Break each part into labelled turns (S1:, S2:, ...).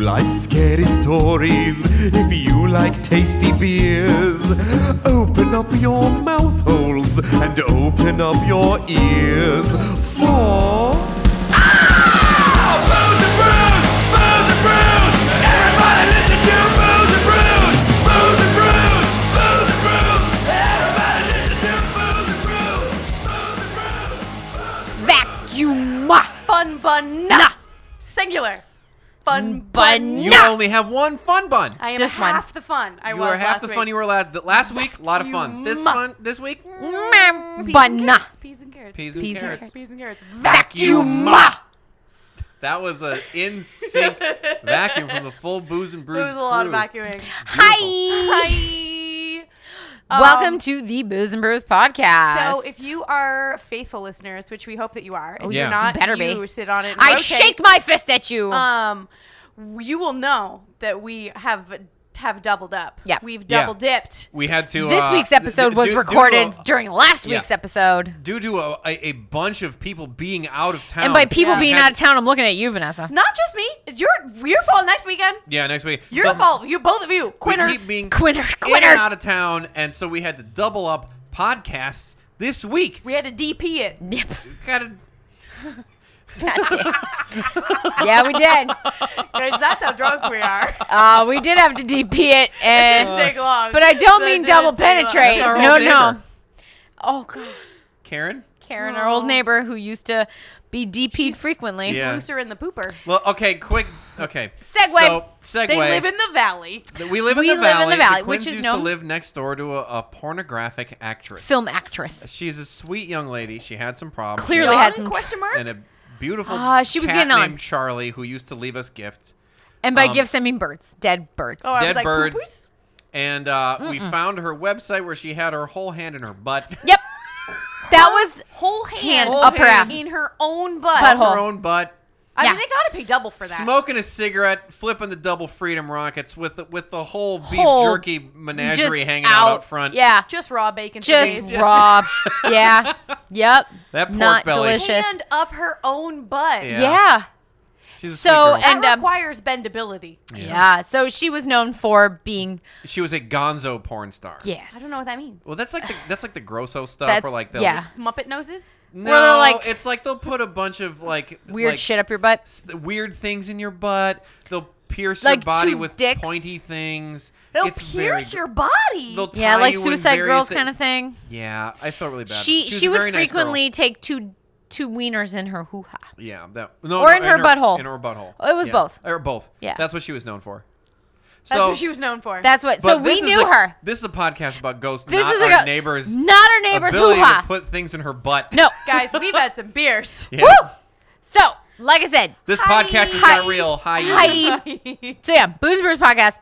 S1: like scary stories, if you like tasty beers, open up your mouth holes and open up your ears for.
S2: Vacuum.
S3: Fun bun na. Singular. Fun bun.
S2: Mm, Bun.
S4: You only have one fun bun.
S3: I am
S2: Just one.
S3: half the fun I
S4: you
S3: was
S4: are half
S3: last
S4: the
S3: week.
S4: fun you were last last week. A lot of fun. This
S3: ma-
S4: fun this week. mm,
S3: Peas and
S2: Banana.
S3: carrots, Peas and carrots.
S4: Peas and
S2: Peas and
S4: carrots.
S2: carrots.
S3: Peas and carrots.
S2: Vacuum.
S4: That was an in sync vacuum from the full booze and
S3: There
S4: brews.
S3: was a lot of
S4: crew.
S3: vacuuming.
S2: Hi.
S3: Hi.
S2: Welcome to the Booze and Brews podcast.
S3: So, if you are faithful listeners, which we hope that you are, if
S4: yeah.
S3: you're not,
S2: Oh, Better be.
S3: you sit on it. and
S2: I
S3: rotate.
S2: shake my fist at you.
S3: Um, you will know that we have have doubled up.
S2: Yeah.
S3: we've
S4: Yeah.
S3: double dipped.
S4: We had to.
S2: this
S4: uh,
S2: week's
S4: d-
S2: episode
S4: d-
S2: was
S4: due- due to
S2: recorded
S4: a-
S2: during last
S4: Yeah.
S2: week's episode.
S4: due to a, a, a bunch of people being out of town.
S2: And by people
S3: Yeah.
S2: being
S4: Had-
S2: out of town, I'm looking at you, Vanessa.
S3: Not just me. It's your your fault. Next weekend,
S4: Yeah, next week.
S3: your
S4: So
S3: fault. You both of you
S4: We
S3: quitters.
S4: keep being
S2: Quitters,
S4: in and
S2: quitters.
S4: out of town, and so we had to double up podcasts this week.
S3: we had to DP it.
S2: Yep.
S4: Gotta
S2: God damn. yeah, we did.
S3: Guys, that's how drunk we are.
S2: Uh, we did have to DP it, and
S3: didn't take long.
S2: but I don't
S3: That
S2: mean
S3: didn't
S2: double
S3: take long.
S2: penetrate.
S4: That's our
S2: No,
S4: old
S2: no.
S4: neighbor.
S2: Oh God,
S4: Karen.
S2: Karen, our old neighbor who used to be DP'd frequently.
S4: Yeah.
S3: Looser in the pooper.
S4: Well, okay, quick. Okay.
S2: Segue.
S4: So, segue.
S3: They live in the valley.
S4: we live in
S2: We
S4: the
S2: live in
S4: valley.
S2: the valley,
S4: Quinns
S2: which is
S4: used
S2: known-
S4: to live next door to a, a pornographic actress.
S2: Film actress.
S4: She's a sweet young lady. She had some problems.
S2: Clearly
S4: She
S2: had
S3: Dog?
S2: some-
S3: question mark.
S4: and a beautiful
S2: Ah, she was
S4: cat
S2: getting on.
S4: named Charlie who used to leave us gifts.
S2: And by
S4: Um,
S2: gifts, I mean birds, dead birds.
S3: oh, I
S4: Dead
S3: was like,
S4: birds.
S3: poopies?
S4: And uh, we found her website where she had her whole hand in her butt.
S2: Yep. That was
S3: Whole hand,
S2: hand
S4: Whole
S2: up her
S4: hand.
S2: ass.
S3: in her own butt.
S2: Butthole.
S4: her own butt.
S3: I
S2: Yeah.
S3: mean, they gotta pay double for that.
S4: Smoking a cigarette, flipping the double freedom rockets with the, with the whole beef
S2: Whole-
S4: jerky menagerie
S2: Just
S4: hanging out. out front.
S2: Yeah.
S3: Just raw bacon. for
S2: Just
S3: days.
S2: raw. yeah. Yep.
S4: That pork
S2: Not
S4: belly.
S2: delicious.
S3: hand up her own butt.
S4: Yeah.
S2: Yeah.
S4: She's a sweet
S2: So,
S4: girl.
S2: and-
S3: That
S2: um,
S3: requires bendability.
S2: yeah. So she was known for being
S4: she was a gonzo porn star.
S2: yes.
S3: I don't know what that means.
S4: Well, that's like the, that's like the grosso stuff,
S2: That's
S4: or like the
S2: yeah.
S3: Muppet noses.
S4: No,
S2: Where they're like-
S4: it's like they'll put a bunch of like
S2: Weird
S4: like,
S2: shit up your butt.
S4: s- weird things in your butt. They'll pierce
S2: Like
S4: your body
S2: two
S4: with
S2: dicks?
S4: pointy things.
S3: They'll
S4: It's
S3: pierce
S4: very-
S3: your body.
S4: They'll
S2: Yeah,
S4: tie
S2: like
S4: you in
S2: Suicide
S4: various
S2: Girls
S4: thi-
S2: kind of thing.
S4: Yeah, I felt really bad.
S2: She
S4: was
S2: she
S4: a
S2: would
S4: very nice girl.
S2: frequently take two two wieners in her hoo ha.
S4: yeah that no,
S2: Or
S4: no,
S2: in her butthole.
S4: in her butthole.
S2: It was
S4: Yeah.
S2: both.
S4: or both.
S2: Yeah.
S4: that's what she was known for. So,
S3: That's what she was known for.
S2: That's what.
S4: but
S2: So we
S4: this is
S2: knew
S4: a-
S2: her.
S4: This is a podcast about ghosts.
S2: This
S4: not
S2: is
S4: our
S2: a,
S4: neighbor's
S2: not our neighbor's hoo
S4: ability to
S2: ha.
S4: put things in her butt.
S2: no,
S3: guys. We've had some beers.
S4: Yeah.
S2: Woo! So like I said,
S4: This
S3: Hi.
S4: podcast is
S2: Hi.
S4: not real. Hi.
S2: Hi.
S3: and
S2: so yeah, Booze and Brews podcast.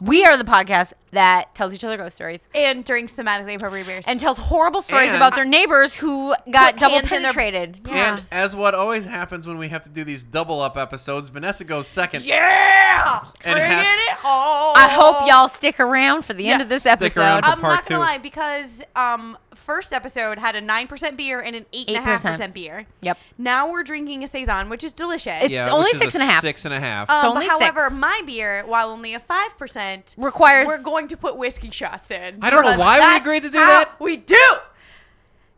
S2: We are the podcast that tells each other ghost stories
S3: drinks thematically appropriate beers.
S2: and tells horrible stories
S4: And-
S2: about their neighbors who got
S3: Put
S2: double
S3: hands in their-
S2: penetrated. yeah.
S4: And as what always happens when we have to do these double up episodes, Vanessa goes second.
S3: yeah,
S4: And
S3: bringing
S4: half-
S3: it home.
S2: I hope y'all stick around for the end
S3: Yeah.
S2: of this
S4: Stick
S2: episode.
S4: around for
S3: I'm not
S4: part
S3: gonna
S4: two.
S3: lie because um first episode had a nine percent beer and an eight and a half
S2: 8%.
S3: percent beer.
S2: Yep.
S3: Now we're drinking a saison, which is delicious.
S2: It's
S4: Yeah,
S2: only
S4: which is
S2: six and a half. Uh,
S4: Six and a half.
S3: Um,
S2: only
S3: however,
S2: six.
S3: my beer, while only a five percent,
S2: Requires-
S3: we're going to put whiskey shots in.
S4: I don't know
S3: because
S4: why we
S3: that's
S4: agreed to do
S3: how
S4: that.
S3: We do.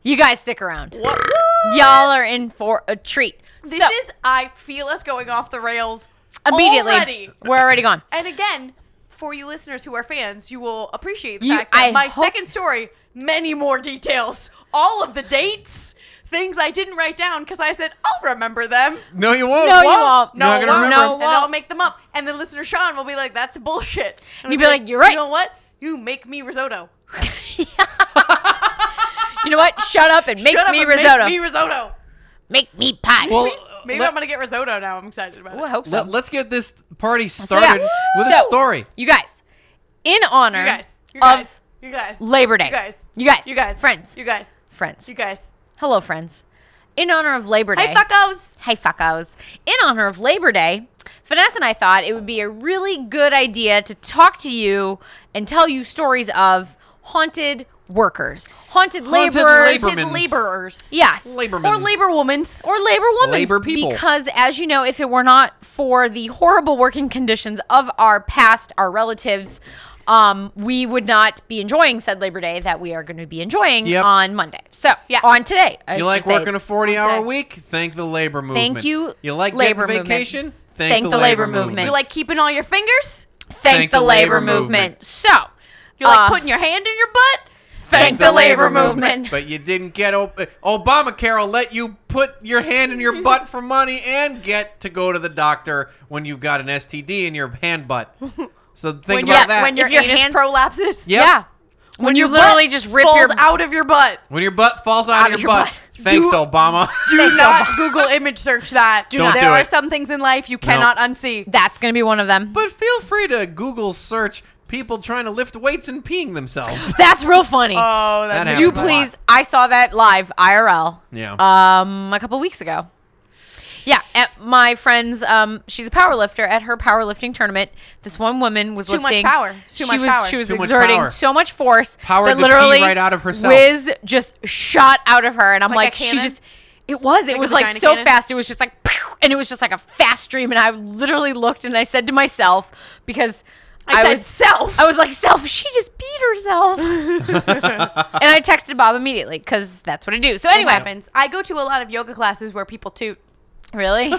S2: You guys stick around.
S3: What?
S2: Y'all are in for a treat.
S3: This
S2: so,
S3: is I feel us going off the rails
S2: immediately.
S3: already.
S2: We're already gone.
S3: And again, for you listeners who are fans, you will appreciate the
S2: You-
S3: fact that
S2: I
S3: my
S2: hope-
S3: second story, many more details, all of the dates, things I didn't write down because I said I'll remember them.
S4: no, you won't.
S2: No, you
S4: Whoa.
S2: won't.
S4: You're not
S2: No,
S4: gonna
S2: won't.
S4: remember.
S2: No,
S3: and
S2: won't.
S3: I'll make them up. And then listener Sean will be like, "That's bullshit." And
S2: You'd
S3: I'll
S2: be like, "You're right."
S3: You know what? You make me risotto.
S2: You know what? Shut up and make
S3: Shut up
S2: me
S3: and
S2: risotto.
S3: Make me risotto.
S2: Make me pie.
S4: Well,
S3: Maybe
S4: let,
S3: I'm gonna get risotto now. I'm excited about
S2: Ooh, I
S3: it.
S2: hope so.
S4: us get this party
S2: So, yeah.
S4: started with a
S2: So,
S4: story.
S2: You guys, in honor
S3: You guys, you
S2: of
S3: guys, you guys,
S2: Labor Day.
S3: you guys,
S2: You guys.
S3: you guys,
S2: Friends.
S3: you guys,
S2: friends.
S3: you guys.
S2: Hello, friends. In honor of Labor Day.
S3: Hey, fuckos.
S2: Hey, fuckos. In honor of Labor Day, Vanessa and I thought it would be a really good idea to talk to you and tell you stories of haunted, workers, haunted
S4: Haunted
S2: laborers,
S4: labormen.
S3: Did laborers.
S2: yes,
S4: Labormen.
S3: Or laborwomans.
S2: or labor women,
S4: Labor people.
S2: because as you know, if it were not for the horrible working conditions of our past, our relatives. Um, we would not be enjoying said Labor Day that we are going to be enjoying
S4: Yep.
S2: on Monday. So,
S3: Yeah.
S2: on today. I
S4: You
S2: should
S4: like
S2: say.
S4: working a 40 hour
S3: What's that?
S4: week? Thank the labor movement.
S2: Thank you,
S4: You like
S2: labor
S4: getting
S2: movement.
S4: vacation? Thank, the, labor, movement.
S3: You like keeping all your fingers?
S2: thank, the, labor, movement. So,
S3: You like
S2: uh,
S3: putting your hand in your butt?
S2: thank the labor movement.
S4: But you didn't get Ob- Obamacare will let you put your hand in your butt for money and get to go to the doctor when you've got an STD in your hand butt. So think
S3: When,
S4: about
S3: your-
S4: that.
S3: when your
S2: If your
S3: anus
S2: hands-
S3: prolapses?
S4: Yep.
S2: yeah, when, you
S3: your
S2: literally
S3: butt
S2: just rip
S3: falls
S2: your
S3: out of your butt.
S4: When your butt falls out, of your, butt. Thanks,
S3: Do-
S4: Obama.
S3: Do
S2: Thanks,
S3: not Google image search that. Do
S4: Don't
S3: There
S4: do
S3: are
S4: it.
S3: some things in life you cannot unsee.
S2: That's gonna be one of them.
S4: but feel free to Google search people trying to lift weights and peeing themselves.
S2: That's real funny.
S3: Oh,
S4: That
S3: that's
S2: you
S4: happens a lot.
S2: please. I saw that live IRL.
S4: Yeah.
S2: Um, a couple weeks ago. Yeah, at my friend's, um, she's a power lifter. At her powerlifting tournament, this one woman was
S3: Too much
S2: lifting.
S3: power.
S2: she
S3: Too much
S2: was
S3: power.
S2: she was
S4: Too much
S2: exerting
S4: power.
S2: so much force
S4: Powered
S2: that
S4: the pee
S2: literally
S4: right out of herself.
S2: Whiz just shot out of her, and I'm
S3: Like a
S2: like, she
S3: cannon?
S2: just. It was. It
S3: a
S2: was like
S3: vagina
S2: so
S3: cannon?
S2: fast. It was just like, pew, and it was just like a fast stream. And I literally looked and I said to myself because
S3: I, said
S2: was
S3: self.
S2: I was like, self, she just beat herself. and I texted Bob immediately because that's what I do. So
S3: It
S2: anyway,
S3: happens. I go to a lot of yoga classes where people toot.
S2: really?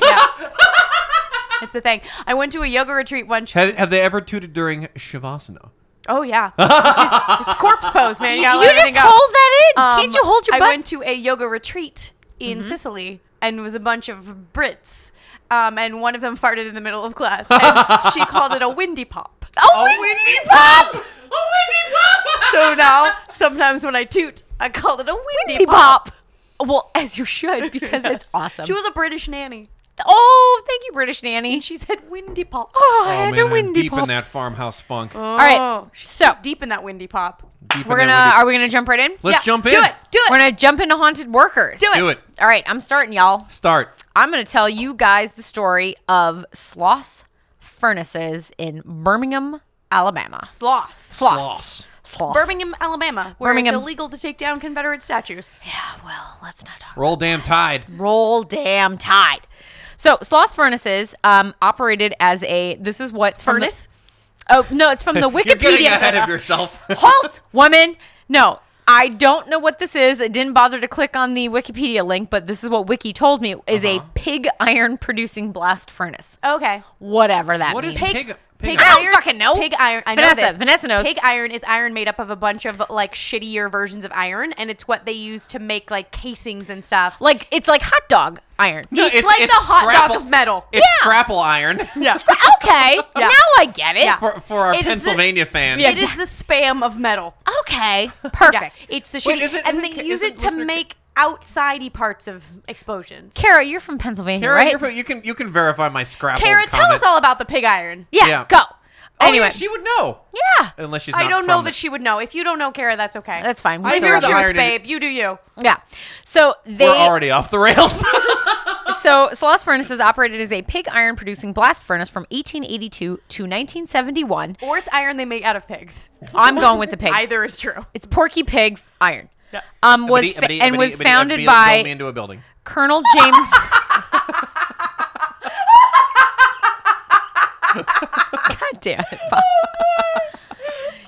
S3: It's a thing. I went to a yoga retreat once.
S4: have, have they ever tooted during Shavasana?
S3: Oh yeah, it's, just, it's corpse pose, man. You, gotta
S2: you
S3: let everything
S2: just
S3: go.
S2: hold that in.
S3: Um,
S2: Can't you hold your
S3: I
S2: butt? Mm-hmm.
S3: went to a yoga retreat in Sicily, and it was a bunch of Brits, um, and one of them farted in the middle of class, and she called it a windy pop.
S2: oh,
S4: Winnie
S2: Winnie Pop! Oh, Winnie Pop!
S3: So now, sometimes when I toot, I call it a windy,
S2: Winnie
S3: pop.
S2: Pop. Well, as you should because it's awesome.
S3: She was a British nanny.
S2: oh, thank you, British nanny.
S3: And she said windy pop.
S2: Oh, I
S4: Oh
S2: had
S4: man,
S2: a
S4: I'm
S2: Windy
S4: deep
S2: Pop.
S4: in that farmhouse funk.
S3: All
S2: right,
S3: she's
S2: so-
S3: Oh, deep in that windy pop.
S4: Deep
S2: We're
S4: in
S2: gonna.
S4: that windy-
S2: Are we gonna jump right in?
S4: Let's jump in.
S3: Do it. Do it.
S2: We're gonna jump into haunted workers.
S3: Do it.
S4: Do it.
S2: All right, I'm starting, y'all.
S4: Start.
S2: I'm going to tell you guys the story of Sloss Furnaces in Birmingham, Alabama.
S3: Sloss.
S2: Sloss. Sloss.
S3: Birmingham, Alabama, where
S2: Birmingham.
S3: it's illegal to take down Confederate statues.
S2: Yeah, well, let's not talk.
S4: Roll damn tide.
S2: Roll damn tide. So, Sloss Furnaces um, operated as a. This is what's from the-
S3: Furnace?
S2: oh no, it's from the
S4: You're getting
S2: Wikipedia.
S4: ahead of yourself.
S2: halt, woman. No, I don't know what this is. I didn't bother to click on the Wikipedia link, but this is what Wiki told me is
S4: Uh-huh.
S2: a pig iron producing blast furnace.
S3: Okay.
S2: Whatever that
S4: What is
S2: means.
S4: pig? Pig.
S3: Pig
S2: I
S4: iron?
S2: don't fucking know.
S3: Pig iron. I
S2: Vanessa-
S3: know this.
S2: Vanessa knows.
S3: Pig iron is iron made up of a bunch of like shittier versions of iron, and it's what they use to make like casings and stuff.
S2: Like it's like hot dog iron.
S4: No,
S3: it's like the hot dog of metal.
S4: It's
S2: Yeah.
S4: scrapple iron.
S3: yeah.
S2: okay, now I get it.
S3: Yeah.
S4: For, for our
S3: It is the-
S4: Pennsylvania fans.
S2: Yeah.
S3: It is the spam of metal.
S2: Okay,
S3: Yeah.
S2: perfect.
S3: It's the shitty,
S4: Wait, isn't-
S3: and
S4: isn't-
S3: they use
S4: isn't
S3: it to
S4: listener-
S3: make outsidey parts of explosions.
S2: Kara, you're from Pennsylvania,
S4: Kara,
S2: right?
S4: you're from- you can you can verify my scrapple.
S3: Kara, tell
S4: comment.
S3: us all about the pig iron.
S2: yeah,
S4: Yeah.
S2: go.
S4: Oh,
S2: anyway,
S4: yeah, she would know.
S2: yeah,
S4: Unless she's.
S3: I
S4: not
S3: don't
S4: from
S3: know that
S4: it.
S3: she would know. If you don't know, Kara, that's okay.
S2: that's fine. We
S4: I
S3: Live
S2: still
S3: your
S4: heard
S2: love
S4: the
S2: you.
S4: iron
S3: truth,
S4: in
S3: babe. You do you.
S2: Yeah. So they
S4: We're already off the rails.
S2: so Sloss Furnaces operated as a pig iron producing blast furnace from 1882 to 1971.
S3: Or it's iron they make out of pigs.
S2: I'm going with the pigs.
S3: Either is true.
S2: It's Porky Pig iron.
S3: Yeah.
S2: Um, was fa- and was founded by
S4: Build me into a building.
S2: Colonel James. God damn it, Bob.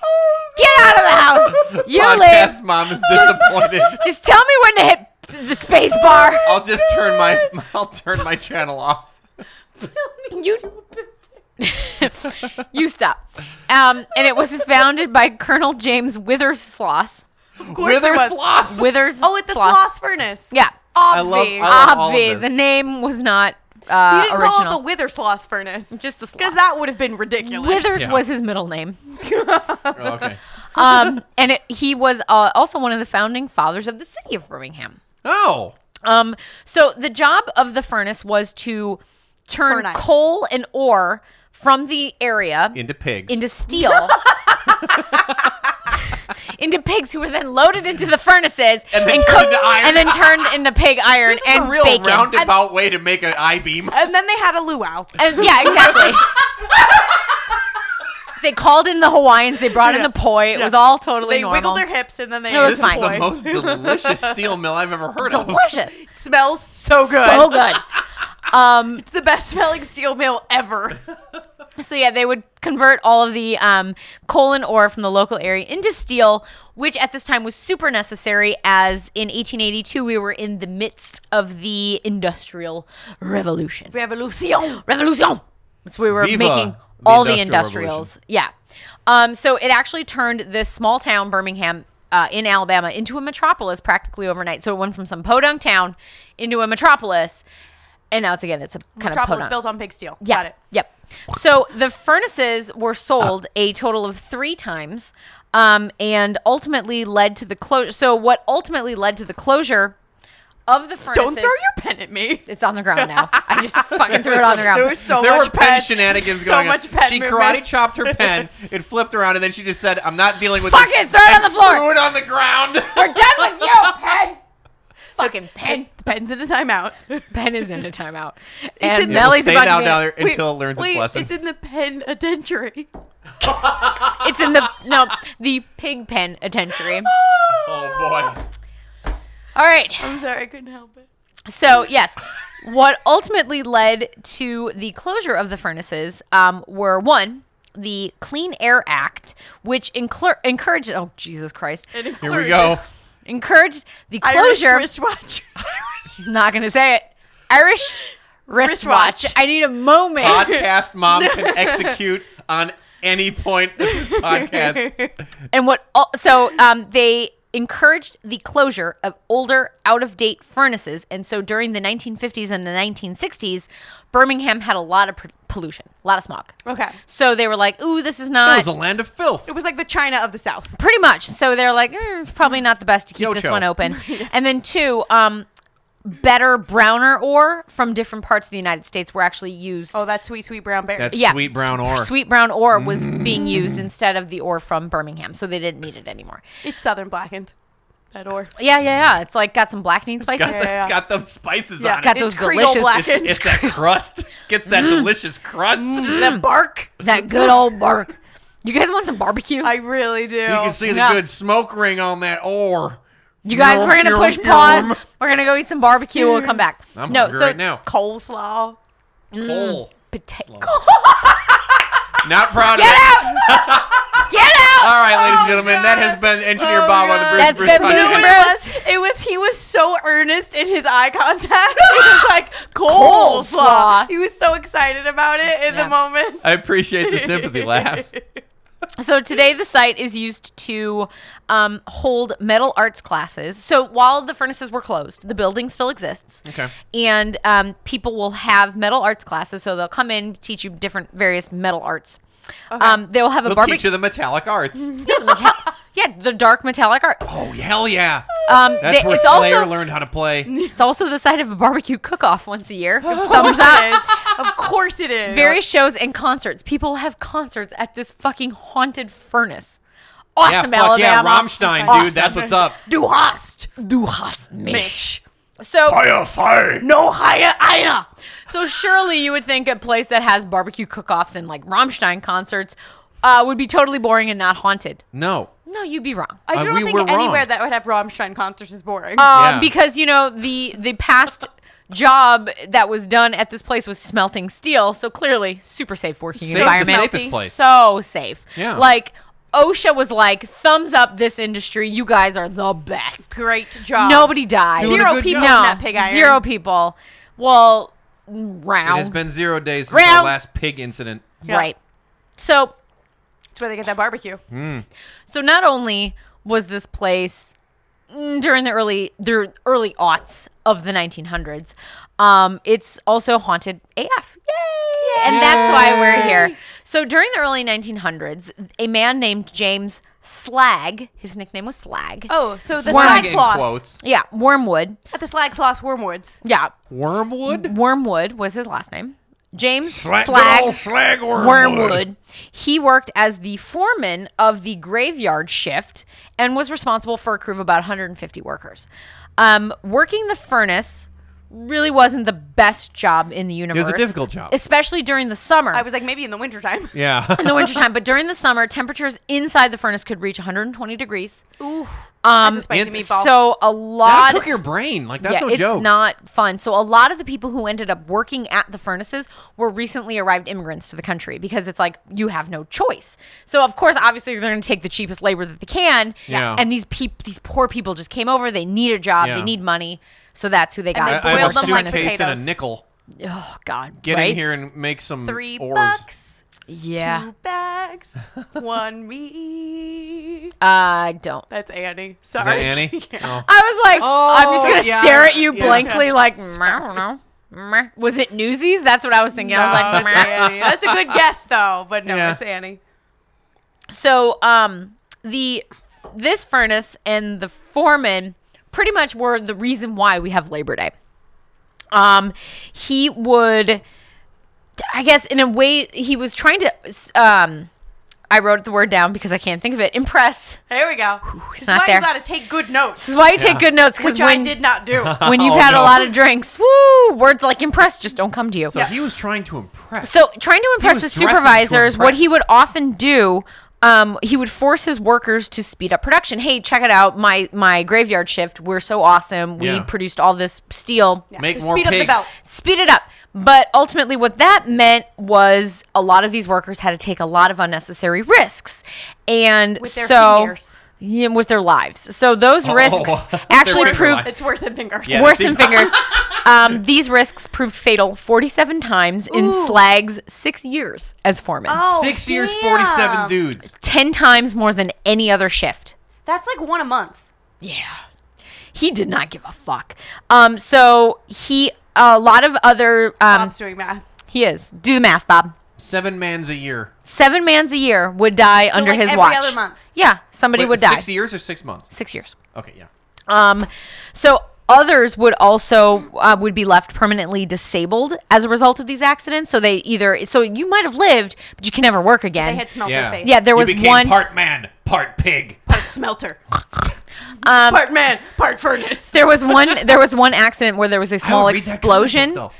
S3: Oh,
S2: Get out of the house. You
S4: Podcast
S2: live.
S4: mom is disappointed.
S2: Just tell me when to hit the space bar.
S4: I'll just turn my I'll turn my channel off.
S2: You, you stop. Um, and it was founded by Colonel James Withersloss.
S4: Wither
S3: it was.
S4: sloss.
S2: Withers.
S3: Oh, it's a
S2: Sloss.
S3: sloss Oh, furnace.
S2: Yeah.
S3: Obvi.
S4: love- I love- all of
S2: Obvi. The
S4: this.
S2: name was not
S3: you
S2: uh,
S3: didn't
S2: original.
S3: call it the wither sloss furnace.
S2: Just the sloss.
S3: Because that would have been ridiculous.
S2: Withers
S4: Yeah.
S2: was his middle name.
S4: Oh, okay.
S2: um, and it, he was uh, also one of the founding fathers of the city of Birmingham.
S4: Oh.
S2: Um, so the job of the furnace was to turn
S3: Furnace.
S2: coal and ore from the area
S4: Into pigs.
S2: into steel. into pigs who were then loaded into the furnaces
S4: And then turned
S2: cooked
S4: into iron.
S2: and then turned into pig iron
S4: this is
S2: and
S4: a real
S2: bacon.
S4: roundabout way to make an I beam.
S3: And then they had a luau.
S2: And- yeah, exactly. they called in the Hawaiians. They brought in
S3: Yeah.
S2: the poi. It
S3: Yeah.
S2: was all totally
S3: they
S2: normal.
S3: wiggled their hips and then they.
S2: It was
S4: This
S2: fine.
S4: is the most delicious steel mill I've ever heard of.
S2: Delicious,
S3: smells so good.
S2: so good. Um,
S3: It's the best smelling steel mill ever.
S2: So yeah, they would convert all of the um, coal and ore from the local area into steel, which at this time was super necessary, as in 1882 we were in the midst of the industrial revolution.
S3: Revolution.
S2: Revolution. So we were
S4: Viva
S2: making
S4: the
S2: all the
S4: Industrial
S2: industrials. Yeah. Um, so it actually turned this small town, Birmingham, uh, in Alabama, into a metropolis practically overnight. So it went from some podunk town into a metropolis, and now it's again it's a kind
S3: Metropolis
S2: of podunk.
S3: built on pig steel.
S2: Yeah.
S3: Got it.
S2: Yep. So the furnaces were sold a total of three times, um, and ultimately led to the closure. So what ultimately led to the closure of the furnaces?
S3: Don't throw your pen at me.
S2: It's on the ground now. I just fucking threw it on the ground.
S3: There was so
S4: there were
S3: much
S4: pen
S3: pen
S4: shenanigans
S3: so
S4: going on.
S3: much pen
S4: she
S3: movement.
S4: karate chopped her pen. It flipped around, and then she just said, "I'm not dealing with
S2: Fuck
S4: this."
S2: it, throw it
S4: and
S2: on the floor.
S4: Threw it on the ground.
S2: We're done with you, Pen. fucking Pen.
S3: Pen's in a timeout.
S2: Pen is in a timeout,
S3: It's
S2: and
S3: in the-
S2: Melly's
S4: Stay
S2: about
S4: down
S2: to
S4: down
S2: get.
S4: there
S3: Wait,
S4: until it learns
S3: wait,
S4: its lesson.
S3: It's in the pen adentary.
S2: It's in the no, the pig pen attention.
S4: oh boy.
S2: All right.
S3: I'm sorry, I couldn't help it.
S2: So yes, what ultimately led to the closure of the furnaces um, were one, the Clean Air Act, which inclur encouraged oh Jesus Christ,
S3: It
S4: Here we go.
S3: encourages
S2: encouraged the
S3: Irish
S2: closure.
S3: wristwatch.
S2: I'm not gonna say it. Irish wristwatch.
S3: Wristwatch.
S2: I need a moment.
S4: Podcast mom can execute on any point of this podcast.
S2: And what? al- So um, they encouraged the closure of older, out-of-date furnaces, and so during the 1950s and the 1960s, Birmingham had a lot of pr- pollution, a lot of smog.
S3: okay.
S2: So they were like, "Ooh, this is
S4: It
S2: not
S4: was a land of filth.
S3: It was like the China of the South.
S2: pretty much." So they're like, "Mm, "It's probably not the best to keep this
S4: Yocho.
S2: one open." And then two, um, better browner ore from different parts of the United States were actually used.
S3: Oh, that sweet, sweet brown bear.
S4: That's
S2: yeah,
S4: sweet brown
S2: s-
S4: ore. Mm.
S2: Sweet brown ore was being used instead of the ore from Birmingham, so they didn't need it anymore.
S3: It's southern blackened. That or
S2: Yeah, yeah, yeah. It's like got some blackening
S4: Got,
S2: spices.
S3: Yeah, yeah.
S4: It's got those spices
S3: Yeah.
S4: on
S2: Got
S4: it.
S2: those
S3: It's Creole
S2: delicious
S3: black-
S4: It's, it's that crust. Gets that
S3: Mm.
S4: delicious crust.
S3: the bark.
S2: that good old bark. You guys want some barbecue?
S3: I really do.
S4: You can see the
S2: Yeah.
S4: good smoke ring on that ore.
S2: you guys, we're gonna
S4: Yum,
S2: push
S4: yum,
S2: pause.
S4: yum.
S2: We're gonna go eat some barbecue. We'll come back.
S4: I'm
S2: no,
S4: hungry
S2: so
S4: right now.
S3: coleslaw. Mm.
S4: Coal.
S2: Potato.
S4: Not proud
S2: Get
S4: of it.
S2: out! Get out!
S4: All right, ladies and
S3: Oh,
S4: gentlemen,
S3: God.
S4: that has been Engineer
S3: Oh,
S4: Bob on
S3: God.
S4: the Bruce
S2: That's
S4: Bruce
S2: been
S4: Podcast.
S2: Bruce and
S3: It was, it was he was so earnest in his eye contact. He was like coleslaw.
S2: Coleslaw.
S3: He was so excited about it in
S2: Yeah.
S3: the moment.
S4: I appreciate the sympathy laugh.
S2: So today the site is used to um, hold metal arts classes. So while the furnaces were closed, the building still exists.
S4: Okay.
S2: And um, people will have metal arts classes. So they'll come in, teach you different various metal arts. Um, they'll have a
S4: They'll teach
S2: barbecue.
S4: you the metallic arts.
S2: yeah, the metal- yeah, the dark metallic arts.
S4: Oh, hell yeah.
S2: Um,
S4: That's
S2: they-
S4: where
S2: it's
S4: Slayer
S2: also
S4: learned how to play.
S2: it's also the site of a barbecue cook-off once a year. Thumbs up.
S3: of course it is.
S2: Various shows and concerts. People have concerts at this fucking haunted furnace. Awesome,
S4: yeah, fuck yeah,
S2: Alabama.
S4: Rammstein, dude.
S2: Awesome.
S4: That's what's up.
S3: du hast
S2: Du hast mich.
S3: mich.
S2: So
S4: Fire, fire.
S3: No higher einer.
S2: So surely you would think a place that has barbecue cook-offs and like Rammstein concerts uh, would be totally boring and not haunted.
S4: No.
S2: No, you'd be wrong.
S3: I
S4: Uh,
S3: don't
S4: we
S3: think
S4: were
S3: anywhere
S4: wrong.
S3: that would have Rammstein concerts is
S2: Um,
S3: boring.
S4: Yeah.
S2: Because you know the the past job that was done at this place was smelting steel, so clearly super safe working
S4: Safe-
S2: environment.
S4: safest place.
S2: So safe.
S4: Yeah.
S2: Like OSHA was like, thumbs up this industry. You guys are the best.
S3: Great job.
S2: Nobody died.
S4: Doing a
S2: Zero
S4: good
S2: people. No,
S4: job.
S3: That pig iron.
S2: zero people. Well,
S4: It
S2: round.
S4: has been zero days since
S2: Round.
S4: the last pig incident.
S3: Yeah.
S2: Right. So
S3: That's where they get that barbecue.
S2: Mm. So not only was this place mm, during the early the early aughts of the 1900s, um, it's also haunted AF. Yay! And that's why we're here. So during the early 1900s, a man named James Slag, his nickname was Slag.
S3: Oh, so the
S2: Worm.
S3: slag
S4: In
S3: sloss.
S4: quotes.
S2: Yeah, Wormwood.
S3: At the slag sloss wormwoods.
S2: Yeah,
S4: Wormwood?
S2: Wormwood was his last name. James
S4: Sla- good
S2: Slag
S4: old slag
S2: Wormwood. He worked as the foreman of the graveyard shift and was responsible for a crew of about 150 workers. Um, working the furnace really wasn't the best job in the universe.
S4: difficult job.
S2: especially during the summer.
S3: I was like, maybe in the wintertime.
S4: Yeah.
S2: in the wintertime, but during the summer, temperatures inside the furnace could reach 120 degrees.
S3: Ooh.
S2: Um,
S3: That's a spicy
S4: and
S3: meatball.
S2: so a
S4: That'll
S2: lot.
S4: cook your brain. Like that's
S2: yeah,
S4: no
S2: it's
S4: joke.
S2: not fun. So a lot of the people who ended up working at the furnaces were recently arrived immigrants to the country because it's like you have no choice. So of course, obviously, they're going to take the cheapest labor that they can.
S4: Yeah.
S2: And these peop- these poor people just came over. They need a job.
S4: Yeah.
S2: They need money. So that's who they got.
S3: they
S2: to work
S4: I
S3: boiled
S4: have a
S2: the
S3: them like
S2: furnaces.
S4: suitcase and a
S3: potatoes.
S4: nickel.
S2: Oh God!
S4: Get
S2: right?
S4: in here and make some
S3: Three
S4: oars.
S3: bucks.
S2: Yeah.
S3: Two bags. one me.
S2: I don't.
S3: That's Annie.
S4: Is that
S3: Sorry.
S4: Annie?
S3: Yeah.
S4: No.
S2: I was like,
S4: Oh,
S2: I'm just gonna
S4: yeah.
S2: stare at you
S4: Yeah.
S2: blankly, like "Mm, I don't know. Mm." Was it Newsies? That's what I was thinking. I was like,
S3: No, it's
S2: "Mm."
S3: Annie. That's a good guess though, but no,
S4: Yeah.
S3: it's Annie.
S2: so um, the this furnace and the foreman pretty much were the reason why we have Labor Day. Um, he would, I guess, in a way, he was trying to. Um, I wrote the word down because I can't think of it. Impress.
S3: There we go. This is
S2: not
S3: why
S2: there.
S3: you gotta take good notes,
S2: This is why you take
S4: Yeah.
S2: good notes because
S3: which
S2: when
S3: I did not do.
S2: when you've
S4: Oh,
S2: had
S4: no.
S2: a lot of drinks, woo, words like impress just don't come to you.
S4: So he was trying to impress.
S2: So trying to impress
S4: was
S2: his
S4: dressing to
S2: supervisors, what he
S4: impress.
S2: would often do, um, he would force his workers to speed up production. Hey, check it out, my my graveyard shift. We're so awesome. We
S4: Yeah.
S2: produced all this steel.
S4: make
S3: Just
S4: more
S3: speed up the
S4: pigs.
S3: belt.
S2: Speed it up. But ultimately, what that meant was a lot of these workers had to take a lot of unnecessary risks, and
S3: With their
S2: so
S3: fingers.
S2: Yeah, with their lives. So those risks
S4: Oh, Their
S2: actually
S4: fingers.
S2: proved
S3: it's worse than fingers.
S4: Yeah.
S2: worse
S4: they
S2: than
S4: think-
S2: fingers. Um, these risks proved fatal 47 times in
S3: Ooh.
S2: Slag's six years as foreman.
S3: Oh,
S4: Six years,
S3: damn.
S4: forty-seven dudes.
S2: 10 times more than any other shift.
S3: That's like one a month.
S2: Yeah. He did not give a fuck. Um, so he, a lot of other, um,
S3: Bob's doing math.
S2: he is. Do the math, Bob.
S4: Seven mans a year.
S2: Seven mans a year would die under
S3: like
S2: his
S3: every
S2: watch.
S3: other month.
S2: Yeah, somebody
S4: Wait,
S2: would die.
S4: Six years or six months?
S2: Six years.
S4: Okay, yeah.
S2: Um, so others would also uh, would be left permanently disabled as a result of these accidents. So they either so you might have lived, but you can never work again.
S3: They had smelter
S4: Yeah.
S3: face.
S2: yeah, there
S4: You
S2: was
S4: became
S2: one.
S4: part man, part pig.
S3: part smelter.
S2: Um,
S3: part man, part furnace.
S2: there was one. There was one accident where there was a
S4: I would
S2: small
S4: read that comic book,
S2: explosion.
S4: though.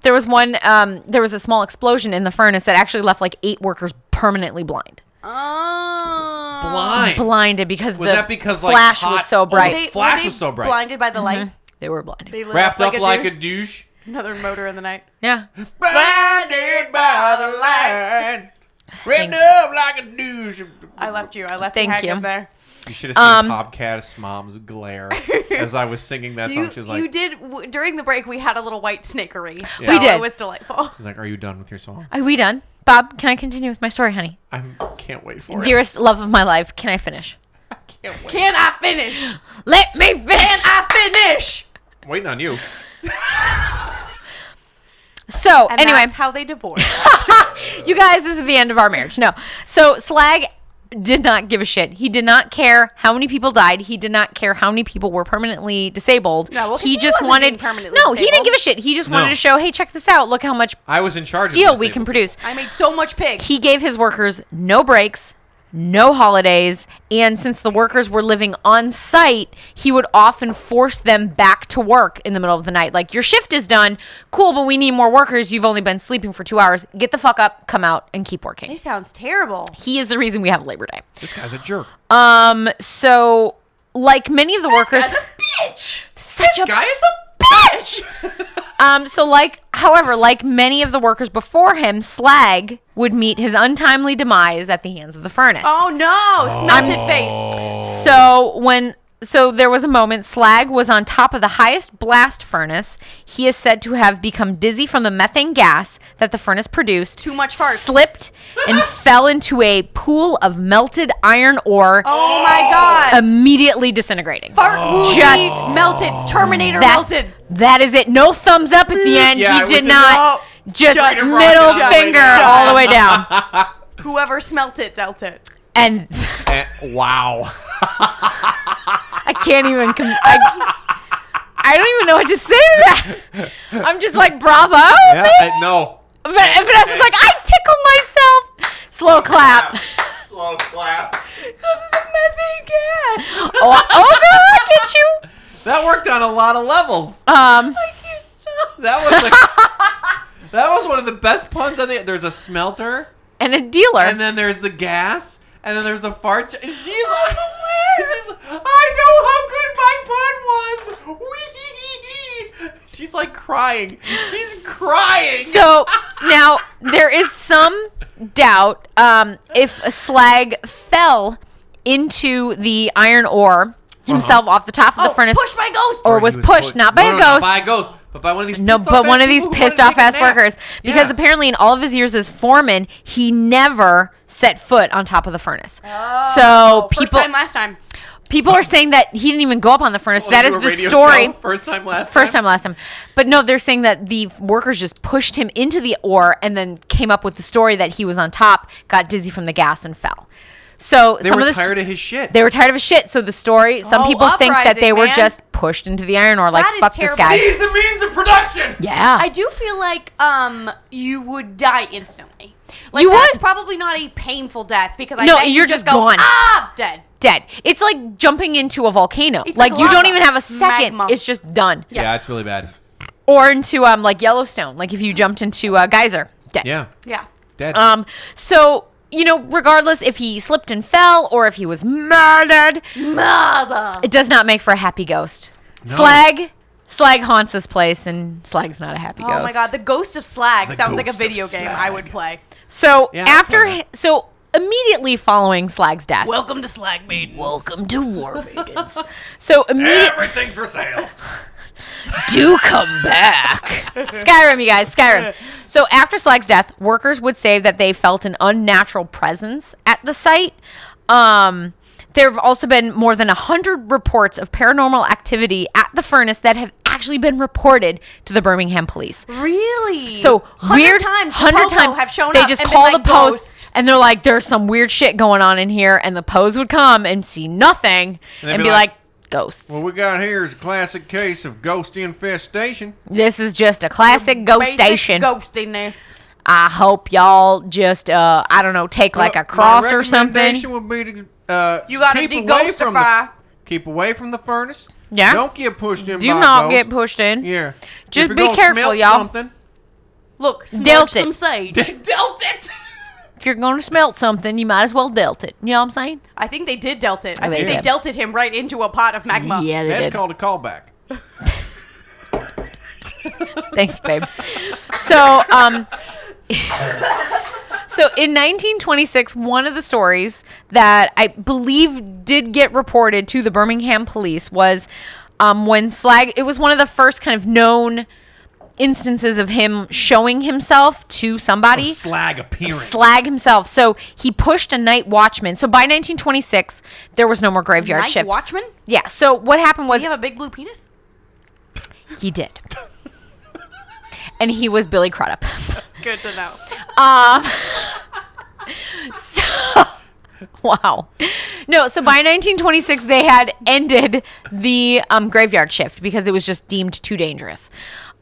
S2: there was one. Um, there was a small explosion in the furnace that actually left like eight workers permanently blind,
S3: Um, Oh.
S4: Blind.
S2: blinded because
S4: Was
S2: the
S4: that because, like,
S2: flash
S4: hot-
S2: was so
S4: oh, the
S2: bright.
S4: f-
S3: They,
S4: flash
S3: were they
S4: was so bright.
S3: Blinded by the light.
S2: Mm-hmm. they were blinded.
S3: They lit
S4: Wrapped up like a
S3: deuce.
S4: douche.
S3: Another motor in the night.
S2: Yeah.
S4: Blinded by the light. Wrapped
S2: Thank-
S4: up like a douche.
S3: I left you. I left
S2: Thank
S3: you hanging
S2: you.
S3: there.
S4: You should have seen
S2: Um,
S4: Bobcat's mom's glare as I was singing that song.
S3: You,
S4: She was
S3: you
S4: like,
S3: did w- during the break. We had a little white snakery. So
S2: We did.
S3: It was delightful.
S4: she's like, "Are you done with your song?
S2: Are we done, Bob? Can I continue with my story, honey?
S4: I can't wait for it."
S2: Dearest love of my life, can I finish?
S4: Can't wait.
S3: Can I finish?
S2: Let me finish.
S3: I finish.
S4: Waiting on you.
S2: So
S3: And
S2: anyway,
S3: that's how they divorced.
S2: you guys, this is the end of our marriage. No. So Slag did not give a shit. He did not care how many people died. He did not care how many people were permanently disabled.
S3: No, well, 'cause
S2: he,
S3: he
S2: just
S3: wasn't
S2: wanted
S3: being permanently
S2: No, he didn't
S3: disabled.
S2: give a shit. He just wanted
S4: No.
S2: to show, "Hey, check this out. Look how much
S4: I was in charge.
S2: steel
S4: of
S2: we can produce."
S3: I made so much pig.
S2: He gave his workers no breaks, no holidays, and since the workers were living on site, he would often force them back to work in the middle of the night. Like, your shift is done. Cool, but we need more workers. You've only been sleeping for 2 hours. Get the fuck up, come out and keep working
S3: He sounds terrible.
S2: he is the reason we have Labor Day.
S4: This guy's a jerk.
S2: Um, so like many of the workers,
S3: bitch.
S2: such a
S4: Guy is a
S2: bitch. um, so like, however, like many of the workers before him, Slag would meet his untimely demise at the hands of the furnace.
S3: Oh no, smelted
S4: Oh.
S3: face.
S2: So when so there was a moment Slag was on top of the highest blast furnace. He is said to have become dizzy from the methane gas that the furnace produced.
S3: Too much farts.
S2: Slipped and fell into a pool of melted iron ore,
S3: Oh my god.
S2: immediately disintegrating.
S3: Fart
S4: Oh.
S3: movie
S2: Just-
S3: melted. Terminator
S2: That's,
S3: melted.
S2: that is it. No thumbs up at the end.
S4: Yeah, it
S2: he did
S4: was a-
S2: not. just
S3: Just
S2: middle
S3: rock it.
S2: finger
S3: Just-
S2: all the way down.
S3: Whoever smelt it dealt it.
S2: And
S4: Eh, wow.
S2: I can't even. Com- I, I don't even know what to say to that. I'm just like, bravo.
S4: Yeah,
S2: man.
S4: eh, no.
S2: Van- Vanessa's like, I tickle myself. Slow clap.
S4: Slow clap.
S3: Because of the methane gas.
S2: Oh, oh girl, look at you.
S4: That worked on a lot of levels.
S2: Um,
S3: I can't stop.
S4: That was like, that was one of the best puns. I think there's a smelter,
S2: and a dealer.
S4: and then there's the gas, and then there's the fart. J- She's like, she's like, I know how good my pun was. Wee. She's like crying. She's crying.
S2: so now there is some doubt um, if a slag fell into the iron ore himself
S4: Uh-huh.
S2: off the top of the
S3: oh,
S2: furnace
S3: push my ghost.
S2: or
S4: He
S2: was pushed not by
S4: no,
S2: a
S4: no,
S2: ghost.
S4: not by a ghost, but by one of these.
S2: No,
S4: pissed
S2: but
S4: off
S2: one
S4: ass
S2: of these
S4: people who wanted
S2: pissed
S4: to
S2: off
S4: take a
S2: ass
S4: nap.
S2: workers because
S4: Yeah.
S2: apparently in all of his years as foreman, he never set foot on top of the furnace.
S4: Oh.
S2: so
S3: First
S2: people
S3: time, last time.
S2: people are saying that he didn't even go up on the furnace.
S4: Wanna
S2: that
S4: do
S2: is
S4: a
S2: the
S4: Oh, radio
S2: story.
S4: show? First time, last
S2: First time, last time. But no, they're saying that the workers just pushed him into the ore and then came up with the story that he was on top, got dizzy from the gas, and fell. So
S4: They
S2: some
S4: were
S2: of the
S4: tired of his shit.
S2: they were tired of his shit. So the story, some
S3: Oh,
S2: people think that they
S3: uprising,
S2: were
S3: man.
S2: just pushed into the iron ore, like
S3: That is
S2: fuck this
S3: terrible.
S2: guy.
S4: He's the means of production.
S2: Yeah,
S3: I do feel like um you would die instantly. Like
S2: You
S3: that's
S2: would.
S3: probably not a painful death because I
S2: No,
S3: bet
S2: and
S3: you
S2: you're just
S3: go,
S2: gone.
S3: Ah, dead.
S2: dead. It's like jumping into a volcano.
S3: It's
S2: like
S3: like
S2: you don't
S3: lava.
S2: even have a second.
S3: Magma.
S2: It's just done.
S3: Yeah.
S4: it's really bad.
S2: Or into um like Yellowstone. Like if you jumped into a geyser, dead.
S4: Yeah,
S3: Yeah.
S4: dead.
S2: Um. So you know, regardless if he slipped and fell or if he was murdered,
S3: Mother.
S2: it does not make for a happy ghost. Slag. Slag haunts this place, and Slag's not a happy
S3: Oh
S2: ghost.
S3: my god, the ghost of slag
S4: The
S3: sounds like a
S4: ghost of
S3: video game I would play.
S2: so
S4: Yeah, I'll
S2: after,
S4: play that.
S2: so immediately following Slag's death,
S3: Welcome to Slag Maiden.
S2: welcome to War Maidens. so immediately,
S4: Everything's for sale.
S2: do come back. Skyrim, you guys, Skyrim. So after Slag's death, workers would say that they felt an unnatural presence at the site. Um, there have also been more than 100 reports of paranormal activity at the furnace that have actually been reported to the Birmingham police.
S3: Really?
S2: So
S3: 100
S2: weird
S3: times, the
S2: hundred
S3: Popo
S2: times
S3: have shown
S2: they
S3: up
S2: just
S3: and been
S2: call
S3: like,
S2: the post
S3: "Ghost."
S2: and they're like, "There's some weird shit going on in here," and the pose would come and see nothing and,
S4: they'd
S2: be,
S4: be
S2: like,
S4: like-
S2: "Ghosts.
S4: What we got here is a classic case of ghost infestation.
S2: this is just a classic ghost
S3: Basic
S2: station."
S3: Ghostiness.
S2: I hope y'all just uh I don't know take like a cross or something.
S4: Would be to, uh,
S3: You gotta
S4: keep away from
S3: deghost-ify.
S4: the, keep away from the furnace.
S2: Yeah.
S4: Don't get pushed in.
S2: Do
S4: by a
S2: not
S4: ghost.
S2: get pushed in.
S4: Yeah.
S2: Just
S4: If you're
S2: be
S4: gonna
S2: careful,
S4: smelt
S2: y'all.
S4: Something,
S3: Look, smudge
S2: Dealt it.
S3: some sage.
S4: dealt it.
S2: If you're going to smelt something, you might as well dealt it. You know what I'm saying?
S3: I think they did dealt it. I
S2: Oh, They
S3: think they
S2: did.
S3: dealt him right into a pot of magma.
S2: Yeah, they
S4: That's
S2: did.
S4: called a callback.
S2: Thanks, babe. So, um, so in 1926, one of the stories that I believe did get reported to the Birmingham police was um, when Slag. It was one of the first kind of known instances of him showing himself to somebody.
S4: Slag appearing.
S2: Slag himself. So he pushed a night watchman. So by 1926, there was no more graveyard
S3: Night
S2: shift.
S3: Watchman?
S2: yeah. So what happened was
S3: You have a big blue penis?
S2: he did, and he was Billy Crudup.
S3: Good to know.
S2: Wow. No, so by 1926, they had ended the um, graveyard shift because it was just deemed too dangerous.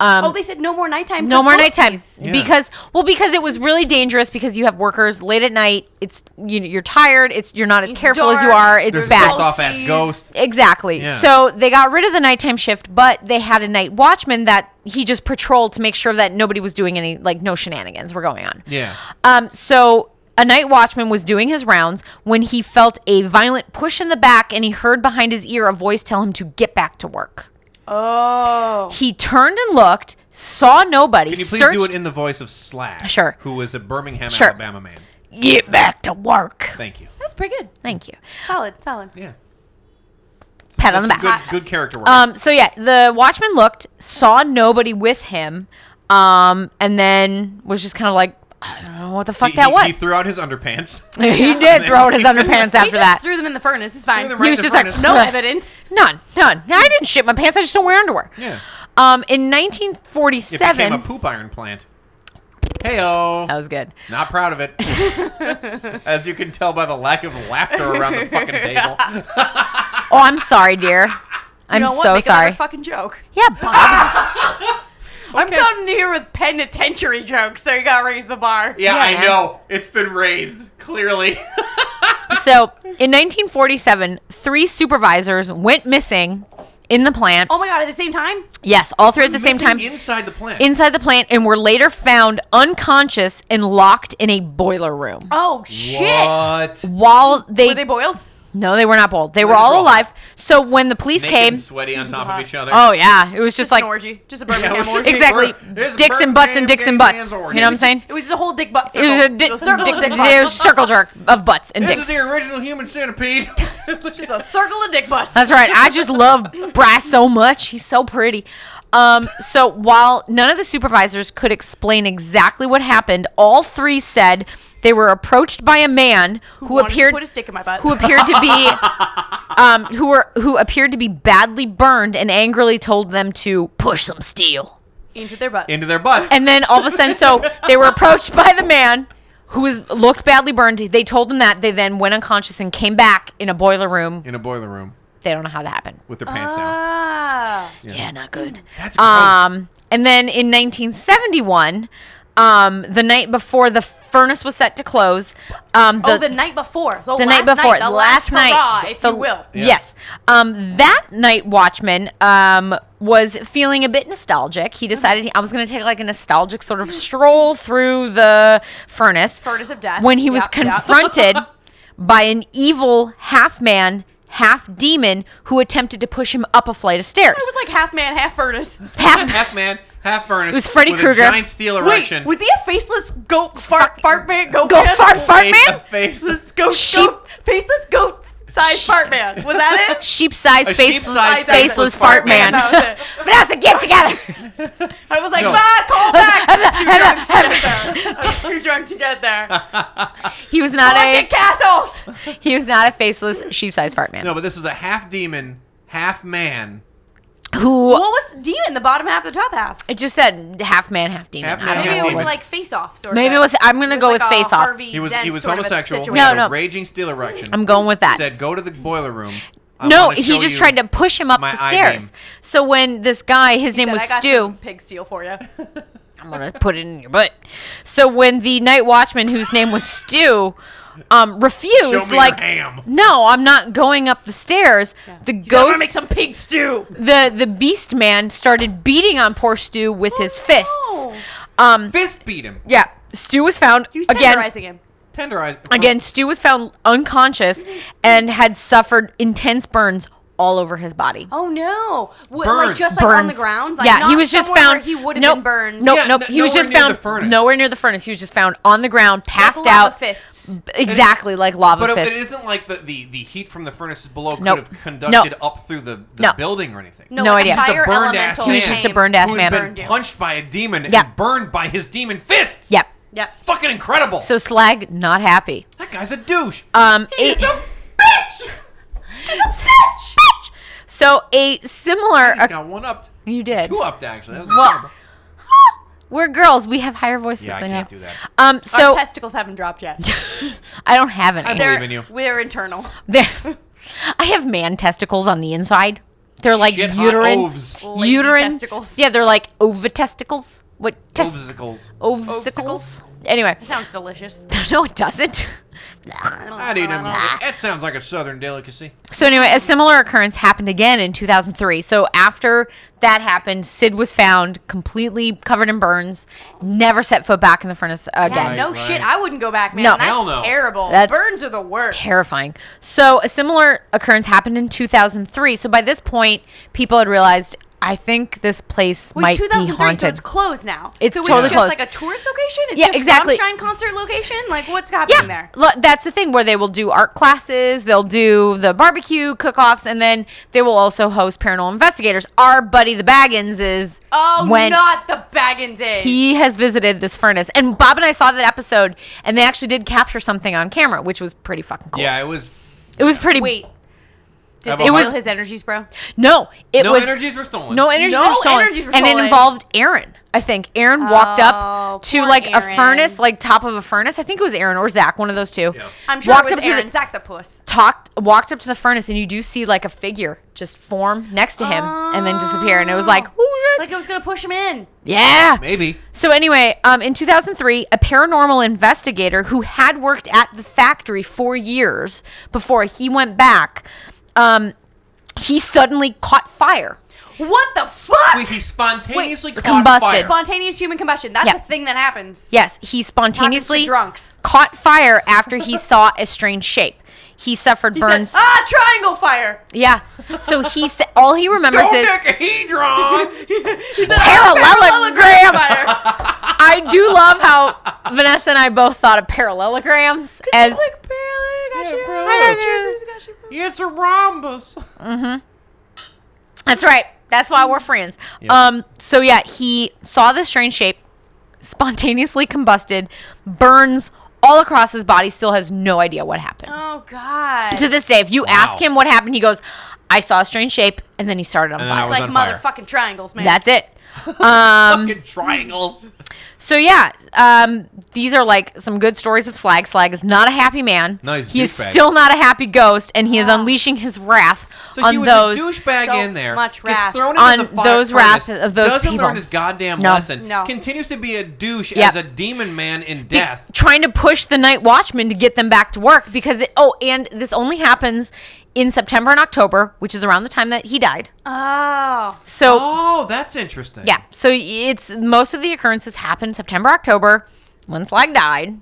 S2: Um,
S3: Oh, they said no more nighttime.
S2: no
S3: for
S2: more
S3: ghosties.
S2: nighttime
S4: Yeah.
S2: because well because it was really dangerous because you have workers late at night. It's you know, you're tired. It's you're not as careful as you
S3: dark.
S2: are. It's
S4: There's a
S2: bad.
S4: pissed off ass
S3: Ghosties.
S4: ghost.
S2: Exactly.
S4: Yeah.
S2: So they got rid of the nighttime shift, but they had a night watchman that he just patrolled to make sure that nobody was doing any like no shenanigans were going on.
S4: Yeah.
S2: Um, so a night watchman was doing his rounds when he felt a violent push in the back and he heard behind his ear a voice tell him to get back to work.
S3: Oh.
S2: He turned and looked, saw nobody.
S4: Can you please
S2: searched,
S4: do it in the voice of Slag?
S2: Sure.
S4: Who was a Birmingham,
S2: Sure.
S4: Alabama man.
S2: get back to work.
S4: Thank you.
S3: That's pretty good.
S2: Thank you.
S3: Solid, solid.
S4: Yeah.
S2: Pat on the
S4: That's
S2: back.
S4: a Good, good character work.
S2: Um, so yeah, the watchman looked, saw nobody with him, um, and then was just kind of like, I don't know what the fuck
S4: he,
S2: that
S4: he-
S2: was.
S4: He threw out his underpants.
S2: He, did throw in his underpants
S3: He
S2: after
S3: just
S2: that.
S3: threw them in the furnace. It's fine.
S4: Threw them
S2: He
S4: right
S2: was
S4: in
S2: just
S4: front
S2: like,
S4: of-
S3: No evidence.
S2: None, none. I didn't shit my pants. I just don't wear underwear.
S4: Yeah.
S2: Um, in
S4: It became a
S2: 1947,
S4: poop iron plant. Heyo.
S2: that was good.
S4: Not proud of it. As you can tell by the lack of laughter around the fucking table.
S2: Oh, I'm sorry, dear. I'm
S3: you know what?
S2: so
S3: Make
S2: sorry.
S3: Another fucking joke.
S2: yeah, Bob.
S3: I'm coming here with penitentiary jokes, so you gotta raise the bar.
S4: Yeah,
S2: Yeah,
S4: I
S2: man.
S4: know. It's been raised, clearly.
S2: so in 1947, three supervisors went missing in the plant.
S3: Oh my god! At the same time,
S2: Yes, all three at the same
S4: Missing
S2: time
S4: inside the plant.
S2: inside the plant, and were later found unconscious and locked in a boiler room.
S3: oh shit!
S4: What?
S2: While
S3: Were they boiled?
S2: No, they were not bold. They were
S4: They
S2: all
S4: were
S2: alive. So when the police
S4: Naked
S2: came,
S4: and sweaty on top of each other.
S2: oh yeah, it was just like
S3: an orgy, just a
S4: Yeah,
S3: Birmingham
S4: it was just
S3: orgy.
S4: a
S2: exactly
S4: bur- there's a
S2: dicks and
S4: Birmingham
S2: butts and dicks and
S4: gay
S2: butts.
S4: man's
S2: You know
S4: orgy.
S2: what I'm saying?
S3: It was just a whole dick butt
S2: It
S3: circle.
S2: was a
S3: It
S2: di-
S3: was circle of
S2: dick-
S3: dick
S2: there's
S3: butts.
S2: circle jerk of butts and
S4: this
S2: dicks.
S4: is the original human centipede.
S3: Just a circle of dick butts.
S2: That's right. I just love Bryce so much. He's so pretty. Um, so while none of the supervisors could explain exactly what happened, all three said they were approached by a man who,
S3: wanted to
S2: appeared
S3: put his dick in my butt.
S2: who appeared to be um, who were who appeared to be badly burned and angrily told them to push some steel.
S3: into their butts.
S4: Into their butts.
S2: And then all of a sudden, so they were approached by the man who was looked badly burned. They told them that they then went unconscious and came back in a boiler room.
S4: in a boiler room
S2: They don't know how that happened.
S4: with their pants
S2: Uh,
S4: down.
S3: ah.
S2: Yeah, not good.
S4: That's gross.
S2: Um, and then in 1971, um, the night before the furnace was set to close, um, the,
S3: oh, the night before. So
S2: the
S3: last
S2: night before,
S3: the
S2: last night,
S3: hurrah, if
S2: the-
S3: you will.
S4: Yeah.
S2: Yes, um, that night watchman um, was feeling a bit nostalgic. He decided he, I was going to take like a nostalgic sort of stroll through the furnace,
S3: Furnace of death.
S2: when he was
S3: Yep, yep.
S2: confronted by an evil half man. Half demon who attempted to push him up a flight of stairs.
S3: It was like half man, half furnace.
S2: half
S4: half man, half furnace. It
S2: was Freddy
S4: with
S2: Krueger.
S4: A giant steel erection.
S3: Wait, was he a faceless goat fart fart man? Goat
S2: Go
S3: man?
S2: fart, fart
S4: Face-
S2: man.
S4: a
S3: Faceless
S4: faceless-
S3: goat,
S2: Sheep.
S3: goat faceless goat size fart man. Was that it?
S2: Sheep sized,
S4: A
S2: faceless,
S4: sheep-sized
S2: faceless fart man.
S3: That
S2: Vanessa,
S3: was it.
S2: get together.
S3: I was like,
S4: No.
S3: Ma, call back. I was too drunk to get there. I was too drunk to get there.
S2: He was not
S3: Haunted
S2: a
S3: castles.
S2: he was not a faceless sheep sized fart man.
S4: No, but this is a half demon, half man.
S2: Who
S3: What was demon? The bottom half, the top half.
S2: it just said half man, half demon.
S4: Half
S2: I don't
S4: man,
S3: Maybe
S2: know
S4: half
S3: it
S2: what
S3: was
S2: it was.
S3: like face off. Sort
S2: Maybe it
S3: of.
S2: was. I'm gonna go with
S3: like a
S2: face off.
S3: Harvey
S4: He was
S3: Dent
S4: he was
S3: sort of a
S4: homosexual.
S3: situation.
S4: He had
S2: No,
S4: a
S2: no.
S4: Raging steel erection.
S2: I'm going with that.
S4: Said go to the boiler room. I
S2: no,
S4: wanna
S2: he
S4: show
S2: just
S4: you
S2: tried to push him up
S4: my
S2: the
S4: eye
S2: stairs.
S4: beam."
S2: So when this guy, his name
S3: Said,
S2: was
S3: "I got
S2: Stu.
S3: some Pig steel for you.
S2: I'm gonna put it in your butt. So when the night watchman, whose name was Stu, um, refused,
S4: Show me
S2: like,
S4: your ham.
S2: no, I'm not going up the stairs. The
S3: I'm gonna
S2: ghost,
S3: make some pig stew.
S2: the the beast man, started beating on poor Stu with his fists.
S3: Oh, no.
S2: Um,
S4: fist beat him.
S2: yeah, Stu was found
S3: He was
S2: again.
S3: tenderizing him.
S4: Tenderized.
S2: Again, Stu was found unconscious
S3: Mm-hmm.
S2: and had suffered intense burns all over his body.
S3: Oh no! What, like
S4: Burns.
S3: just like on the ground? Like,
S2: yeah,
S3: not
S2: he was just
S3: somewhere where
S2: found.
S3: He would have
S2: nope,
S3: been burned.
S2: Nope,
S4: Yeah,
S2: nope.
S4: no-
S2: he was
S4: nowhere
S2: just
S4: near the
S2: found
S4: furnace.
S2: nowhere near the furnace. He was just found on the ground,
S3: Like
S2: passed
S3: lava
S2: out.
S3: Fists.
S2: Exactly, like lava
S4: But it,
S2: fist.
S4: it isn't like the, the, the heat from the furnaces below could
S2: Nope.
S4: have conducted up through the, the
S2: No.
S4: building or anything.
S2: No
S3: like
S2: idea.
S3: a
S2: Just a
S3: fire
S4: burned ass
S3: elemental
S4: man.
S2: He's just a
S3: came.
S2: burned ass
S4: Who
S2: man.
S4: had
S3: Burned you.
S4: been punched by a demon
S2: Yeah.
S4: and burned by his demon fists.
S2: yep.
S3: Yep.
S4: Fucking incredible.
S2: So Slag not happy.
S4: that guy's a douche.
S2: Um,
S4: He's
S2: it-
S4: a bitch.
S2: Bitch! So a similar.
S4: I got one upped.
S2: you did.
S4: Two upped actually. That was
S2: Well,
S4: incredible.
S2: we're girls. We have higher voices
S4: Yeah, I
S2: than
S4: can't
S2: you.
S4: do that.
S2: Um,
S3: Our
S2: so
S3: testicles haven't dropped yet.
S2: I don't have any.
S4: believe
S3: They're,
S4: in you.
S3: They're internal.
S2: They're- I have man testicles on the inside. They're like
S4: Shit hot
S2: uterine,
S4: oves.
S3: Lady
S2: uterine
S3: testicles.
S2: Yeah, they're like ovitesticles. What test
S4: Obstacles.
S2: ovicicles? Anyway,
S3: Sounds delicious.
S2: no, it doesn't.
S4: I'd eat him. That sounds like a southern delicacy.
S2: So anyway, a similar occurrence happened again in 2003. So after that happened, Sid was found completely covered in burns, never set foot back in the furnace
S3: Yeah,
S2: again.
S3: no
S4: Right,
S3: shit.
S4: right.
S3: I wouldn't go back, man.
S2: No.
S3: That's
S4: Hell no.
S3: terrible.
S2: That's
S3: Burns are the worst.
S2: terrifying. So a similar occurrence happened in 2003. So by this point, people had realized I think this place
S3: Wait,
S2: might be
S3: 2003, so
S2: haunted.
S3: it's closed now.
S2: It's
S3: so
S2: totally
S3: it's just
S2: closed.
S3: like a tourist location. It's
S2: Yeah,
S3: just
S2: exactly.
S3: Rammstein concert location. Like, what's
S2: yeah,
S3: happening there?
S2: lo- that's the thing where they will do art classes, they'll do the barbecue cook-offs, and then they will also host paranormal investigators. Our buddy the Baggins is
S3: Oh,
S2: when
S3: not the Baggins Inn.
S2: he has visited this furnace. And Bob and I saw that episode, and they actually did capture something on camera, which was pretty fucking cool.
S4: Yeah, it was.
S2: it was pretty.
S3: Wait, did
S4: I've
S3: they
S4: a
S3: steal
S4: heart-
S3: his energies, bro?
S2: no, it
S4: no
S2: was
S4: energies were stolen.
S2: No energies
S3: No
S2: were stolen.
S3: energies were
S2: and it
S3: stolen.
S2: involved Aaron. I think Aaron walked
S3: Oh,
S2: up to
S3: poor
S2: like a
S3: Aaron.
S2: furnace, like top of a furnace. I think it was Aaron or Zach, one of those two.
S4: Yeah.
S3: I'm sure it
S2: to
S3: was Aaron
S2: the,
S3: Saxopus.
S2: talked walked up to the furnace, and you do see like a figure just form next to him and then disappear. And it was like, "Ooh,
S3: Like it was gonna push him in.
S2: yeah.
S4: Maybe.
S2: So anyway, um, in 2003, a paranormal investigator who had worked at the factory for years before he went back, um, he suddenly caught fire.
S3: What the fuck?
S4: Wait, he spontaneously
S2: Wait,
S4: caught
S2: combusted.
S4: fire.
S3: Spontaneous human combustion. That's
S2: Yeah.
S3: a thing that happens.
S2: Yes, he
S3: Happens to
S2: spontaneously
S3: drunks.
S2: caught fire after he saw a strange shape. He suffered
S3: He said,
S2: burns.
S3: ah, triangle fire.
S2: yeah. So he sa- all he remembers is
S4: Dodecahedrons.
S3: He said, "Ah,
S2: parallelogram.
S3: fire.
S2: I do love how Vanessa and I both thought of parallelograms as
S3: like parallelogram.
S4: Yeah,
S3: I got you.
S4: parallelogram.
S3: I got you.
S4: it's a rhombus.
S2: That's right. That's why we're friends. Um. So yeah, he saw this strange shape, spontaneously combusted, burns all across his body. Still has no idea what happened.
S3: Oh god.
S2: to this day, if you ask him what happened, he goes, "I saw a strange shape," and then he started on
S4: And then I
S2: fire.
S4: was
S3: like
S4: on fire.
S3: motherfucking triangles, man.
S2: That's it.
S4: Fucking triangles.
S2: So yeah, um, these are like some good stories of Slag. Slag is not a happy man.
S4: No, he's a
S2: he is
S4: douchebag.
S2: still not a happy ghost, and he is unleashing his wrath
S4: So
S2: on
S4: he was
S2: those.
S4: a douchebag
S3: so
S4: in there.
S3: much
S4: gets
S3: wrath.
S4: thrown
S2: On
S4: into the fire
S2: those
S4: furnace,
S2: wrath of those
S4: doesn't
S2: people.
S4: learn his goddamn
S2: No.
S4: lesson.
S3: No.
S4: Continues to be a douche
S2: Yep.
S4: as a demon man in
S2: be-
S4: death.
S2: trying to push the night watchman to get them back to work because it, oh and this only happens in september and october which is around the time that he died
S3: Oh.
S2: so
S4: oh, that's interesting.
S2: yeah so it's most of the occurrences happen september october when slag died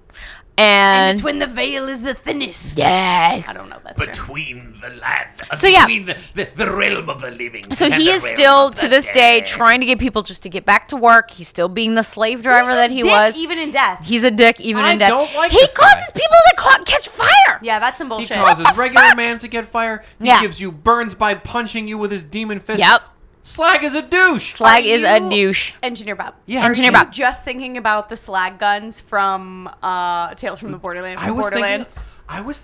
S2: and,
S3: It's when the veil is the thinnest.
S2: yes
S3: I don't know. if That's true.
S5: between the land,
S2: So, yeah.
S5: between the, the, the realm of the living.
S2: so
S5: and
S2: he
S5: the
S2: is
S5: realm
S2: still
S5: of
S2: to
S5: the
S2: this day
S5: dead.
S2: trying to get people just to get back to work he's still being the slave driver
S3: He's a
S2: that he
S3: dick
S2: was
S3: even in death.
S2: he's a dick even
S4: I
S2: in death
S4: don't like
S2: he
S4: this
S2: causes
S4: guy.
S2: people that ca- catch fire
S3: yeah, that's some
S4: He
S3: bullshit.
S4: causes
S2: the
S4: regular
S2: fuck?
S4: man to get fire. He
S2: Yeah.
S4: gives you burns by punching you with his demon fist.
S2: Yep.
S4: Slag is a douche.
S2: slag is a
S3: you-
S2: douche
S3: Engineer Bob.
S4: Yeah.
S2: Engineer
S4: Engineer
S2: Bob.
S3: Just thinking about the slag guns from uh, Tales from the Borderlands.
S4: I was thinking.
S3: Borderlands.
S4: I was.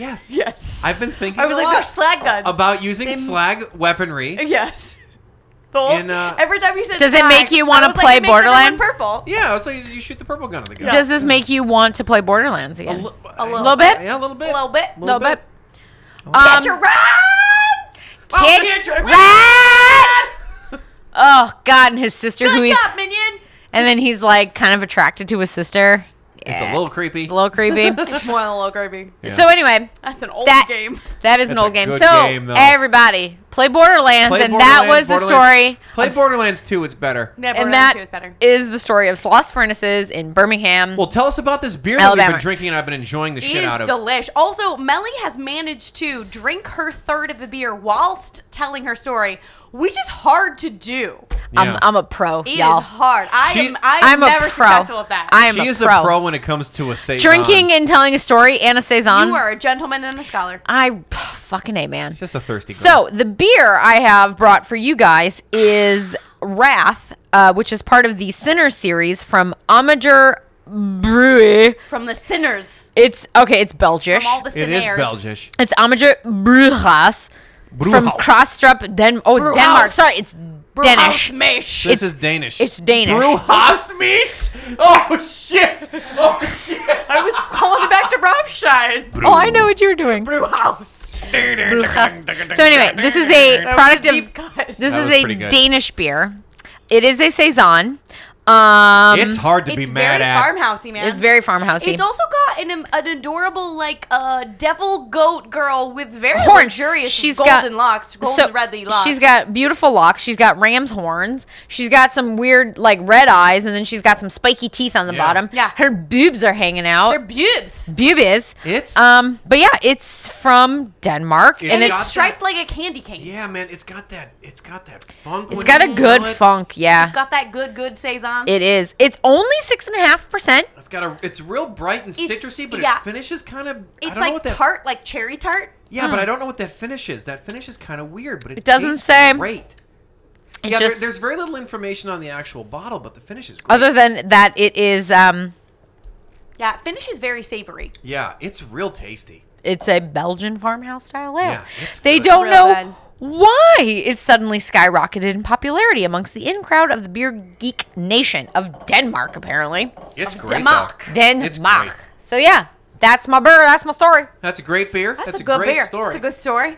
S4: yes.
S3: yes.
S4: I've been thinking.
S3: I was
S4: a
S3: like,
S4: lot
S3: they're slag guns.
S4: about using
S3: They-
S4: slag weaponry.
S3: Yes. The whole,
S4: In, uh,
S3: every time you said
S2: Does it
S3: slag,
S2: make you wanna
S3: I was like,
S2: play
S3: it makes everyone
S2: Borderland?
S3: Purple.
S4: Yeah, it's like you shoot the purple gun at the guy.
S2: does this make you want to play borderlands again
S4: A
S3: little
S2: little bit?
S4: Yeah, a little bit.
S3: A little bit.
S2: little bit.
S3: Catch a
S2: Um,
S3: rat! oh,
S2: Kid
S4: Catch a
S2: Rat. Oh God, and his sister, who
S3: Good
S2: he's,
S3: job, minion.
S2: and then he's like kind of attracted to his sister.
S4: It's
S2: Yeah.
S4: a little creepy.
S2: a little creepy.
S3: It's more than a little Kirby.
S2: So anyway,
S3: That's an old
S2: That-
S3: game.
S2: that is an
S4: That's a
S2: old game.
S4: good
S2: So
S4: game, though.
S2: everybody play Borderlands,
S4: Play
S2: and that was
S4: Borderlands,
S2: the
S4: Borderlands-
S2: story.
S4: Play
S2: of,
S4: Borderlands 2, it's better.
S3: Yeah,
S2: and
S3: Borderlands
S2: that
S3: 2 is better.
S2: is the story of Sloss Furnaces in Birmingham.
S4: Well, tell us about this beer that we've
S2: Alabama.
S4: been drinking and I've been enjoying the
S3: It
S4: shit
S3: is
S4: out of.
S3: delish. Also, Melly has managed to drink her third of the beer whilst telling her story, which is hard to do.
S2: I'm,
S4: Yeah.
S2: I'm a pro,
S3: It is
S2: y'all.
S3: hard. I
S4: She-
S3: am. I am
S2: I'm
S3: never
S2: a pro.
S3: successful at that.
S2: I am
S4: she
S2: a
S4: is
S2: pro.
S4: a pro when it comes to a saison.
S2: Drinking and telling a story and a saison.
S3: you are a gentleman and a scholar.
S2: I fucking a man.
S4: Just a thirsty girl.
S2: So the beer I have brought for you guys is Wrath, uh, which is part of the Sinner series from Amager Brewery.
S3: From the sinners,
S2: It's okay. It's Belgish.
S3: from all the
S4: it is
S3: sinners.
S4: Belgish.
S2: it's Amager Brewhaus from
S4: Brewhouse.
S2: Krastrup, Den. Oh, it's
S3: Brewhouse.
S2: Denmark. Sorry, it's Danish.
S3: Mesh.
S4: This is Danish.
S2: It's Danish.
S4: Brewhast meat? Oh shit! Oh shit!
S3: I was
S2: um,
S3: calling it back to Rammstein.
S2: Oh, I know what you were doing.
S3: Brewhouse.
S2: Brewhaus. So anyway, this is a
S3: That was
S2: product
S3: a
S2: of
S3: deep cut.
S2: this
S4: That
S2: is
S4: was pretty
S2: a
S4: good.
S2: Danish beer. It is a saison. Um,
S4: it's hard to
S3: it's
S4: be
S3: very
S4: mad at.
S3: farmhousey, man.
S2: it's very farmhousey.
S3: It's also got an, an adorable like uh, devil goat girl with very
S2: Horns.
S3: luxurious
S2: She's got-
S3: golden locks, golden redly locks.
S2: She's got beautiful locks. She's got ram's horns. She's got some weird like red eyes, and then she's got some spiky teeth on the
S4: Yeah.
S2: bottom.
S3: Yeah.
S2: her boobs are hanging
S3: they're
S2: out.
S3: bubes.
S2: Boobies.
S4: It's-
S2: um, but yeah, it's from Denmark,
S4: It's
S2: and
S4: got-
S2: it's
S3: Striped like a candy cane.
S4: yeah, man, it's got that. It's got that funk.
S2: it's
S4: when
S2: got
S4: you
S2: a good
S4: smell it.
S2: funk. Yeah,
S3: It's got that good, good saison.
S2: it is. It's only six and a half percent.
S4: It's got a. It's real bright and
S3: It's-
S4: citrusy, but
S3: yeah.
S4: it finishes kind of. I
S3: it's
S4: don't know
S3: like
S4: what that,
S3: tart, like cherry tart.
S4: Yeah, but I don't know what that finish is. That finish is kind of weird, but it,
S2: doesn't
S4: tastes
S2: say.
S4: Great.
S2: It
S4: yeah,
S2: just- Uh,
S4: there, there's very little information on the actual bottle, but the finish is great.
S2: Other than that, it is. Um,
S3: Yeah, it finishes very savory.
S4: yeah, it's real tasty.
S2: it's a Belgian farmhouse style ale.
S4: Yeah, it's
S2: they
S4: good.
S2: don't
S3: Real
S2: know
S3: good.
S2: why it suddenly skyrocketed in popularity amongst the in crowd of the beer geek nation of Denmark, apparently.
S4: It's great. though.
S3: Denmark.
S4: It's
S2: Denmark.
S4: great.
S2: So yeah, that's my beer. That's my story.
S4: That's a great beer.
S3: That's,
S4: That's,
S3: a, good
S4: great
S3: beer.
S4: story.
S3: It's a good story.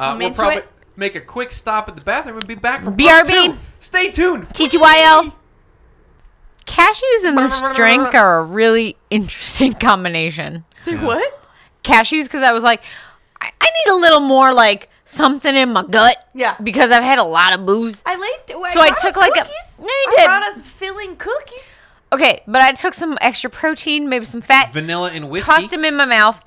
S4: uh,
S3: I'm
S4: we'll
S3: into
S4: probably
S3: it.
S4: make a quick stop at the bathroom and be back for part
S2: BRB.
S4: two. Stay tuned.
S2: TGYL. Cashews in this drink are a really interesting combination.
S3: Say what?
S2: Cashews, because I was like, I-, I need a little more like something in my gut.
S3: Yeah.
S2: Because I've had a lot of booze.
S3: I laid.
S2: So I took like a-
S3: cookies.
S2: No, you
S3: I brought
S2: didn't.
S3: us filling cookies.
S2: Okay, but I took some extra protein, maybe some fat,
S4: Vanilla and whiskey.
S2: tossed them in my mouth,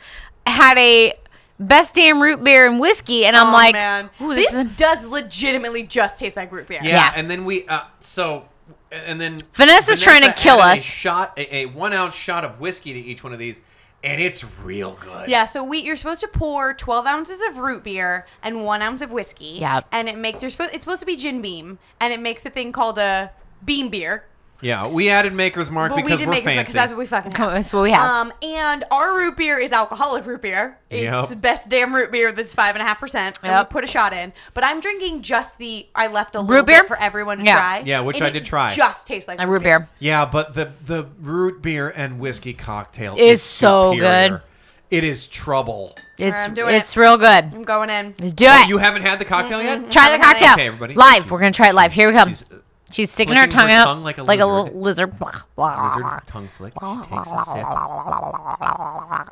S2: had a best damn root beer and whiskey, and I'm
S3: Oh,
S2: like,
S3: man,
S2: Ooh,
S3: this,
S2: this, is
S3: does legitimately just taste like root beer.
S4: Yeah,
S2: Yeah.
S4: and then we uh, so and then
S2: Vanessa's trying to kill
S4: added
S2: us.
S4: A shot, a, a one ounce shot of whiskey to each one of these, and it's real good.
S3: Yeah, so we you're supposed to pour 12 ounces of root beer and one ounce of whiskey.
S2: Yeah.
S3: and it makes you're supposed it's supposed to be gin beam, and it makes a thing called a beam beer.
S4: yeah. We added Maker's Mark
S3: But we
S4: because
S3: did
S4: we
S3: make
S4: are
S3: it because
S4: fancy.
S3: that's what we fucking have.
S2: that's what we have.
S3: Um, and our root beer is alcoholic root beer. It's
S4: Yep.
S3: the best damn root beer that's five and a half percent. And
S2: Yep.
S3: we put a shot in. But I'm drinking just the I left a little
S2: Root beer?
S3: bit for everyone to
S2: Yeah.
S3: try.
S4: Yeah, which
S3: and
S4: I
S3: it
S4: did try.
S3: Just tastes like
S2: a root beer.
S4: yeah, but the the root beer and whiskey cocktail
S2: Is so
S4: superior.
S2: good.
S4: It is trouble. Oh,
S2: It's
S3: I'm doing
S2: it's
S3: it.
S2: real good.
S3: I'm going in.
S2: Do it.
S4: You haven't had the cocktail yet.
S2: try the
S3: everybody.
S2: cocktail
S4: Okay, everybody.
S2: live.
S4: She's-
S2: We're gonna try it live. Here we come. She's,
S4: she's, uh,
S2: sticking her
S4: flicking
S2: tongue
S4: her
S2: out
S4: tongue like a
S2: little lizard. Blah, blah.
S4: Lizard tongue flick. She takes a sip.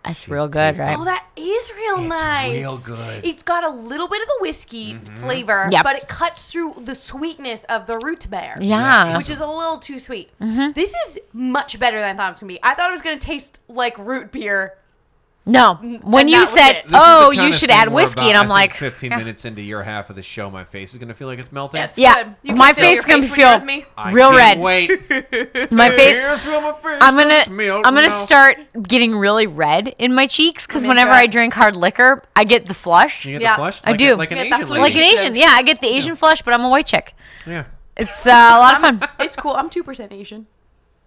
S2: That's real good,
S4: tasty.
S2: right?
S3: Oh, that is real nice.
S4: real good. Mm-hmm.
S3: It's got a little bit of the whiskey flavor,
S2: Yep.
S3: but it cuts through the sweetness of the root beer.
S2: yeah. Mm-hmm.
S3: Which is a little too sweet. This is much better than I thought it was gonna be. I thought it was gonna taste like root beer.
S2: no. When
S3: and
S2: you
S3: that was
S2: said,
S3: it. This is the
S2: "Oh,
S4: This is the
S2: you
S4: kind of
S2: should
S4: thing
S2: add
S4: where
S2: whiskey,"
S4: about,
S2: and I'm
S4: I think
S2: like,
S4: 15 minutes into your half of the show, my face is going to feel like it's melting.
S3: That's
S2: Yeah,
S3: good. You can
S2: my
S3: feel your
S2: face gonna
S3: when you're
S2: feel-
S3: with me.
S4: I
S2: real
S4: can't
S2: red.
S4: Wait.
S2: my face.
S4: Can't feel my face.
S2: I'm gonna
S4: It's melting
S2: I'm gonna
S4: now.
S2: start getting really red in my cheeks because
S3: I'm
S2: whenever
S3: into
S2: I
S3: it.
S2: drink hard liquor, I get the flush,
S4: You get
S3: Yeah.
S4: the flush?
S2: I
S4: Like a-
S2: do.
S4: like an
S3: Yeah,
S4: Asian
S3: that's
S4: lady.
S2: like an Asian. Yeah, I get the Asian flush, but I'm a white chick.
S4: Yeah.
S2: It's uh, a lot of fun.
S3: It's cool. I'm two percent Asian.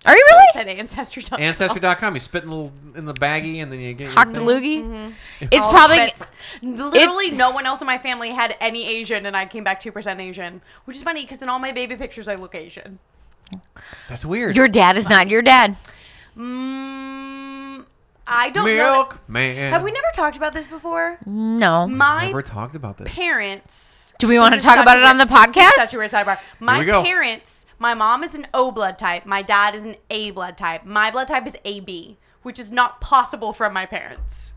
S2: Are you
S3: It's
S2: really?
S3: at ancestry.com.
S4: Ancestry.com. You spit in the, little- in the baggie and then you get. your
S2: Hocked
S4: thing.
S2: loogie?
S4: Mm-hmm.
S2: It's
S3: Mm-hmm. All
S2: probably
S3: fits. Oh, literally no one else in my family had any Asian, and I came back two percent Asian, which is funny because in all my baby pictures I look Asian.
S4: That's weird.
S2: your dad is not your dad.
S3: Mm, I don't know.
S4: milk man.
S3: Have we never talked about this before?
S2: No.
S3: My
S4: Never talked about this?
S3: parents.
S2: Do Mm. we wanna
S3: This is
S2: talk
S3: such
S2: about
S3: a
S2: it on
S3: weird-
S2: the podcast?
S3: this is Such a weird sidebar. My
S4: we go.
S3: parents. My mom is an O blood type. My dad is an A blood type. My blood type is AB, which is not possible from my parents.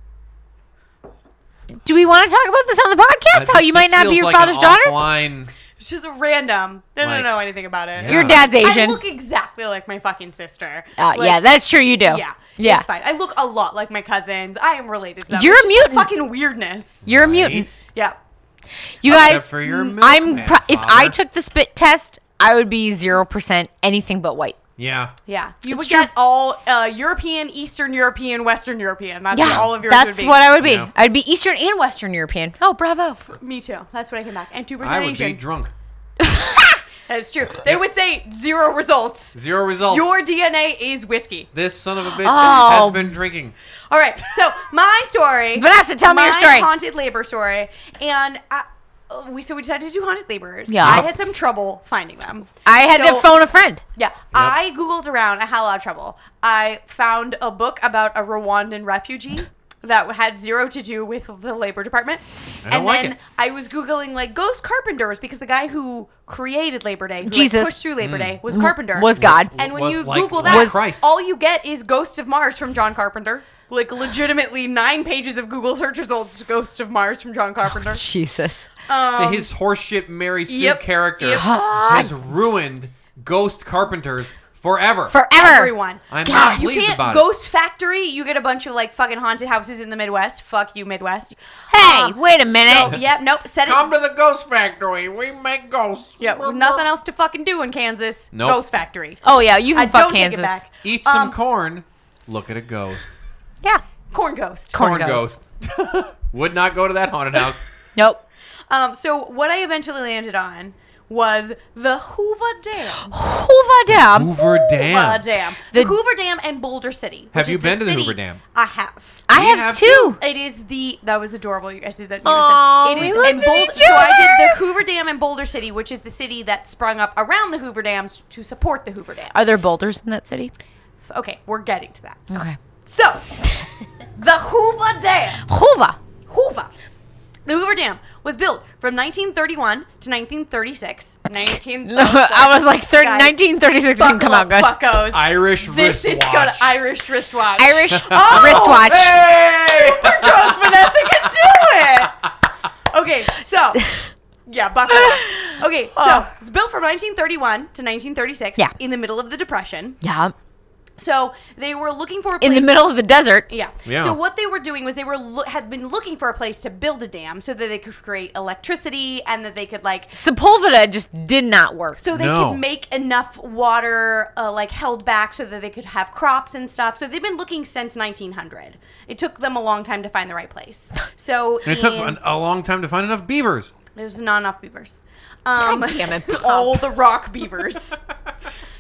S2: Do we want to talk about this on the podcast?
S4: Uh,
S2: How
S4: this-
S2: you might
S4: this
S2: not be
S4: feels
S2: your
S4: like
S2: father's
S4: an
S2: daughter?
S4: offline-
S3: It's just random. They
S4: Like-
S3: don't know anything about it.
S4: Yeah.
S2: Your dad's Asian.
S3: I look exactly like my fucking sister.
S2: uh,
S3: Like,
S2: yeah, that's true. You do.
S3: yeah,
S2: Yeah.
S3: It's fine. I look a lot like my cousins. I am related to them.
S2: You're
S3: It's
S2: a
S3: just
S2: mutant.
S3: Fucking weirdness.
S2: You're a
S4: Right.
S2: mutant.
S3: Yeah.
S2: You
S4: Except
S2: guys,
S4: for your milk
S2: I'm.
S4: man,
S2: Pro- if I
S4: father.
S2: took the spit test, I would be zero percent anything but white.
S4: Yeah.
S3: Yeah, you
S2: It's
S3: would
S2: true.
S3: get all uh, European, Eastern European, Western European. That's what
S2: Yeah,
S3: all of yours
S2: that's
S3: would be.
S2: what I would be.
S4: Yeah.
S2: I'd be Eastern and Western European. Oh, bravo!
S3: Me too. That's what I came back. And two
S4: I
S3: percent
S4: would be
S3: Asian.
S4: drunk.
S3: That's true. They would say zero results.
S4: Zero results.
S3: Your DNA is whiskey.
S4: this son of a bitch
S2: Oh.
S4: has been drinking.
S3: All right. So my story.
S2: Vanessa, tell me your
S3: my
S2: story.
S3: Haunted labor story. And I, uh, we so we decided to do haunted laborers.
S2: Yeah.
S3: I had some trouble finding them.
S2: I had
S3: So-
S2: to phone a friend.
S3: Yeah, I googled around. I had a lot of trouble. I found a book about a Rwandan refugee that had zero to do with the labor department.
S4: I don't
S3: and
S4: like
S3: then
S4: it.
S3: I was googling like ghost carpenters because the guy who created Labor Day, who, like,
S2: Jesus.
S3: pushed through Labor Day, was carpenter.
S2: Was God?
S3: And when
S4: Mm. Was
S3: you
S4: like-
S3: Google
S4: like
S3: that,
S4: Christ.
S3: all you get is Ghosts of Mars from John Carpenter. Like legitimately nine pages of Google search results, Ghosts of Mars from John Carpenter.
S2: Oh, Jesus.
S4: His horseshit Mary Sue
S3: yep,
S4: character
S3: yep.
S4: has ruined ghost carpenters forever.
S2: Forever.
S3: Everyone.
S4: I'm not
S3: you
S4: pleased
S3: can't
S4: about it.
S3: ghost factory. You get a bunch of like fucking haunted houses in the Midwest. Fuck you, Midwest.
S2: Hey,
S3: Um,
S2: wait a minute.
S3: So, yep, nope. Set
S5: Come
S3: it.
S5: to the ghost factory. We make ghosts.
S3: Yeah, with nothing else to fucking do in Kansas.
S4: Nope.
S3: Ghost factory.
S2: oh yeah, you can
S3: I
S2: fuck
S3: don't
S2: Kansas.
S3: take it back.
S4: Eat some
S3: Um,
S4: corn. Look at a ghost.
S2: Yeah.
S3: Corn ghost.
S2: Corn
S4: Corn
S2: ghost.
S4: ghost. Would not go to that haunted house.
S2: Nope.
S3: Um, so what I eventually landed on was the Hoover Dam.
S2: Hoover Dam.
S4: Hoover
S3: Hoover
S4: Dam.
S3: Dam.
S2: The-
S3: The, Hoover Dam and Boulder City.
S4: Have
S3: which
S4: you
S3: is
S4: been to the
S3: city
S4: Hoover Dam?
S3: I have.
S2: I
S4: We
S2: have,
S4: have
S2: two.
S3: It is the that was adorable. You guys did that. You
S2: Aw,
S3: guys said-
S2: we
S3: it is
S2: looked
S3: and
S2: at
S3: Boulder.
S2: each
S3: So I
S2: other.
S3: did the Hoover Dam and Boulder City, which is the city that sprung up around the Hoover Dams to support the Hoover Dam.
S2: Are there boulders in that city?
S3: Okay, we're getting to that.
S2: Okay.
S3: So the Hoover Dam,
S2: Hoover.
S3: Hoover, the Hoover Dam was built from 1931 to 1936. 19.
S2: I was like 30,
S3: Guys,
S2: 1936 didn't come out good.
S3: Fuckos.
S4: Irish
S3: this is
S4: wristwatch.
S3: gonna Irish wristwatch.
S2: Irish
S3: Oh,
S2: wristwatch.
S4: Hey!
S3: super drunk Vanessa can do it. Okay, so yeah, buckle up. Okay, so it's built from 1931 to 1936.
S2: Oh. Yeah.
S3: in the middle of the Depression.
S2: Yeah.
S3: So they were looking for a place
S2: In the middle of the desert.
S3: Yeah.
S4: Yeah.
S3: So what they were doing was they were lo- had been looking for a place to build a dam so that they could create electricity and that they could like
S2: Sepulveda just did not work.
S3: so they
S4: No.
S3: could make enough water uh, like held back so that they could have crops and stuff. So they've been looking since 1900. It took them a long time to find the right place. So
S4: And it took
S3: in-
S4: an, a long time to find enough beavers.
S3: There's not enough beavers. Um,
S2: God damn it, Bob.
S3: all the rock beavers.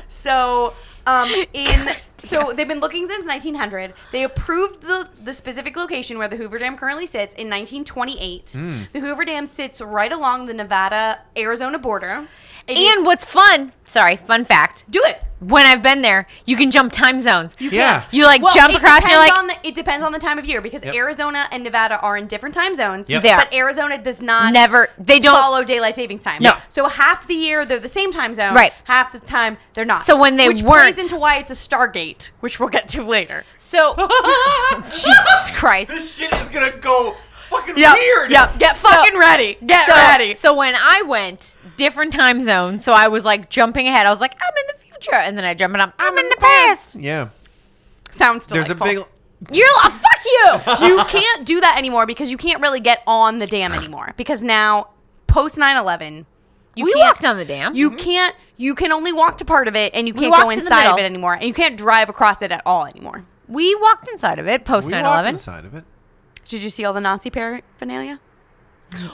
S3: so, um, in so they've been looking since 1900. They approved the the specific location where the Hoover Dam currently sits in 1928.
S2: Hmm.
S3: The Hoover Dam sits right along the Nevada Arizona border. It is-
S2: and what's fun? Sorry, fun fact.
S3: do it.
S2: When I've been there, you can jump time zones. You,
S4: Yeah.
S2: like
S3: Well,
S2: jump
S3: it
S2: across. And you're
S3: depends
S2: like,
S3: on the, it depends on the time of year because
S4: Yep.
S3: Arizona and Nevada are in different time zones.
S4: Yep. They
S2: are.
S3: But Arizona does not
S2: Never- they don't-
S3: follow daylight savings time.
S4: No.
S3: So half the year they're the same time zone.
S2: Right.
S3: Half the time they're not.
S2: So when they
S3: which
S2: weren't-
S3: plays into why it's a Stargate, which we'll get to later.
S2: so Jesus Christ.
S4: This shit is gonna go fucking
S3: Yep. Get
S2: So-
S3: fucking ready. Get
S2: so,
S3: ready.
S2: So when I went, different time zone. So I was like jumping ahead. I was like, I'm in the future, and then I jump and I'm, I'm in the past.
S4: Yeah.
S3: Sounds
S4: There's
S3: delightful.
S4: a big.
S2: You're like, fuck you.
S3: you can't do that anymore because you can't really get on the dam anymore because now post 9-11 you
S2: we
S3: can't-
S2: walked on the dam.
S4: Mm-hmm.
S3: You can't. You can only walk to part of it, and you can't
S2: walked
S3: go
S2: in the
S3: inside of
S2: middle.
S3: it anymore, and you can't drive across it at all anymore.
S2: we walked inside of it post
S4: We
S2: 9
S4: walked
S2: 11.
S4: inside of it.
S3: Did you see all the Nazi paraphernalia?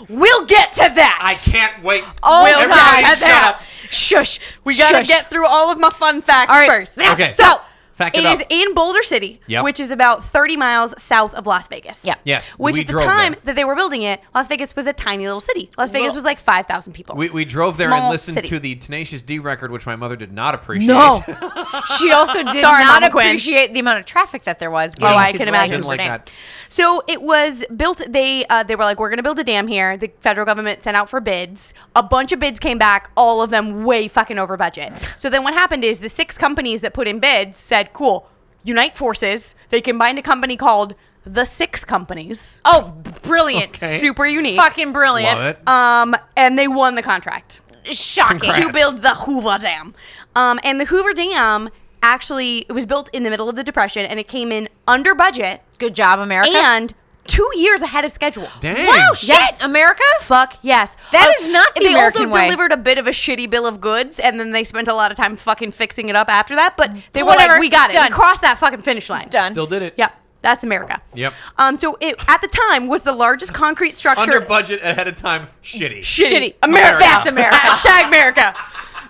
S3: We'll get to that.
S5: I can't wait.
S2: Oh,
S3: We'll
S2: God.
S3: get to that.
S2: Shush.
S3: We gotta
S2: Shush.
S3: get through all of my fun facts
S2: All right.
S3: first.
S2: Yes.
S4: Okay.
S2: So,
S4: Fact
S3: It
S4: it up.
S3: is in Boulder City,
S4: Yep.
S3: which is about 30 miles south of Las Vegas.
S2: Yeah.
S4: Yes,
S3: Which
S4: we
S3: at the
S4: drove
S3: time
S4: there.
S3: that they were building it, Las Vegas was a tiny little city. Las Vegas
S2: Little-
S3: was like 5,000 people.
S4: we, we drove there and
S3: Small
S4: listened
S3: city. Oh,
S4: to the Tenacious D record, which my mother did not appreciate.
S2: no. she also did
S3: Sorry,
S2: not
S3: Mama Quinn.
S2: appreciate the amount of traffic that there was.
S3: Oh,
S2: getting
S3: I
S2: to
S3: can
S2: the
S3: imagine.
S4: Didn't
S2: Hoover
S4: like
S2: Dam.
S4: that.
S3: So it was built. They uh, they were like, we're going to build a dam here. The federal government sent out for bids. A bunch of bids came back, all of them way fucking over budget. So then what happened is the six companies that put in bids said, cool, unite forces. They combined a company called the Six Companies.
S2: Oh, brilliant.
S4: Okay.
S3: Super unique.
S2: Fucking brilliant.
S4: Love it.
S3: Um, and they won the contract
S2: Shocking.
S4: Congrats.
S3: to build the Hoover Dam. Um, and the Hoover Dam actually it was built in the middle of the Depression, and it came in under budget
S2: Good job, America.
S3: and two years ahead of schedule.
S4: Dang.
S2: wow, shit.
S3: Yes.
S2: America?
S3: Fuck yes.
S2: That
S3: That is
S2: is not the
S3: They also
S2: American way.
S3: delivered a bit of a shitty bill of goods, and then they spent a lot of time fucking fixing it up after that. But they were
S2: Mm. Whatever,
S3: like, "We got
S2: it's
S3: it. We
S2: done.
S3: crossed that fucking finish line."
S2: Done.
S4: Still did it.
S3: Yep. That's America.
S4: Yep.
S3: Um. So it at the time was the largest concrete structure.
S4: Under budget ahead of time. Shitty.
S2: Shitty.
S3: America.
S2: That's America.
S3: Hashtag America.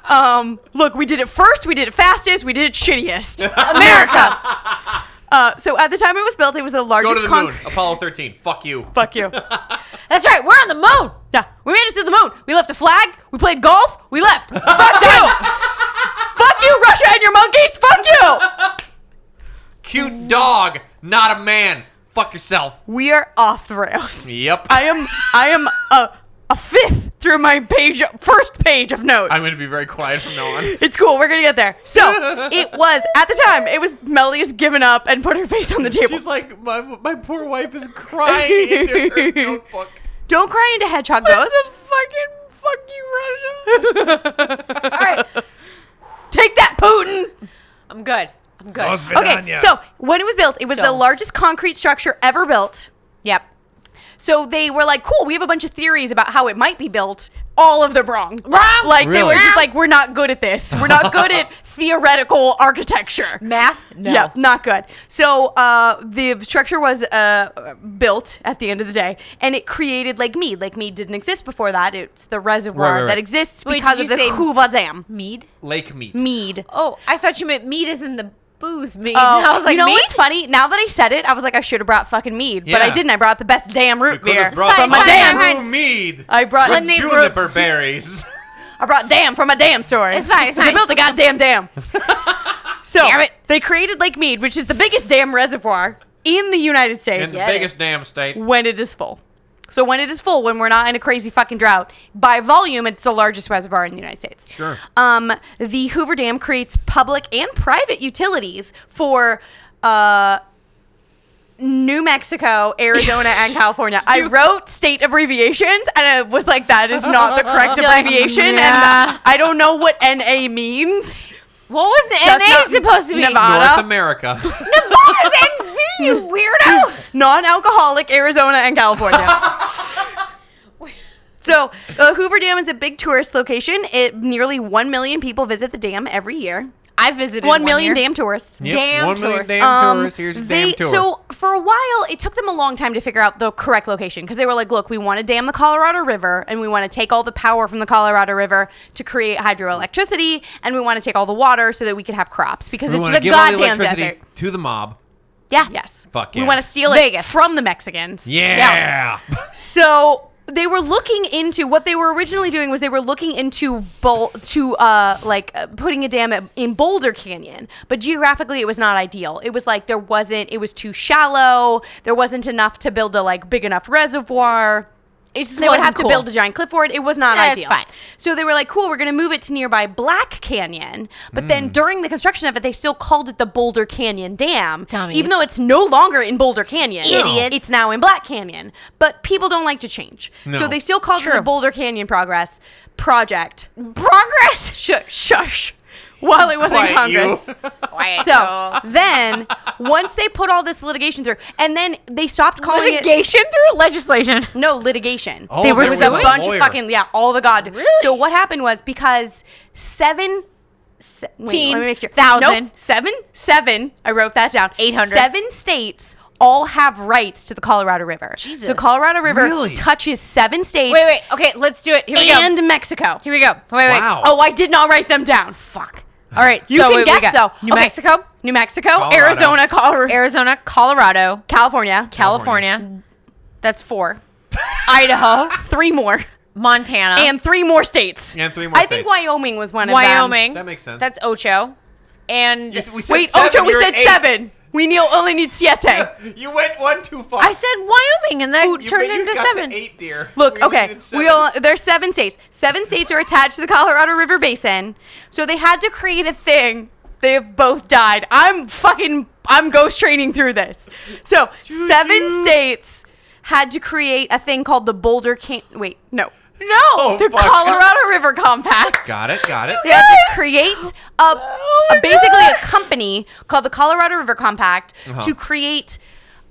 S3: Um. Look, we did it first. We did it fastest. We did it shittiest. America. uh. So at the time it was built, it was the
S4: Go
S3: largest.
S4: to the
S3: conc-
S4: moon. Apollo 13. Fuck you.
S3: Fuck you.
S2: That's right. We're on the moon.
S3: Yeah, we made it to the moon. We left a flag. We played golf. We left. Fuck you. Fuck you, Russia and your monkeys. Fuck you.
S4: Cute dog, not a man. Fuck yourself.
S3: We are off the rails.
S4: Yep.
S3: I am. I am a a fifth through my page, first page of notes.
S4: I'm going to be very quiet from now on.
S3: it's cool. We're gonna get there. So it was at the time. It was Melly's given up and put her face on the table.
S4: She's like, my, my poor wife is crying into her notebook.
S3: Don't cry into hedgehog ghost.
S2: fucking fuck you, Russia. All right.
S3: Take that, Putin.
S2: I'm good. I'm good.
S5: Lasagna.
S3: Okay. So when it was built, it was the
S2: Jones.
S3: largest concrete structure ever built.
S2: Yep.
S3: So they were like, cool, we have a bunch of theories about how it might be built. All of them wrong.
S2: Wrong.
S3: Like they were
S4: Really?
S3: just like, we're not good at this. We're not good at theoretical architecture.
S2: Math? No.
S3: Yeah, not good. So uh, the structure was uh, built at the end of the day, and it created Lake Mead. Lake Mead didn't exist before that. It's the reservoir
S4: Right, right, right.
S3: that exists
S2: Wait,
S3: because
S2: did
S3: of the
S2: you say-
S3: Hoover Dam.
S2: Mead?
S4: Lake meat.
S3: Mead.
S2: Oh, I thought you meant meat is in the booze mead.
S3: Oh,
S2: and I was like,
S3: you know
S2: mead?
S3: what's funny? Now that I said it, I was like, I should have brought fucking mead, but I
S4: Yeah.
S3: didn't. I brought the best damn root
S4: Could
S3: beer
S4: have brought
S3: from
S2: fine,
S3: my
S2: fine,
S3: damn.
S2: fine.
S4: True mead.
S3: I brought
S2: When they wrote-
S4: Juniper berries.
S3: I brought damn from a damn store.
S2: It's fine, it's
S3: They
S2: fine.
S3: built a goddamn dam. so
S2: Damn it.
S3: they created Lake Mead, which is the biggest dam reservoir in the United States.
S4: In the
S2: Get it.
S4: biggest damn state.
S3: When it is full. So when it is full, when we're not in a crazy fucking drought, by volume, it's the largest reservoir in the United States.
S4: Sure.
S3: Um, the Hoover Dam creates public and private utilities for uh, New Mexico, Arizona, and California. I wrote state abbreviations and I was like, that is not the correct
S2: You're like,
S3: abbreviation.
S2: yeah.
S3: And I don't know what NA means.
S2: What was the
S3: That's
S2: NA
S3: not
S2: supposed to be?
S3: Nevada.
S4: North America.
S2: Nevada's NV, you weirdo.
S3: non alcoholic Arizona and California. so, uh, Hoover Dam is a big tourist location. It, nearly 1 million people visit the dam every year.
S2: I visited
S3: 1 million
S2: year.
S3: dam tourists.
S4: Yep,
S2: Damn
S4: One million
S2: tourists.
S4: damn
S3: Um,
S4: tourists. Here's your
S3: they-
S4: damn tour.
S3: So for a while, it took them a long time to figure out the correct location because they were like, "Look, we want to dam the Colorado River, and we want to take all the power from the Colorado River to create hydroelectricity, and we want to take all the water so that we can have crops because
S4: we
S3: it's
S4: want
S3: the
S4: to give all the
S3: goddamn
S4: electricity
S3: desert."
S4: to the mob.
S3: Yeah. Yes.
S4: Fuck
S3: We
S4: yeah.
S3: want to steal it
S2: Vegas.
S3: from the Mexicans.
S4: Yeah.
S3: So they were looking into what they were originally doing was they were looking into bol- to uh, like uh, putting a dam at, in Boulder Canyon, but geographically it was not ideal. It was like there wasn't it was too shallow. There wasn't enough to build a like big enough reservoir.
S2: It just
S3: They would
S2: wasn't
S3: have
S2: cool.
S3: to build a giant cliff for it. It was not
S2: Yeah, it's
S3: ideal.
S2: fine.
S3: So they were like, cool, we're going to move it to nearby Black Canyon. But then during the construction of it, they still called it the Boulder Canyon Dam.
S2: Dummies.
S3: Even though it's no longer in Boulder Canyon.
S2: Idiots.
S3: It's now in Black Canyon. But people don't like to change. So
S4: No.
S3: they still called it
S2: True.
S3: the Boulder Canyon Progress Project. Progress? Shush. shush. While it was in
S4: Quiet you.
S3: Congress. So then, once they put all this litigation through, and then they stopped calling it.
S2: litigation through legislation.
S3: No, litigation.
S4: Oh,
S2: They were
S4: there was
S2: so
S3: a
S2: a
S3: bunch
S4: lawyer.
S3: of fucking yeah, all the god.
S2: Really?
S3: So what happened was because seven. Se- wait,
S2: Teen,
S3: let me make sure.
S2: thousand.
S3: Nope, seven, seven. I wrote that down.
S2: 800.
S3: Seven states all have rights to the Colorado River.
S2: Jesus.
S3: So Colorado River
S4: Really?
S3: touches seven states.
S2: Wait, wait. Okay, let's do it. Here we go.
S3: And Mexico.
S2: Here we go. Wait, wait.
S4: Wow.
S3: Oh, I did not write them down.
S2: Fuck. All right.
S3: You
S2: so
S3: can
S2: wait, we
S3: guess
S2: got
S3: though.
S2: New
S3: Okay.
S2: Mexico,
S3: New Mexico,
S4: Colorado.
S3: Arizona, Colorado,
S2: Arizona, Colorado,
S3: California,
S2: California. That's four. Idaho,
S3: three more,
S2: Montana,
S3: and three more states.
S4: And three more
S3: I think
S4: states.
S3: Wyoming was one of them.
S2: Wyoming.
S4: That makes sense.
S2: That's Ocho. And
S4: You s- we said
S3: Wait,
S4: seven,
S3: Ocho, we
S4: you're
S3: said
S4: at eight.
S3: seven. We Neil only need siete.
S4: You went one too far.
S2: I said Wyoming, and that
S4: You-
S2: turned
S4: but you
S2: into
S4: got
S2: seven.
S4: To eight, dear.
S3: Look,
S4: We
S3: okay,
S4: needed
S3: we
S4: seven.
S3: all there's seven states. Seven states are attached to the Colorado River Basin, so they had to create a thing. They have both died. I'm fucking I'm ghost training through this. So seven states had to create a thing called the Boulder Can. Wait, no, no, the
S4: Oh, fuck.
S3: Colorado River Compact.
S4: Got it. Got it.
S3: They had to create a,
S2: Oh
S3: a- basically a company called the Colorado River Compact
S4: Uh-huh.
S3: to create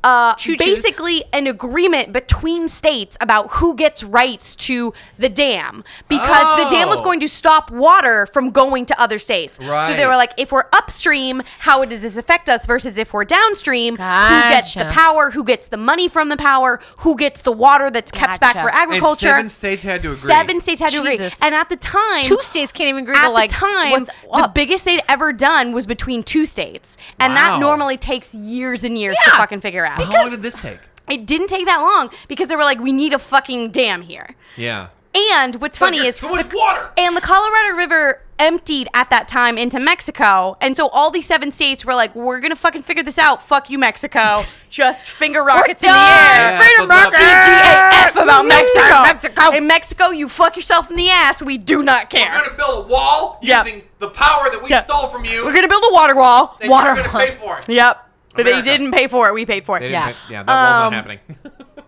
S3: uh, basically an agreement between states about who gets rights to the dam because the dam was
S4: Oh.
S3: going to stop water from going to other states. So they
S4: Right.
S3: were like, if we're upstream, how does this affect us? Versus if we're downstream, who gets the
S2: Gotcha.
S3: power? Who gets the money from the power? Who gets the water that's kept back
S2: Gotcha.
S3: for
S2: And
S3: agriculture?
S4: seven states had to agree.
S3: Seven states had to agree,
S2: Jesus.
S3: and at the time,
S2: Two states can't even agree
S3: at
S2: to like
S3: the time,
S2: what's
S3: the
S2: up.
S3: biggest state ever done was between two states, and that
S4: Wow.
S3: normally takes years and years to
S2: Yeah.
S3: fucking figure out.
S4: How long did this take?
S3: it didn't take that long because they were like, "We need a fucking dam here."
S4: Yeah.
S3: And what's funny
S4: There's
S3: is,
S4: too much water.
S3: and the Colorado River emptied at that time into Mexico, and so all these seven states were like, "We're gonna fucking figure this out. Fuck you, Mexico. Just finger rockets in the
S2: done.
S3: air."
S4: Yeah,
S2: Freedom
S4: that's what's up.
S3: DGAF about Mexico.
S2: Mexico.
S3: In Mexico, you fuck yourself in the ass. We do not care.
S4: We're gonna build a wall
S3: Yeah.
S4: using the power that we
S3: Yeah.
S4: stole from you.
S3: We're gonna build a water wall.
S4: and
S3: water.
S4: You're gonna pay for it.
S3: Yep. But They
S4: America.
S3: didn't pay for it. We paid for it.
S4: They didn't
S2: Yeah.
S4: pay- yeah. That wall's
S3: Um,
S4: not happening.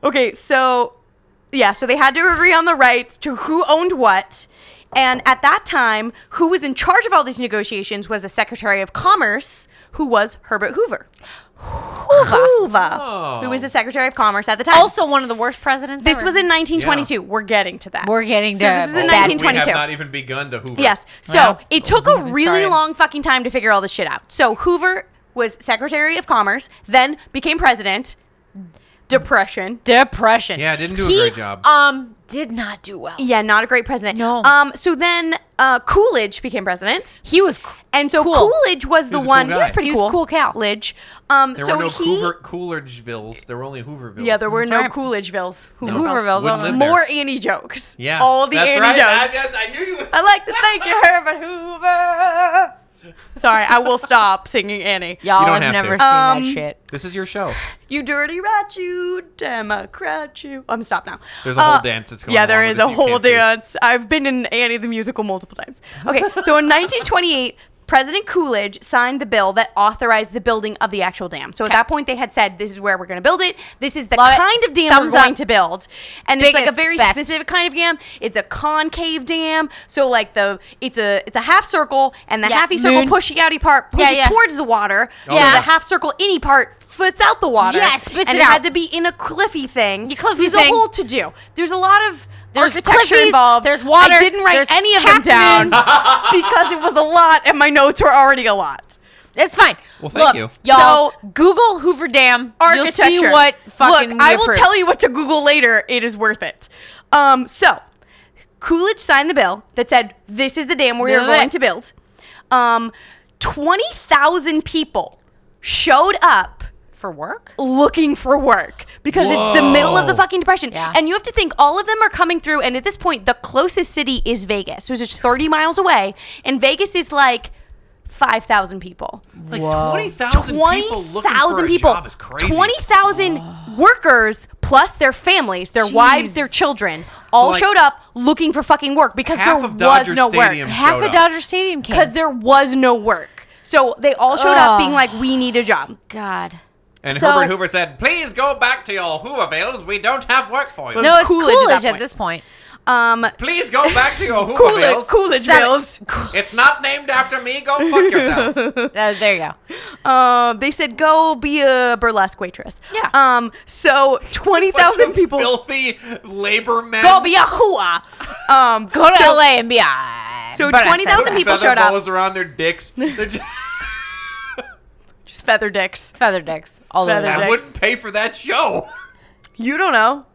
S3: Okay, so yeah, so they had to agree on the rights to who owned what. And at that time, who was in charge of all these negotiations was the Secretary of Commerce, who was Herbert Hoover. Hoover.
S4: Oh.
S3: Who was the Secretary of Commerce at the time.
S2: also one of the worst presidents.
S3: this
S2: ever.
S3: was in 1922. We're getting to that.
S2: We're getting
S3: So
S2: to
S3: this was in
S2: that.
S4: we
S3: 1922.
S4: have not even begun to Hoover.
S3: Yes. So
S2: Wow.
S3: it took a
S2: even
S3: really
S2: started.
S3: long fucking time to figure all this shit out. So Hoover was Secretary of Commerce, then became president. Depression.
S2: depression.
S4: Yeah, didn't do a
S2: He,
S4: great job.
S3: uh,
S2: Um, did not do well.
S3: Yeah, not a great president.
S2: No.
S3: Um. So then uh, Coolidge became president.
S2: He was. c-
S3: And so
S2: Cool.
S3: Coolidge was the
S4: was a cool
S3: one. he
S4: guy.
S3: was pretty
S2: He was cool cow.
S3: Coolidge. Um.
S4: There
S3: so
S4: were no
S3: he.
S4: Coover, Coolidgevilles. There were only Hoovervilles.
S3: yeah, there were no
S2: right.
S3: Coolidgevilles.
S2: Hoovervilles.
S4: Wouldn't
S2: all-
S4: live there.
S3: More Annie jokes.
S4: Yeah.
S3: All the
S4: that's
S3: Annie
S4: right. I-
S3: jokes.
S4: that's- I knew you.
S3: I'd like to thank you, Herbert Hoover. Sorry, I will stop singing Annie.
S2: Y'all
S4: You don't
S2: have,
S4: have to.
S2: never seen
S3: Um,
S2: that shit.
S4: This is your show.
S3: You dirty rat, you Democrat, you. Oh, I'm stopped now. Uh,
S4: There's a whole dance that's going
S3: Yeah, there
S4: along
S3: is
S4: with
S3: a
S4: this you
S3: whole
S4: can't see.
S3: dance. I've been in Annie the Musical multiple times. Okay, so in 1928, President Coolidge signed the bill that authorized the building of the actual dam. So at that point, they had said, "This is where we're going to build it. This is the
S2: Love it.
S3: kind of dam
S2: Thumbs
S3: we're going
S2: up.
S3: to build." And it's like a
S2: Biggest,
S3: very
S2: best.
S3: specific kind of dam. It's a concave dam. So like the it's a it's a half circle, and the
S2: Yeah.
S3: halfy circle
S2: Moon.
S3: pushy outy part
S2: Yeah,
S3: pushes
S2: yeah.
S3: towards the water.
S2: Oh, yeah.
S3: So the half circle inny part foots out the water.
S2: Yeah, spits
S3: and
S2: it
S3: it had
S2: out.
S3: to be in a cliffy thing.
S2: You cliffy
S3: There's
S2: thing.
S3: a whole to do. There's a lot of
S2: There's
S3: architecture
S2: cliffies,
S3: involved.
S2: there's water,
S3: I didn't write
S2: there's
S3: any of them
S2: half
S3: down because it was a lot, and my notes were already a lot.
S2: It's fine.
S4: Well, thank
S2: Look,
S4: you.
S2: all
S3: So-
S2: Google Hoover Dam. You'll
S3: Architecture.
S2: see what fucking.
S3: Look, I will tell you what to Google later. It is worth it. Um, so Coolidge signed the bill that said this is the dam we are
S2: Blah.
S3: going to build. Um, twenty thousand people showed up
S2: for work.
S3: looking for work because it's the middle of the
S4: Whoa.
S3: fucking depression.
S2: Yeah.
S3: And you have to think all of them are coming through. And at this point, the closest city is Vegas, which is 30 miles away. And Vegas is like 5,000 people.
S4: Like
S2: Whoa.
S4: twenty thousand people looking for
S3: 20,000
S4: a
S3: people.
S4: job is crazy.
S3: 20,000 workers plus their families, their wives, their
S2: Jeez.
S3: children all
S4: like,
S3: showed up looking for fucking work because
S4: half
S3: there
S4: of
S3: was
S4: Dodger
S3: no
S4: Stadium
S3: work.
S2: Half
S4: showed
S2: a
S4: up.
S2: Dodger Stadium came.
S3: Because there was no work. So they all showed up
S2: Ugh.
S3: being like, we need a job.
S2: God.
S4: And
S3: So-
S4: Herbert Hoover said, "Please go back to your Hoovervilles. We don't have work for you.
S2: No, it's
S3: Coolidge at
S2: Coolidge,
S3: that
S2: at,
S3: point.
S2: this point.
S3: Um,
S4: Please go back to your
S3: Coolidge,
S4: Hoovervilles.
S3: Coolidge
S2: Seven-
S3: bills.
S4: It's not named after me. Go fuck yourself."
S2: Uh, there you go.
S3: Um, they said go be a burlesque waitress.
S2: Yeah.
S3: Um, so twenty thousand
S4: Bunch of
S3: people
S4: filthy labor men.
S3: go be a hua. Um,
S2: Go to
S3: so,
S2: LA and be a.
S3: So
S2: but I said
S3: 20,000
S2: that.
S3: people
S4: feather
S3: showed up.
S4: boas around their dicks. They're just-
S3: Just feather dicks.
S2: Feather dicks all
S3: Feather
S2: over.
S4: I
S3: dicks.
S4: wouldn't pay for that show.
S3: You don't know.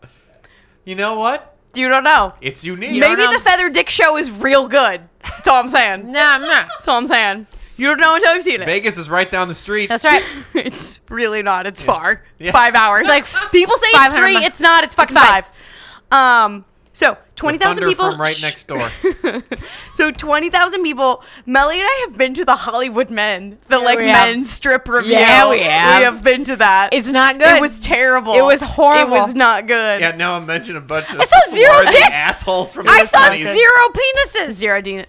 S4: You know what?
S3: You don't know.
S4: It's unique.
S3: Maybe
S2: know.
S3: the feather dick show is real good. That's all I'm saying.
S2: Nah, nah.
S3: That's all I'm saying. You don't know until you've seen it.
S4: Vegas is right down the street.
S2: That's right.
S3: it's really not. It's far. It's
S4: Yeah.
S3: five hours. like people say it's
S2: 500
S3: three.
S2: mi-
S3: It's not. It's fucking
S2: five.
S3: five. Um. So twenty thousand
S4: Thunder
S3: people
S4: from right
S3: sh-
S4: next door.
S3: So twenty thousand people. Melly and I have been to the Hollywood Men, the like
S2: we have.
S3: men's strip review.
S2: Yeah, we have.
S3: We have been to that.
S2: It's not good.
S3: It was terrible.
S2: It was horrible.
S3: It was not good.
S4: yeah, now I'm mentioning a bunch of
S2: I saw zero
S4: swarthy
S2: dicks.
S4: assholes from
S2: I
S4: their
S2: saw
S4: 20s.
S2: zero penises.
S3: Zero Dean.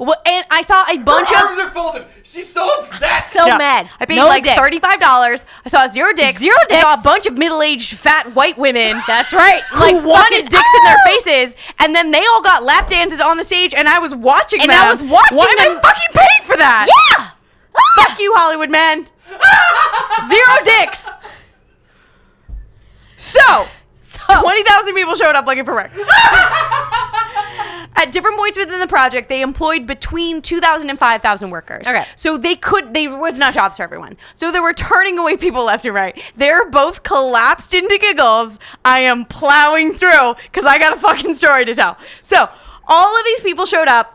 S3: Well, and I saw a
S4: Her
S3: bunch
S4: arms
S3: of.
S4: are folded. She's so upset.
S2: So
S3: Yeah.
S2: mad.
S3: I paid
S2: no
S3: like
S2: dicks.
S3: thirty-five dollars. I saw zero dicks.
S2: Zero
S3: I saw
S2: dicks.
S3: a bunch of middle-aged fat white women
S2: That's right. Like
S3: who wanted
S2: fucking-
S3: dicks in their
S2: Oh!
S3: faces, and then they all got lap dances on the stage, and I was watching
S2: And
S3: them.
S2: I was watching
S3: Why am
S2: them-
S3: I fucking paid for that?
S2: Yeah.
S3: Fuck you, Hollywood man. Zero dicks. So,
S2: So
S3: 20,000 people showed up looking for work. At different points within the project, they employed between 2,000 and 5,000 workers.
S2: Okay.
S3: So they could, they was not jobs for everyone. So they were turning away people left and right. They're both collapsed into giggles. I am plowing through because I got a fucking story to tell. So all of these people showed up.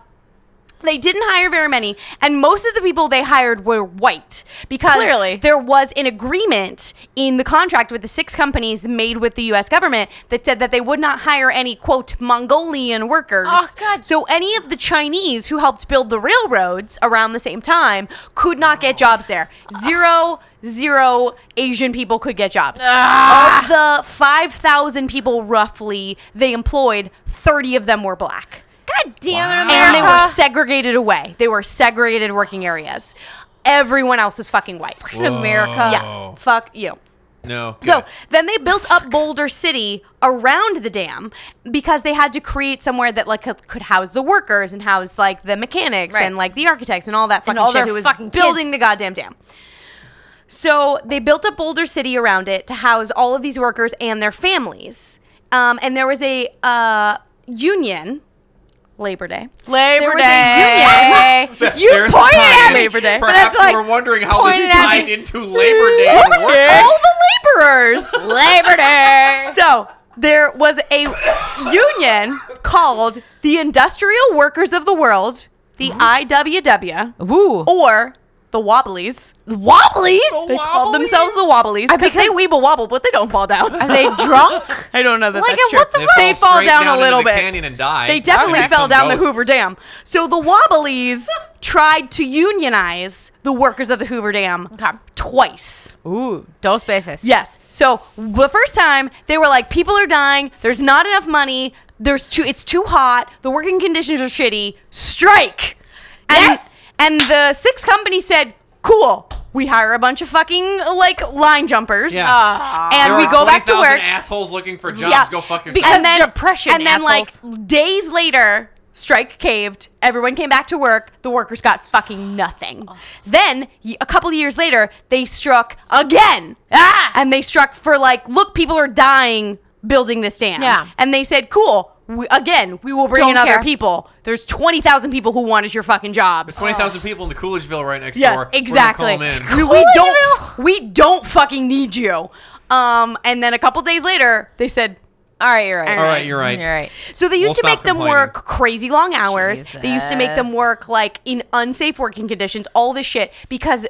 S3: They didn't hire very many, and most of the people they hired were white because
S2: Clearly.
S3: there was an agreement in the contract with the six companies made with the U.S. government that said that they would not hire any quote Mongolian workers.
S2: Oh, God.
S3: So any of the Chinese who helped build the railroads around the same time could not get jobs there. Zero, zero Asian people could get jobs.
S2: Ah.
S3: Of the five thousand people roughly they employed, thirty of them were black
S2: God damn it, America.
S3: and they were segregated away. They were segregated working areas. Everyone else was fucking white.
S2: in America.
S3: Yeah, fuck you.
S4: no.
S3: So then they built up Boulder City around the dam because they had to create somewhere that like could could house the workers and house like the mechanics
S2: Right.
S3: and like the architects and all that fucking
S2: all
S3: shit
S2: their
S3: who was
S2: fucking kids.
S3: building the goddamn dam. So they built up Boulder City around it to house all of these workers and their families. Um, and there was a uh, union, Labor Day.
S2: Labor
S3: There was a
S2: Day.
S4: Yes,
S3: You
S4: there's a
S3: pointed
S4: tie-in.
S3: at me. Labor Day.
S4: Perhaps
S3: That's like
S4: you were wondering how
S3: pointed
S4: this
S3: at
S4: tied
S3: me.
S4: into Labor Day. and work.
S3: all the laborers.
S2: Labor Day.
S3: So there was a union called the Industrial Workers of the World, the IWW,
S2: Ooh.
S3: or the Wobblies.
S2: Wobblies?
S3: They called themselves the Wobblies because they weeble wobble, but they don't fall
S2: Are
S3: down.
S2: they drunk?
S3: I don't know that
S2: Like,
S3: that's
S2: and
S3: true.
S2: what the
S4: They
S2: fuck?
S3: They fall
S4: straight
S3: down a
S4: into
S3: little
S4: the
S3: bit.
S4: Canyon and die.
S3: They definitely
S4: Okay.
S3: fell down
S4: Ghosts.
S3: the Hoover Dam. So the Wobblies tried to unionize the workers of the Hoover Dam twice.
S2: Ooh, dos veces.
S3: Yes. So the first time they were like, people are dying. There's not enough money. There's too. It's too hot. The working conditions are shitty. Strike. And,
S2: Yes.
S3: And the sixth company said, "Cool, we hire a bunch of fucking like line jumpers,
S4: Yeah.
S3: and
S4: There
S3: we
S4: are
S3: go back to
S4: 20,000
S3: work."
S4: Assholes looking for jobs. Go fuck yourself.
S2: Because- depression,
S3: And then,
S2: assholes.
S3: like days later, strike caved. Everyone came back to work. The workers got fucking nothing.
S2: Oh.
S3: Then y- a couple of years later, they struck again,
S2: Ah!
S3: and they struck for like, look, people are dying building this dam.
S2: Yeah.
S3: and they said, cool. We, again, we will bring
S2: Don't
S3: in other
S2: care.
S3: people. There's twenty thousand people who wanted your fucking jobs.
S4: Twenty thousand people in the Coolidgeville right next
S3: Oh. Yes,
S4: door. We're gonna call
S3: exactly.
S4: them
S3: We,
S4: in.
S3: we don't. We don't fucking need you. Um, and then a couple days later, they said.
S2: All right, you're right.
S4: All right, you're right.
S2: You're right.
S3: So they used
S4: We'll
S3: to make
S4: stop
S3: them
S4: complaining.
S3: work crazy long hours. They used to make them
S2: Jesus.
S3: work like in unsafe working conditions, all this shit because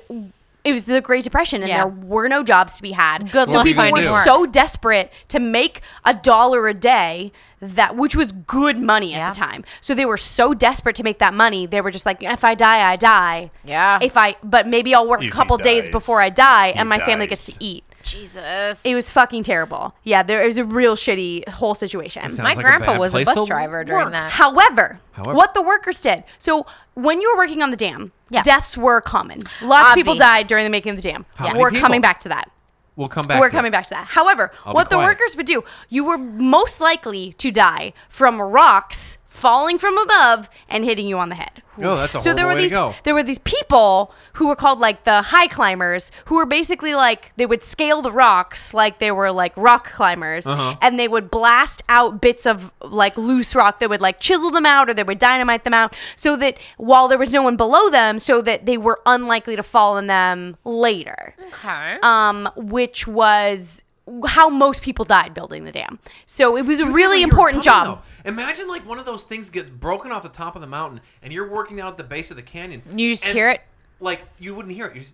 S3: it was the Great Depression and
S2: Yeah.
S3: there were no jobs to be had.
S2: Good
S3: so
S2: luck
S3: people
S4: finding
S3: were
S4: work.
S3: so desperate to make a dollar a day that which was good money at
S2: Yeah.
S3: the time. So they were so desperate to make that money, they were just like, if I die, I die.
S2: Yeah.
S3: If I, but maybe I'll work a
S1: If he
S3: couple days
S1: dies,
S3: before I die, and my family
S1: dies.
S3: gets to eat.
S2: Jesus.
S3: It was fucking terrible. Yeah, there was a real shitty whole situation.
S4: Sounds
S2: My
S4: like a
S2: grandpa
S4: bad
S2: was a
S4: place
S2: bus
S4: to
S2: driver
S4: work.
S2: during that.
S3: However,
S4: However.
S3: what the workers did. So when you were working on the dam,
S2: Yeah.
S3: deaths were common. Lots of people
S2: Obvi.
S3: died during the making of the dam.
S4: How many
S3: We're
S4: people?
S3: coming back to that.
S4: We'll come back.
S3: we're
S4: to
S3: coming
S4: it.
S3: back to that. However,
S4: I'll be
S3: what the
S4: quiet.
S3: workers would do, you were most likely to die from rocks falling from above and hitting you on the head.
S4: Oh, that's a
S3: so there were
S4: horrible way to
S3: these
S4: go.
S3: there were these people who were called like the high climbers who were basically like they would scale the rocks like they were like rock climbers
S4: Uh-huh.
S3: and they would blast out bits of like loose rock they would like chisel them out or they would dynamite them out so that while there was no one below them so that they were unlikely to fall on them later
S2: Okay.
S3: um, which was how most people died building the dam. So it was a really important
S4: Coming,
S3: job.
S4: though. Imagine like one of those things gets broken off the top of the mountain, and you're working out at the base of the canyon.
S2: You just
S4: and,
S2: hear it?
S4: Like you wouldn't hear it. You just,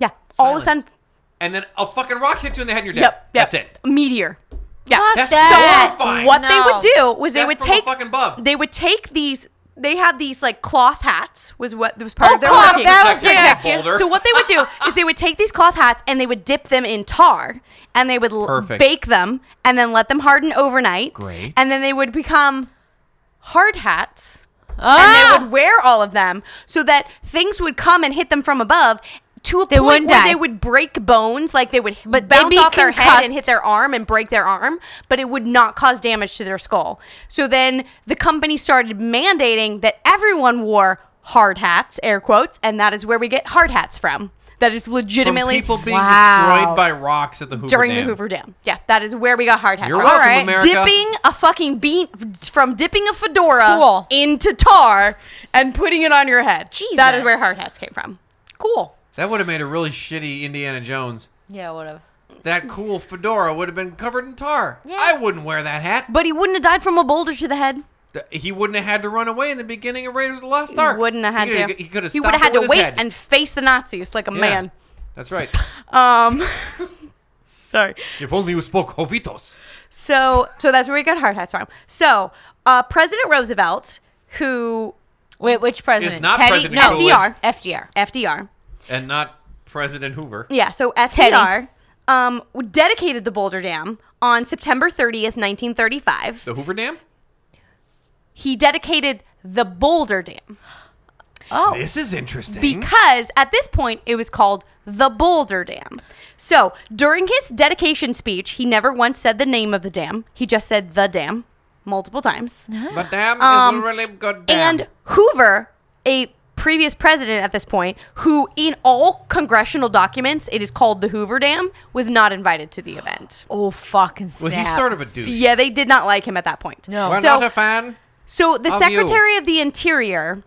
S3: Yeah, all of a
S4: silence.
S3: sudden,
S4: and then a fucking rock hits you in the head. and You're dead.
S3: yep, yep,
S4: That's it.
S3: A meteor. Yeah.
S2: Fuck
S4: That's
S2: that.
S4: horrifying.
S3: what they
S2: No.
S3: would do was they
S4: Death
S3: would
S4: from a
S3: take
S4: fucking bug.
S3: they would take these. They had these like cloth hats was what was part
S2: Oh,
S3: of their
S2: cloth,
S3: working.
S2: that would
S3: Yeah, yeah,
S2: protect
S4: you.
S3: yeah. So what they would do is they would take these cloth hats and they would dip them in tar and they would l-
S4: Perfect.
S3: bake them and then let them harden overnight.
S4: Great.
S3: And then they would become hard hats.
S2: Ah!
S3: and they would wear all of them so that things would come and hit them from above to a point
S2: wouldn't
S3: where
S2: die.
S3: they would break bones, like they would
S2: But they'd
S3: bounce
S2: be
S3: off their head and
S2: concussed.
S3: hit their arm and break their arm, but it would not cause damage to their skull. So then the company started mandating that everyone wore hard hats, air quotes, and that is where we get hard hats from. That is
S4: From
S3: legitimately
S4: people being
S2: Wow.
S4: destroyed by rocks at the Hoover
S3: during the
S4: Dam.
S3: Hoover Dam. Yeah, that is where we got hard hats.
S4: You're
S3: from.
S4: welcome, All right. America.
S3: Dipping a fucking bean from dipping a fedora
S2: Cool.
S3: into tar and putting it on your head. That is
S2: Jesus.
S3: where hard hats came from.
S2: cool.
S4: That would have made a really shitty Indiana Jones.
S2: Yeah, would have.
S4: That cool fedora would have been covered in tar.
S2: Yeah.
S4: I wouldn't wear that hat.
S3: But he wouldn't have died from a boulder to the head.
S4: Th- He wouldn't have had to run away in the beginning of Raiders of the Lost
S3: He
S4: Ark.
S3: wouldn't have had
S4: he
S3: to.
S4: He could have.
S3: He would have had to wait and face the Nazis like a man.
S4: That's right.
S3: Um, sorry.
S4: if only you spoke Jovitos.
S3: So, so that's where we got hard hats from. So, uh, President Roosevelt, who
S2: Wait, which president?
S4: not
S2: Teddy?
S4: President
S2: no,
S3: Coolidge. FDR.
S2: FDR.
S3: FDR,
S4: And not President Hoover.
S3: Yeah, so FDR um, dedicated the Boulder Dam on September 30th, 1935.
S4: The Hoover Dam?
S3: He dedicated the Boulder Dam
S2: Oh.
S4: This is interesting.
S3: because at this point it was called the Boulder Dam. So during his dedication speech, he never once said the name of the dam, he just said the dam multiple times.
S4: the dam is a really good dam.
S3: um, And Hoover, a previous president at this point, who in all congressional documents it is called the Hoover Dam, was not invited to the event.
S2: Oh, fucking snap.
S4: well, he's sort of a douche.
S3: Yeah, they did not like him at that point.
S2: No.
S4: We're
S3: So-
S4: not a fan.
S3: So the
S4: Of
S3: Secretary of the Interior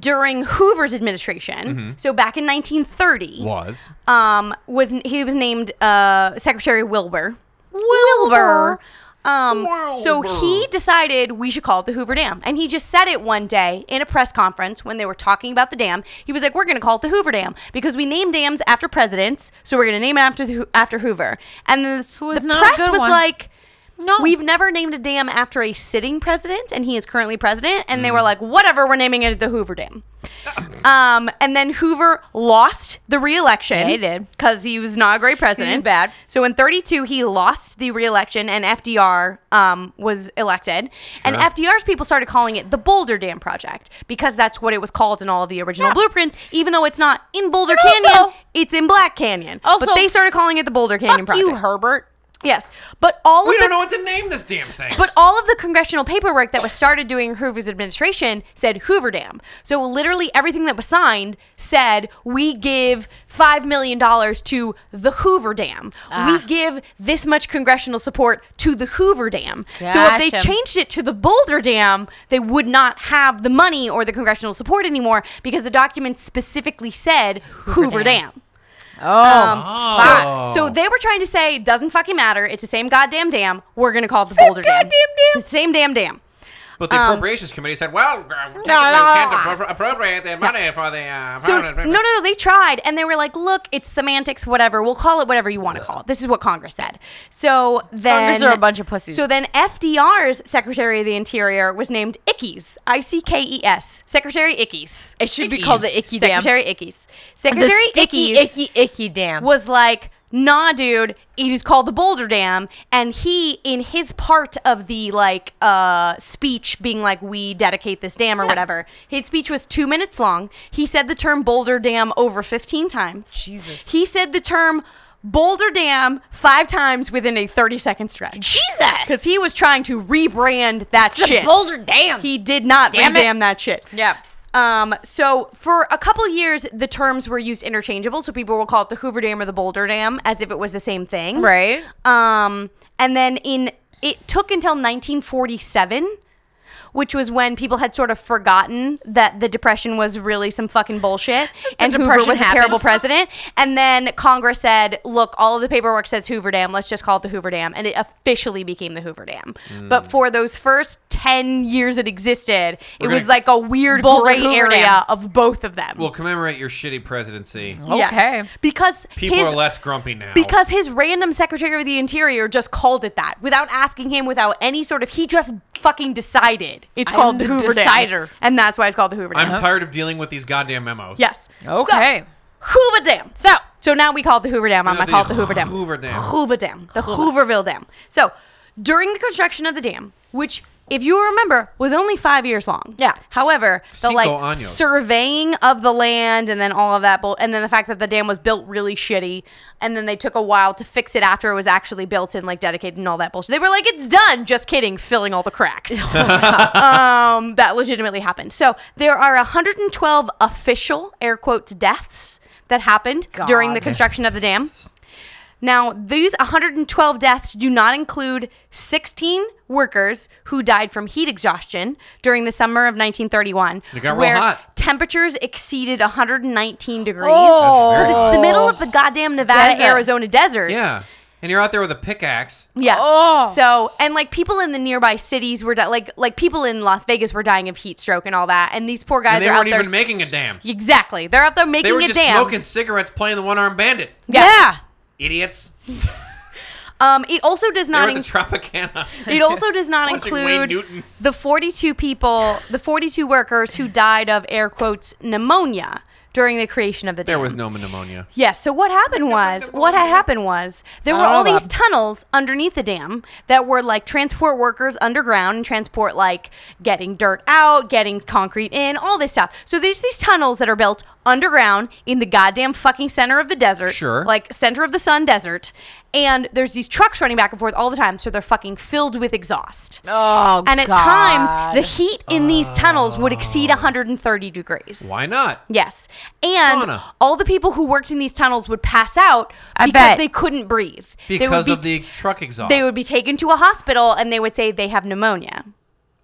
S3: during Hoover's administration, so back in 1930,
S4: Mm-hmm. Was.
S3: um, was he was named uh, Secretary Wilbur. Wilbur. Um, So he decided we should call it the Hoover Dam, and he just said it one day in a press conference when they were talking about the dam. He was like, "We're going to call it the Hoover Dam because we name dams after presidents, so we're going to name it after the, Hoo- after Hoover." And the,
S2: was
S3: the
S2: not a
S3: press
S2: good
S3: was
S2: one.
S3: like,
S2: No.
S3: We've never named a dam after a sitting president, and he is currently president. And they were like, whatever, we're naming it the Hoover Dam. um, and then Hoover lost the reelection.
S2: Yeah, he did.
S3: Because he was not a great president.
S2: bad.
S3: So in 32, he lost the reelection, and FDR um, was elected. And FDR's people started calling it the Boulder Dam Project because that's what it was called in all of the original blueprints, even though it's not in Boulder
S2: And also-
S3: Canyon. it's in Black Canyon.
S2: Also,
S3: but they started calling it the Boulder Canyon
S2: Fuck
S3: Project.
S2: you, Herbert.
S3: Yes, but all of
S4: We
S3: the,
S4: don't know what to name this damn thing.
S3: but all of the congressional paperwork that was started during Hoover's administration said Hoover Dam. So literally everything that was signed said we give five million dollars to the Hoover Dam.
S2: Ah.
S3: We give this much congressional support to the Hoover Dam. So if they
S2: Gotcha.
S3: changed it to the Boulder Dam, they would not have the money or the congressional support anymore because the document specifically said Hoover,
S2: Dam.
S3: Dam.
S2: Oh,
S3: Um,
S4: Ah.
S3: so, so they were trying to say doesn't fucking matter. It's the same goddamn dam. We're gonna call it the Boulder Dam.
S2: goddamn dam.
S3: It's the same damn dam.
S4: But
S3: um,
S4: the appropriations committee said, "Well, uh, we
S2: no,
S4: can't
S2: no.
S4: appro- appropriate the money for the." Uh,
S3: So no,
S4: permanent-
S3: no, no. They tried, and they were like, "Look, it's semantics. Whatever. We'll call it whatever you want to call it." This is what Congress said. So then
S2: Congress are a bunch of pussies.
S3: So then FDR's Secretary of the Interior was named Ickes, I C K E S, Secretary Ickes.
S2: it should be called the Icky Dam.
S3: Secretary Ickes.
S2: The
S3: Secretary
S2: sticky,
S3: Ickes
S2: icky, icky dam.
S3: was like, nah, dude, it is called the Boulder Dam. And he, in his part of the like uh, speech being like, we dedicate this dam or whatever, his speech was two minutes long. He said the term Boulder Dam over 15 times.
S2: Jesus.
S3: He said the term Boulder Dam five times within a 30 second stretch. Because
S2: Jesus.
S3: he was trying to rebrand that
S2: a
S3: shit.
S2: Boulder Dam.
S3: He did not
S2: Damn it.
S3: redam that shit.
S2: Yeah.
S3: Um, so for a couple years, the terms were used interchangeable. So people will call it the Hoover Dam or the Boulder Dam as if it was the same thing.
S2: Right.
S3: Um, and then in it took until 1947, which was when people had sort of forgotten that the Depression was really some fucking bullshit and Hoover
S2: Depression
S3: was
S2: happened.
S3: a terrible president. And then Congress said, "Look, all of the paperwork says Hoover Dam. Let's just call it the Hoover Dam," and it officially became the Hoover Dam.
S2: Hmm.
S3: But for those first 10 years it existed, it was
S4: gonna-
S3: like a weird
S2: Boulder
S3: gray
S2: Hoover
S3: area
S2: Dam.
S3: of both of them.
S4: We'll commemorate your shitty presidency.
S3: Yes.
S2: Okay.
S3: Because
S4: People
S3: his,
S4: are less grumpy now.
S3: because his random secretary of the interior just called it that without asking him, without any sort of. He just fucking decided it's
S2: I'm
S3: called the
S2: the
S3: Hoover
S2: decider.
S3: Dam, and that's why it's called the Hoover
S4: I'm
S3: Dam.
S4: tired of dealing with these goddamn memos.
S3: yes.
S2: Okay.
S3: So, Hoover Dam. So, so now we call it the Hoover Dam. I'm
S4: No,
S3: gonna call it the Hoover Dam.
S4: Hoover Dam.
S3: Hoover Dam. The Hooverville Dam. So, during the construction of the dam, which if you remember, was only five years long.
S2: Yeah.
S3: However, the
S4: Cinco
S3: like
S4: años.
S3: surveying of the land and then all of that, bull- and then the fact that the dam was built really shitty, and then they took a while to fix it after it was actually built and like dedicated and all that bullshit. They were like, "It's done." Just kidding, filling all the cracks. um, that legitimately happened. So there are 112 official air quotes deaths that happened during the
S2: God.
S3: construction of the dam. Now, these 112 deaths do not include 16 workers who died from heat exhaustion during the summer of 1931,
S4: It got real
S3: where
S4: hot.
S3: temperatures exceed 119 degrees.
S2: Oh.
S3: Because it's the middle of the goddamn Nevada,
S2: Desert.
S3: Arizona desert.
S4: Yeah. And you're out there with a pickaxe.
S3: Yes.
S2: Oh.
S3: So and like people in the nearby cities were di- like like people in Las Vegas were dying of heat stroke and all that, and these poor guys
S4: And they
S3: are
S4: weren't
S3: out there
S4: even making a dam.
S3: Exactly, they're out there making
S4: They were
S3: a
S4: just
S3: dam.
S4: smoking cigarettes, playing the one-armed bandit.
S2: Yeah.
S4: Idiots.
S3: Um, it also does
S4: They were
S3: not
S4: at the
S3: in-
S4: Tropicana.
S3: it also does not
S4: Watching Wayne
S3: include
S4: Newton.
S3: the 42 people, the 42 workers who died of air quotes pneumonia during the creation of the dam.
S4: There was no pneumonia.
S3: Yes. So what happened was, what had happened was, there were
S2: don't
S3: all
S2: know,
S3: these
S2: Bob.
S3: tunnels underneath the dam that were like transport workers underground and transport like getting dirt out, getting concrete in, all this stuff. So there's these tunnels that are built underground in the goddamn fucking center of the desert.
S4: Sure.
S3: Like center of the sun desert. And there's these trucks running back and forth all the time, so they're fucking filled with exhaust.
S2: Oh,
S3: and at
S2: God.
S3: times, the heat in these tunnels would exceed 130 degrees.
S4: Why not?
S3: Yes. And
S4: Sauna.
S3: all the people who worked in these tunnels would pass out
S2: I
S3: because
S2: bet.
S3: they couldn't breathe. They would
S4: Because
S3: be
S4: of the truck exhaust.
S3: they would be taken to a hospital and they would say they have pneumonia.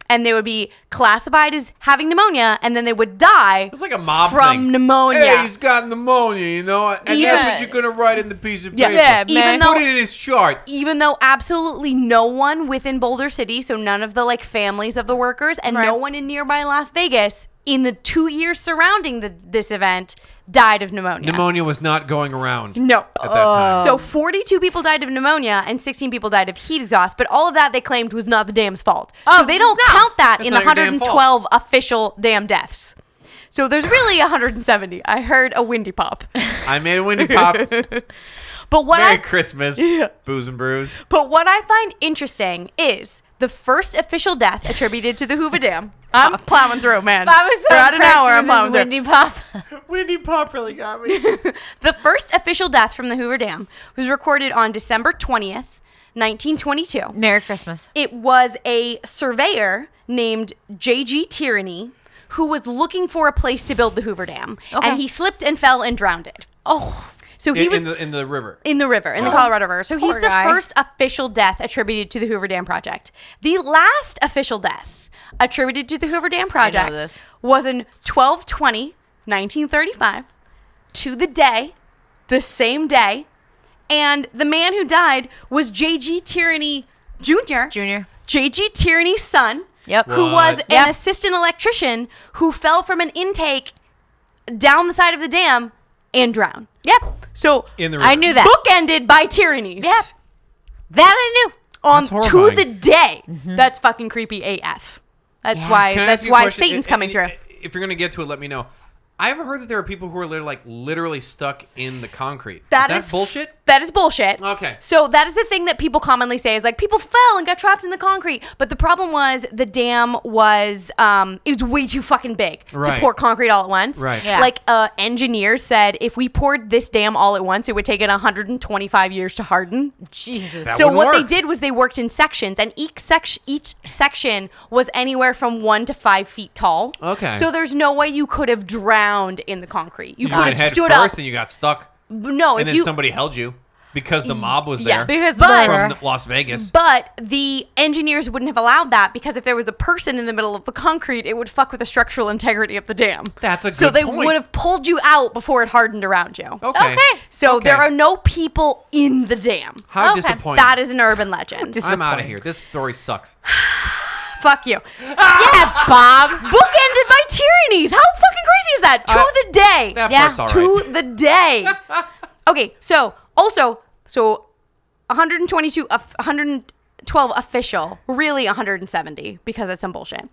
S3: And they would be classified as having pneumonia and then they would die
S4: It's like a mob
S3: from
S4: thing.
S3: pneumonia.
S4: Hey, he's got pneumonia, you know, and
S2: Yeah.
S4: that's what you're gonna write in the piece of
S3: Yeah.
S4: paper.
S2: Yeah,
S4: Put
S2: man.
S3: even though
S4: it in his chart.
S3: even though absolutely no one within Boulder City, so none of the like families of the workers and no
S2: Right.
S3: one in nearby Las Vegas in the 2 years surrounding the, this event died of pneumonia.
S4: Pneumonia was not going around
S3: No.
S4: at that time.
S3: So 42 people died of pneumonia and 16 people died of heat exhaust, but all of that they claimed was not the dam's fault. so they don't count that
S4: That's
S3: in the
S4: not your damn fault.
S3: 112 official dam deaths. So there's really 170. I heard a windy pop.
S4: I made a windy pop.
S3: But what
S4: Merry
S3: I
S4: Christmas, booze and brews.
S3: But what I find interesting is the first official death attributed to the Hoover Dam. I'm plowing through, man.
S2: I was so
S3: We're at an hour. I'm plowing through.
S2: Windy Pop.
S4: Windy pop really got me.
S3: The first official death from the Hoover Dam was recorded on December 20th, 1922.
S2: Merry Christmas.
S3: It was a surveyor named J.G. Tierney who was looking for a place to build the Hoover Dam,
S2: Okay.
S3: and he slipped and fell and drowned it.
S2: Oh,
S3: So he
S4: in,
S3: was
S4: in the, in the river.
S3: in the river, in the
S4: Wow.
S3: Colorado River. So he's
S2: Poor
S3: the
S2: guy.
S3: first official death attributed to the Hoover Dam Project. The last official death attributed to the Hoover Dam
S2: this.
S3: Project was in 1220, 1935, to the day, the same day. And the man who died was J.G. Tierney Jr.,
S2: Junior.
S3: J.G. Tierney's son,
S2: Yep.
S3: who was
S4: What?
S3: an assistant electrician who fell from an intake down the side of the dam and drowned.
S2: Yep.
S3: So
S4: In the river.
S2: I knew that.
S3: bookended by tyrannies.
S2: Yep. That I knew.
S3: On
S4: That's
S3: to
S4: horrifying.
S3: the day. That's fucking creepy AF. That's
S2: Mm-hmm. Yeah.
S3: why
S4: Can I ask
S3: that's
S4: you a
S3: why
S4: question?
S3: Satan's
S4: And-
S3: coming
S4: and-
S3: through.
S4: If you're gonna get to it, let me know. I've heard that there are people who are literally, like literally stuck in the concrete.
S3: That
S4: is that
S3: is
S4: bullshit.
S3: That is bullshit.
S4: Okay.
S3: So that is the thing that people commonly say is like people fell and got trapped in the concrete, but the problem was the dam was um it was way too fucking big to
S4: Right.
S3: pour concrete all at once.
S4: Right.
S2: Yeah.
S3: Like uh engineers said if we poured this dam all at once it would take it 125 years to harden.
S2: Jesus.
S4: That
S3: so
S4: wouldn't
S3: what they
S4: work.
S3: did was they worked in sections and each section each section was anywhere from one to five feet tall
S4: Okay.
S3: so there's no way you could have drowned in the concrete you,
S4: You
S3: could have
S4: went head
S3: stood
S4: first
S3: up
S4: and you got stuck,
S3: no
S4: and
S3: if
S4: then
S3: you
S4: somebody held you because the mob was
S3: yes,
S4: there
S2: Because
S3: but-
S2: murder.
S4: from the- Las Vegas.
S3: but the engineers wouldn't have allowed that because if there was a person in the middle of the concrete, it would fuck with the structural integrity of the dam.
S4: That's a
S3: so
S4: good
S3: they
S4: point.
S3: would have pulled you out before it hardened around you.
S4: okay.
S2: Okay.
S3: So
S4: Okay.
S3: there are no people in the dam.
S4: How
S2: Okay.
S4: disappointing.
S3: That is an urban legend.
S4: I'm out of here. This story sucks.
S3: Fuck you.
S2: yeah, Bob.
S3: bookended by tyrannies. How fucking crazy is that? To
S4: Uh,
S3: the day.
S4: That
S2: Yeah,
S4: part's all
S3: to
S4: right.
S3: the day. okay, so also, so 122, of- 112 official, really 170 because that's some bullshit.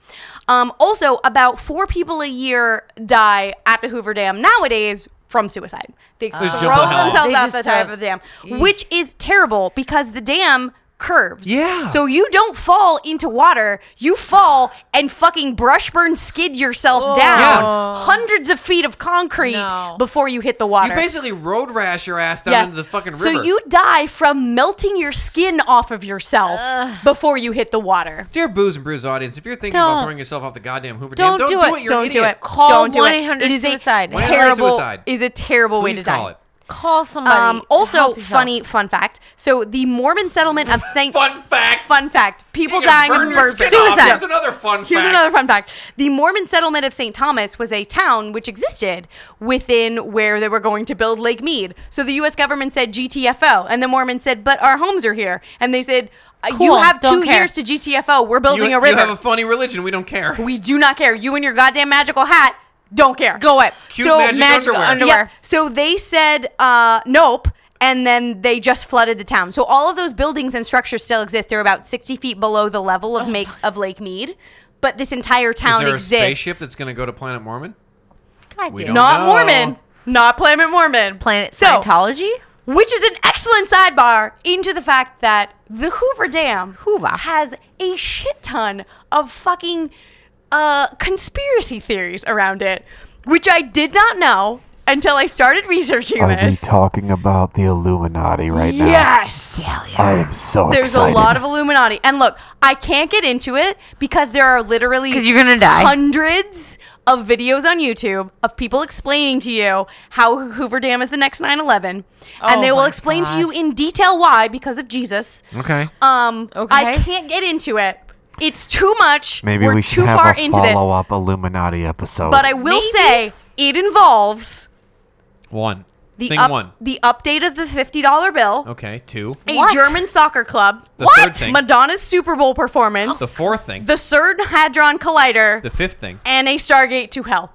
S3: Um, also, about four people a year die at the Hoover Dam nowadays from suicide. They throw
S4: just jump the hell off.
S3: themselves
S2: They
S3: off
S2: just
S3: the top
S2: throw-
S3: of the dam, which is terrible because the dam curves.
S4: Yeah.
S3: So you don't fall into water. You fall and fucking brush burn skid yourself
S2: Oh.
S3: down
S4: Yeah.
S3: hundreds of feet of concrete
S2: No.
S3: before you hit the water.
S4: You basically road rash your ass down into the fucking river.
S3: So you die from melting your skin off of yourself before you hit the water.
S4: Dear booze and brews audience, if you're thinking
S2: Don't.
S4: about throwing yourself off the goddamn Hoover
S2: Don't
S4: Dam,
S2: do
S4: don't do
S2: it.
S4: it. You're
S3: Don't
S4: an
S3: do
S4: idiot.
S3: it.
S2: Call
S3: Don't do it.
S2: 1-800
S3: It is
S2: suicide.
S3: a
S2: 1-800
S3: terrible
S4: suicide.
S3: is a terrible way
S4: Please
S3: to die.
S4: call it.
S2: Call somebody.
S3: Um,
S2: to
S3: also,
S2: help yourself.
S3: funny fun fact. So the Mormon settlement of Saint.
S4: Fun fact.
S3: Fun fact. People
S4: You can
S3: dying of
S4: burn your
S3: burn-
S4: skin off.
S3: suicide.
S4: Here's another fun
S3: Here's
S4: fact.
S3: another fun fact. The Mormon settlement of St. Thomas was a town which existed within where they were going to build Lake Mead. So the U.S. government said GTFO, and the Mormons said, "But our homes are here," and they said, uh, "You
S2: Cool,
S3: have
S2: don't
S3: two
S2: care.
S3: years to GTFO. We're building
S4: You,
S3: a
S4: you
S3: river.
S4: have a funny religion. We don't care.
S3: we do not care. You and your goddamn magical hat don't care.
S2: Go away.
S4: Cute magic
S2: magical
S4: underwear.
S2: underwear.
S3: Yeah. So they said uh, nope, and then they just flooded the town. So all of those buildings and structures still exist. They're about sixty feet below the level
S2: Oh
S3: of make of Lake Mead, but this entire
S4: Is
S3: town
S4: there a
S3: exists.
S4: spaceship that's going to go to Planet Mormon?
S2: God
S4: We
S2: damn.
S4: don't-
S3: not
S4: No.
S3: Mormon, not Planet Mormon,
S2: Planet
S3: So,
S2: Scientology.
S3: which is an excellent sidebar into the fact that the Hoover Dam
S2: Hoover.
S3: has a shit ton of fucking uh, conspiracy theories around it, which I did not know until I started researching
S6: Are we
S3: this.
S6: talking about the Illuminati right now?
S3: Yes.
S6: I am so
S3: There's
S6: excited.
S3: a lot of Illuminati. And look, I can't get into it because there are literally
S2: 'Cause you're gonna die.
S3: hundreds of videos on YouTube of people explaining to you how Hoover Dam is the next 9/11 and
S2: Oh
S3: they will
S2: my
S3: explain to
S2: God.
S3: you in detail why because of Jesus.
S4: Okay.
S3: Um I
S2: Okay.
S3: can't get into it. It's too much.
S6: Maybe
S3: We're
S6: we should
S3: too
S6: have
S3: far
S6: a
S3: into this.
S6: follow-up Illuminati episode.
S3: But I will
S2: Maybe.
S3: say it involves
S4: One.
S3: the
S4: thing
S3: up-
S4: one.
S3: the update of the $50 bill.
S4: Okay. Two.
S3: A
S2: What?
S3: German soccer club.
S4: The What? third thing.
S3: Madonna's Super Bowl performance.
S4: The fourth thing.
S3: the CERN Hadron Collider,
S4: The fifth thing.
S3: and a Stargate to Hell.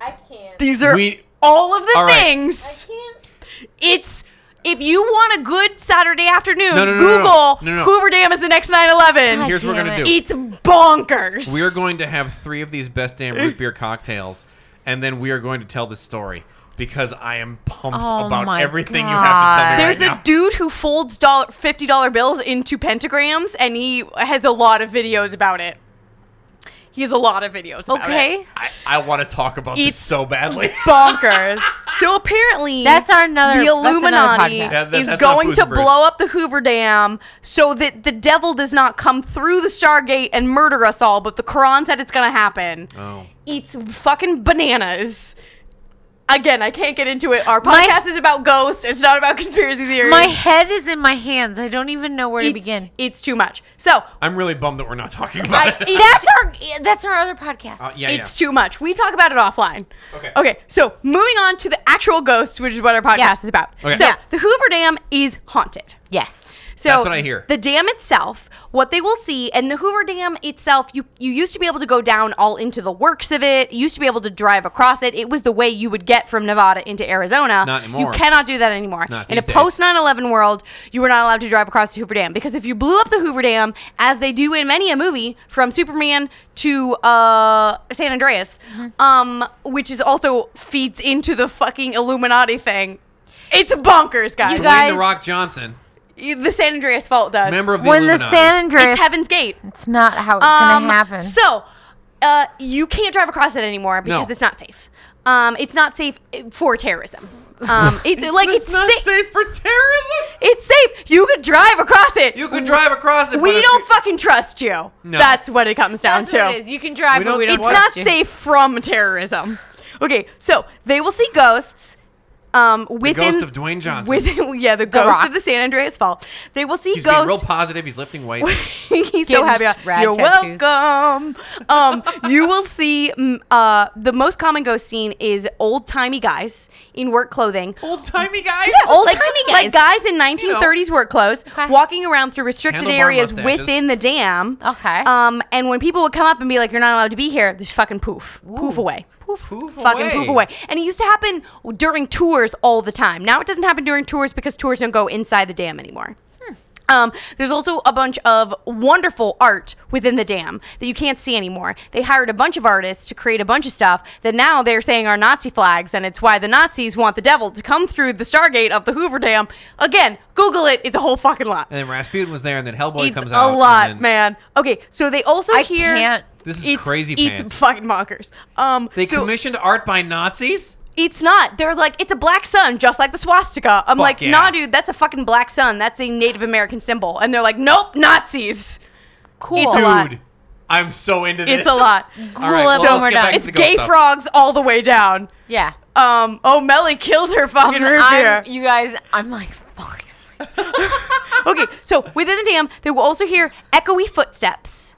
S2: I can't.
S3: These are
S4: We-
S3: all of the
S4: All right.
S3: things. It's if you want a good Saturday afternoon,
S4: No, no, no, no, no.
S3: Google
S4: No, no.
S3: Hoover Dam is the next 9/11.
S4: Here's what we're
S2: damn
S4: gonna
S2: it.
S4: do.
S3: It's bonkers.
S4: We are going to have three of these best damn root beer cocktails, and then we are going to tell the story because I am pumped
S2: Oh
S4: about
S2: my
S4: everything you have to tell me.
S3: There's
S4: right
S3: a
S4: now.
S3: dude who folds dollar, fifty dollar bills into pentagrams, and he has a lot of videos about it. He has a lot of videos. About it.
S2: Okay.
S4: I, I want to talk about
S3: It's-
S4: this so badly.
S3: bonkers. so apparently,
S2: That's our another-
S3: The
S2: that's another
S3: Illuminati
S2: podcast.
S4: That- that-
S3: is
S4: that's not
S3: going
S4: Booze
S3: to
S4: and Brews.
S3: blow up the Hoover Dam so that the devil does not come through the Stargate and murder us all. But the Quran said it's going to happen.
S4: Oh.
S3: It's fucking bananas. Again, I can't get into it. Our
S2: My-
S3: podcast is about ghosts. It's not about conspiracy theories.
S2: My head is in my hands. I don't even know where
S3: it's,
S2: to begin.
S3: It's too much. So
S4: I'm really bummed that we're not talking
S3: I,
S4: about it.
S2: That's our that's our other podcast.
S4: Uh, yeah,
S3: it's too much. We talk about it offline.
S4: Okay.
S3: Okay. So moving on to the actual ghosts, which is what our podcast
S2: Yeah.
S3: is about.
S4: Okay.
S3: So
S4: Yeah.
S3: the Hoover Dam is haunted.
S2: yes.
S3: So
S4: That's what I hear.
S3: The dam itself, what they will see, and the Hoover Dam itself, you you used to be able to go down all into the works of it. You used to be able to drive across it. It was the way you would get from Nevada into Arizona.
S4: Not anymore.
S3: You cannot do that anymore.
S4: Not
S3: In a
S4: these days.
S3: post 9/11 world, you were not allowed to drive across the Hoover Dam because if you blew up the Hoover Dam, as they do in many a movie, from Superman to uh, San Andreas, um, which is also feeds into the fucking Illuminati thing. It's bonkers, guys.
S2: You
S4: Dwayne
S2: guys-
S4: the Rock Johnson,
S3: the San Andreas fault does.
S4: member of the
S2: When the
S4: Illuminati.
S2: San Andreas
S3: It's Heaven's Gate.
S2: It's not how it's
S3: Um,
S2: gonna happen.
S3: So, uh, you can't drive across it anymore because
S4: No.
S3: it's not safe. Um, it's not safe for terrorism. Um, it's like it's,
S4: not
S3: safe.
S4: safe for terrorism.
S3: It's safe. You could drive across it.
S4: You could drive across it.
S3: we
S4: but if
S3: don't
S4: you-
S3: fucking trust you.
S4: No.
S3: That's what it comes down
S2: that's
S3: to.
S2: what it is. You can drive,
S4: We
S2: but
S4: don't-
S2: we don't.
S3: It's
S2: trust
S3: not
S2: you.
S3: safe from terrorism. Okay, so they will see ghosts. Um, within
S4: ghost of Dwayne Johnson.
S3: Within, yeah, the ghost
S2: Rock.
S3: of the San Andreas Fault. They will see
S4: He's being real
S3: ghosts
S4: positive. He's lifting weights.
S3: He's so
S2: Getting
S3: happy.
S2: s- rad
S3: You're
S2: tattoos.
S3: welcome. Um, you will see mm, uh, the most common ghost scene is old timey guys in work clothing.
S4: Old timey guys.
S2: Old-timey
S3: like, like guys in 1930s work clothes
S2: Okay.
S3: walking around through restricted
S4: Handlebar
S3: areas
S4: mustaches.
S3: within the dam.
S2: Okay.
S3: Um, and when people would come up and be like, "You're not allowed to be here," just fucking poof, poof away.
S4: Poof, poof
S3: Fucking poof away. And it used to happen during tours all the time. Now it doesn't happen during tours because tours don't go inside the dam anymore. Um, there's also a bunch of wonderful art within the dam that you can't see anymore. They hired a bunch of artists to create a bunch of stuff that now they're saying are Nazi flags, and it's why the Nazis want the devil to come through the Stargate of the Hoover Dam. Again, Google it. It's a whole fucking lot.
S4: And then Rasputin was there, and then Hellboy
S3: It's
S4: comes
S3: a
S4: out. and
S3: lot,
S4: then-
S3: man. Okay, so they also
S2: I
S3: hear
S2: can't.
S4: This is
S3: it's,
S4: crazy
S3: It's
S4: pants.
S3: fucking bonkers. Um,
S4: They
S3: so-
S4: commissioned art by Nazis.
S3: it's not. They're like, it's a black sun, just like the swastika. I'm like,
S4: yeah.
S3: nah, dude, that's a fucking black sun. That's a Native American symbol. And they're like, nope, Nazis. Cool. It's a lot.
S4: Dude, I'm so into this.
S3: It's a lot.
S4: All right, well,
S2: Cool,
S4: let's
S2: we're
S4: get
S2: done.
S4: back to
S3: It's
S4: the ghost
S3: gay
S4: stuff.
S3: frogs all the way down.
S2: Yeah.
S3: Um, O'Malley killed her fucking
S2: Um,
S3: root
S2: I'm-
S3: beer.
S2: you guys, I'm like, fuck.
S3: Okay, so within the dam, they will also hear echoey footsteps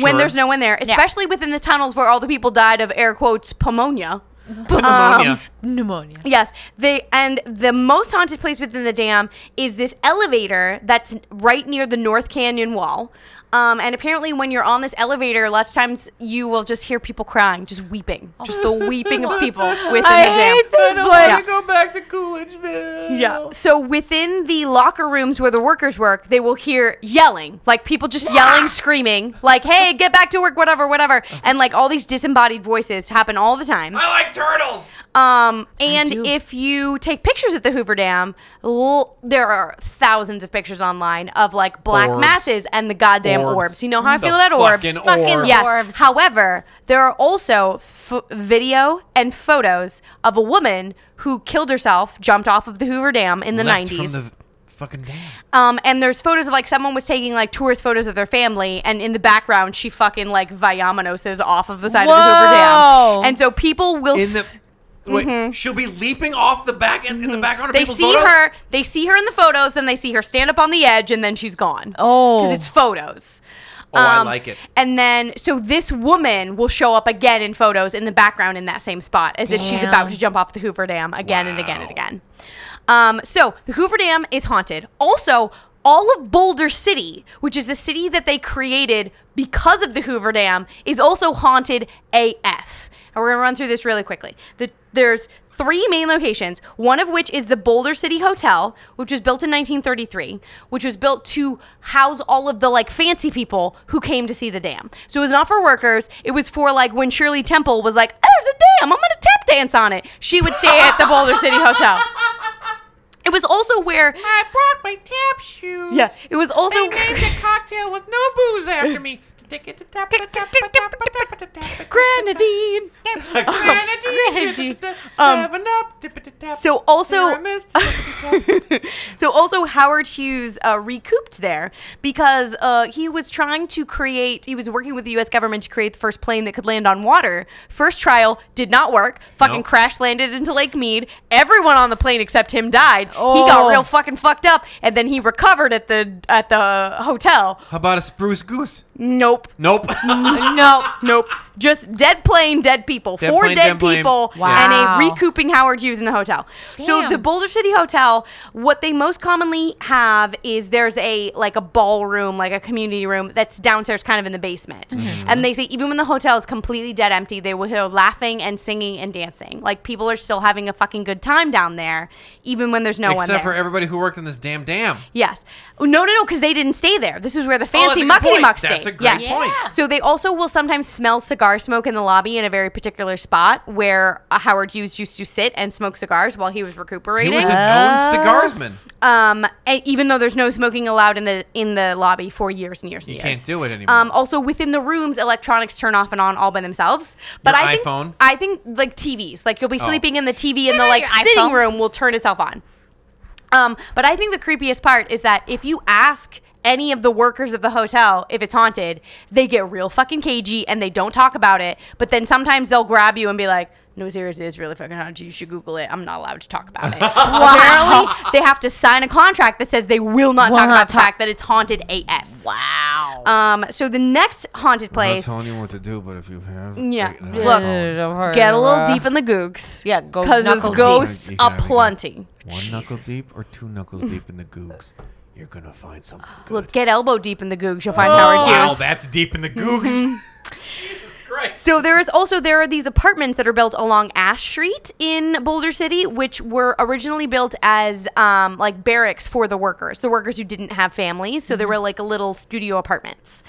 S3: when
S4: Sure.
S3: there's no one there, especially within the tunnels where all the people died of air quotes pneumonia. Um,
S4: Pneumonia.
S2: Pneumonia.
S3: Yes, they and the most haunted place within the dam is this elevator that's right near the North Canyon wall. Um, and apparently, when you're on this elevator, lots of times you will just hear people crying, just weeping, just the weeping of people within
S2: I
S3: the dam.
S2: hate this place.
S3: Yeah.
S4: go back to Coolidgeville.
S3: Yeah. So within the locker rooms where the workers work, they will hear yelling, like people just yelling, screaming, like "Hey, get back to work, whatever, whatever," and like all these disembodied voices happen all the time.
S4: I like turtles.
S3: Um, and
S2: do.
S3: if you take pictures at the Hoover Dam, l- there are thousands of pictures online of like black
S4: Orbs.
S3: masses and the goddamn orbs.
S4: Orbs.
S3: You know how I
S4: The
S3: feel about orbs.
S4: fucking Fucking orbs.
S3: Yes.
S2: orbs.
S3: However, there are also f- video and photos of a woman who killed herself, jumped off of the Hoover Dam in the
S4: Left
S3: 90s.
S4: From the fucking dam.
S3: Um, and there's photos of like someone was taking like tourist photos of their family, and in the background she fucking like Viaminoses off of the side of the Hoover
S2: Whoa.
S3: Dam, and so people will
S4: In
S3: s-
S4: the. Wait, she'll be leaping off the back end in the background of
S3: Mm-hmm. they
S4: people's
S3: see
S4: photos?
S3: her they see her in the photos, then they see her stand up on the edge, and then she's gone.
S2: Oh.
S3: because it's photos. Um,
S4: Oh, I like it.
S3: And then, so this woman will show up again in photos in the background in that same spot as if she's about
S2: Damn.
S3: to jump off the Hoover Dam again and again and
S4: Wow.
S3: again. Um, so the Hoover Dam is haunted. Also, all of Boulder City, which is the city that they created because of the Hoover Dam, is also haunted AF. and we're gonna run through this really quickly. The, there's three main locations, one of which is the Boulder City Hotel, which was built in 1933, which was built to house all of the like fancy people who came to see the dam. So it was not for workers. It was for like when Shirley Temple was like, oh, "There's a dam. I'm gonna tap dance on it." She would stay at the Boulder City Hotel. It was also where
S5: I brought my tap shoes.
S3: yeah, it was also
S5: They named a cocktail with no booze after me.
S3: Grenadine.
S5: Grenadine. Seven up.
S3: So also-
S5: Pyramus.
S3: so also Howard Hughes uh, recouped there because uh, he was trying to create. He was working with the U.S. government to create the first plane that could land on water. First trial did not work. Fucking
S4: Nope.
S3: crash landed into Lake Mead. Everyone on the plane except him died. He got
S2: Oh.
S3: real fucking fucked up, and then he recovered at the at the hotel.
S4: How about a spruce goose?
S3: Nope.
S4: Nope.
S2: no.
S3: Nope. Just dead plane, dead people.
S4: Dead
S3: Four
S4: plane,
S3: dead
S4: dead plane.
S3: people
S2: Wow.
S3: and a recouping Howard Hughes in the hotel. So
S2: Damn.
S3: the Boulder City Hotel, what they most commonly have is there's a like a ballroom, like a community room that's downstairs kind of in the basement.
S4: Mm-hmm.
S3: And they say even when the hotel is completely dead empty, they will hear laughing and singing and dancing. Like people are still having a fucking good time down there, even when there's no one there.
S4: Except for everybody who worked in this damn dam.
S3: Yes. No, no, no, because they didn't stay there. This is where the
S4: Oh, that's
S3: fancy
S4: a good
S3: muckety
S4: point.
S3: muck stayed.
S4: That's a great
S3: yes.
S4: point. Yeah.
S3: So they also will sometimes smell cigar smoke in the lobby in a very particular spot where uh, Howard Hughes used to sit and smoke cigars while he was
S4: He
S3: recuperating.
S4: was a known cigarsman.
S3: um, and even though there's no smoking allowed in the in the lobby for years and years and
S4: You
S3: years.
S4: can't do it anymore.
S3: Um, also within the rooms, electronics turn off and on all by themselves. But
S4: Your
S3: I think
S4: iPhone? Oh.
S3: I think like TVs, like you'll be sleeping in the TV in the like
S2: Your
S3: sitting
S2: iPhone.
S3: room will turn itself on. Um, but I think the creepiest part is that if you ask any of the workers of the hotel if it's haunted, they get real fucking cagey and they don't talk about it. But then sometimes they'll grab you and be like. No, seriously, it's really fucking haunted. You should Google it. I'm not allowed to talk about it. Apparently, they have to sign a contract that says they will not
S2: Will
S3: talk
S2: not
S3: about the
S2: talk-
S3: fact that it's haunted AF.
S2: Wow.
S3: Um, so the next haunted place,
S4: you what to do, but if you have,
S3: Yeah.
S4: Oh.
S3: Look, get a little deep in the gooks.
S2: Yeah, go
S3: because it's
S2: knuckles deep.
S3: ghosts
S4: You can
S3: a
S4: have a go.
S3: plenty.
S4: one knuckle deep or two knuckles deep in the googs, you're gonna find something good.
S3: Look, get elbow deep in the gooks. You'll find
S2: Oh.
S3: Howard
S4: wow,
S3: Hughes.
S4: that's deep in the googs.
S3: So there is also there are these apartments that are built along Ash Street in Boulder City, which were originally built as um, like barracks for the workers, the workers who didn't have families. So they were like little studio apartments.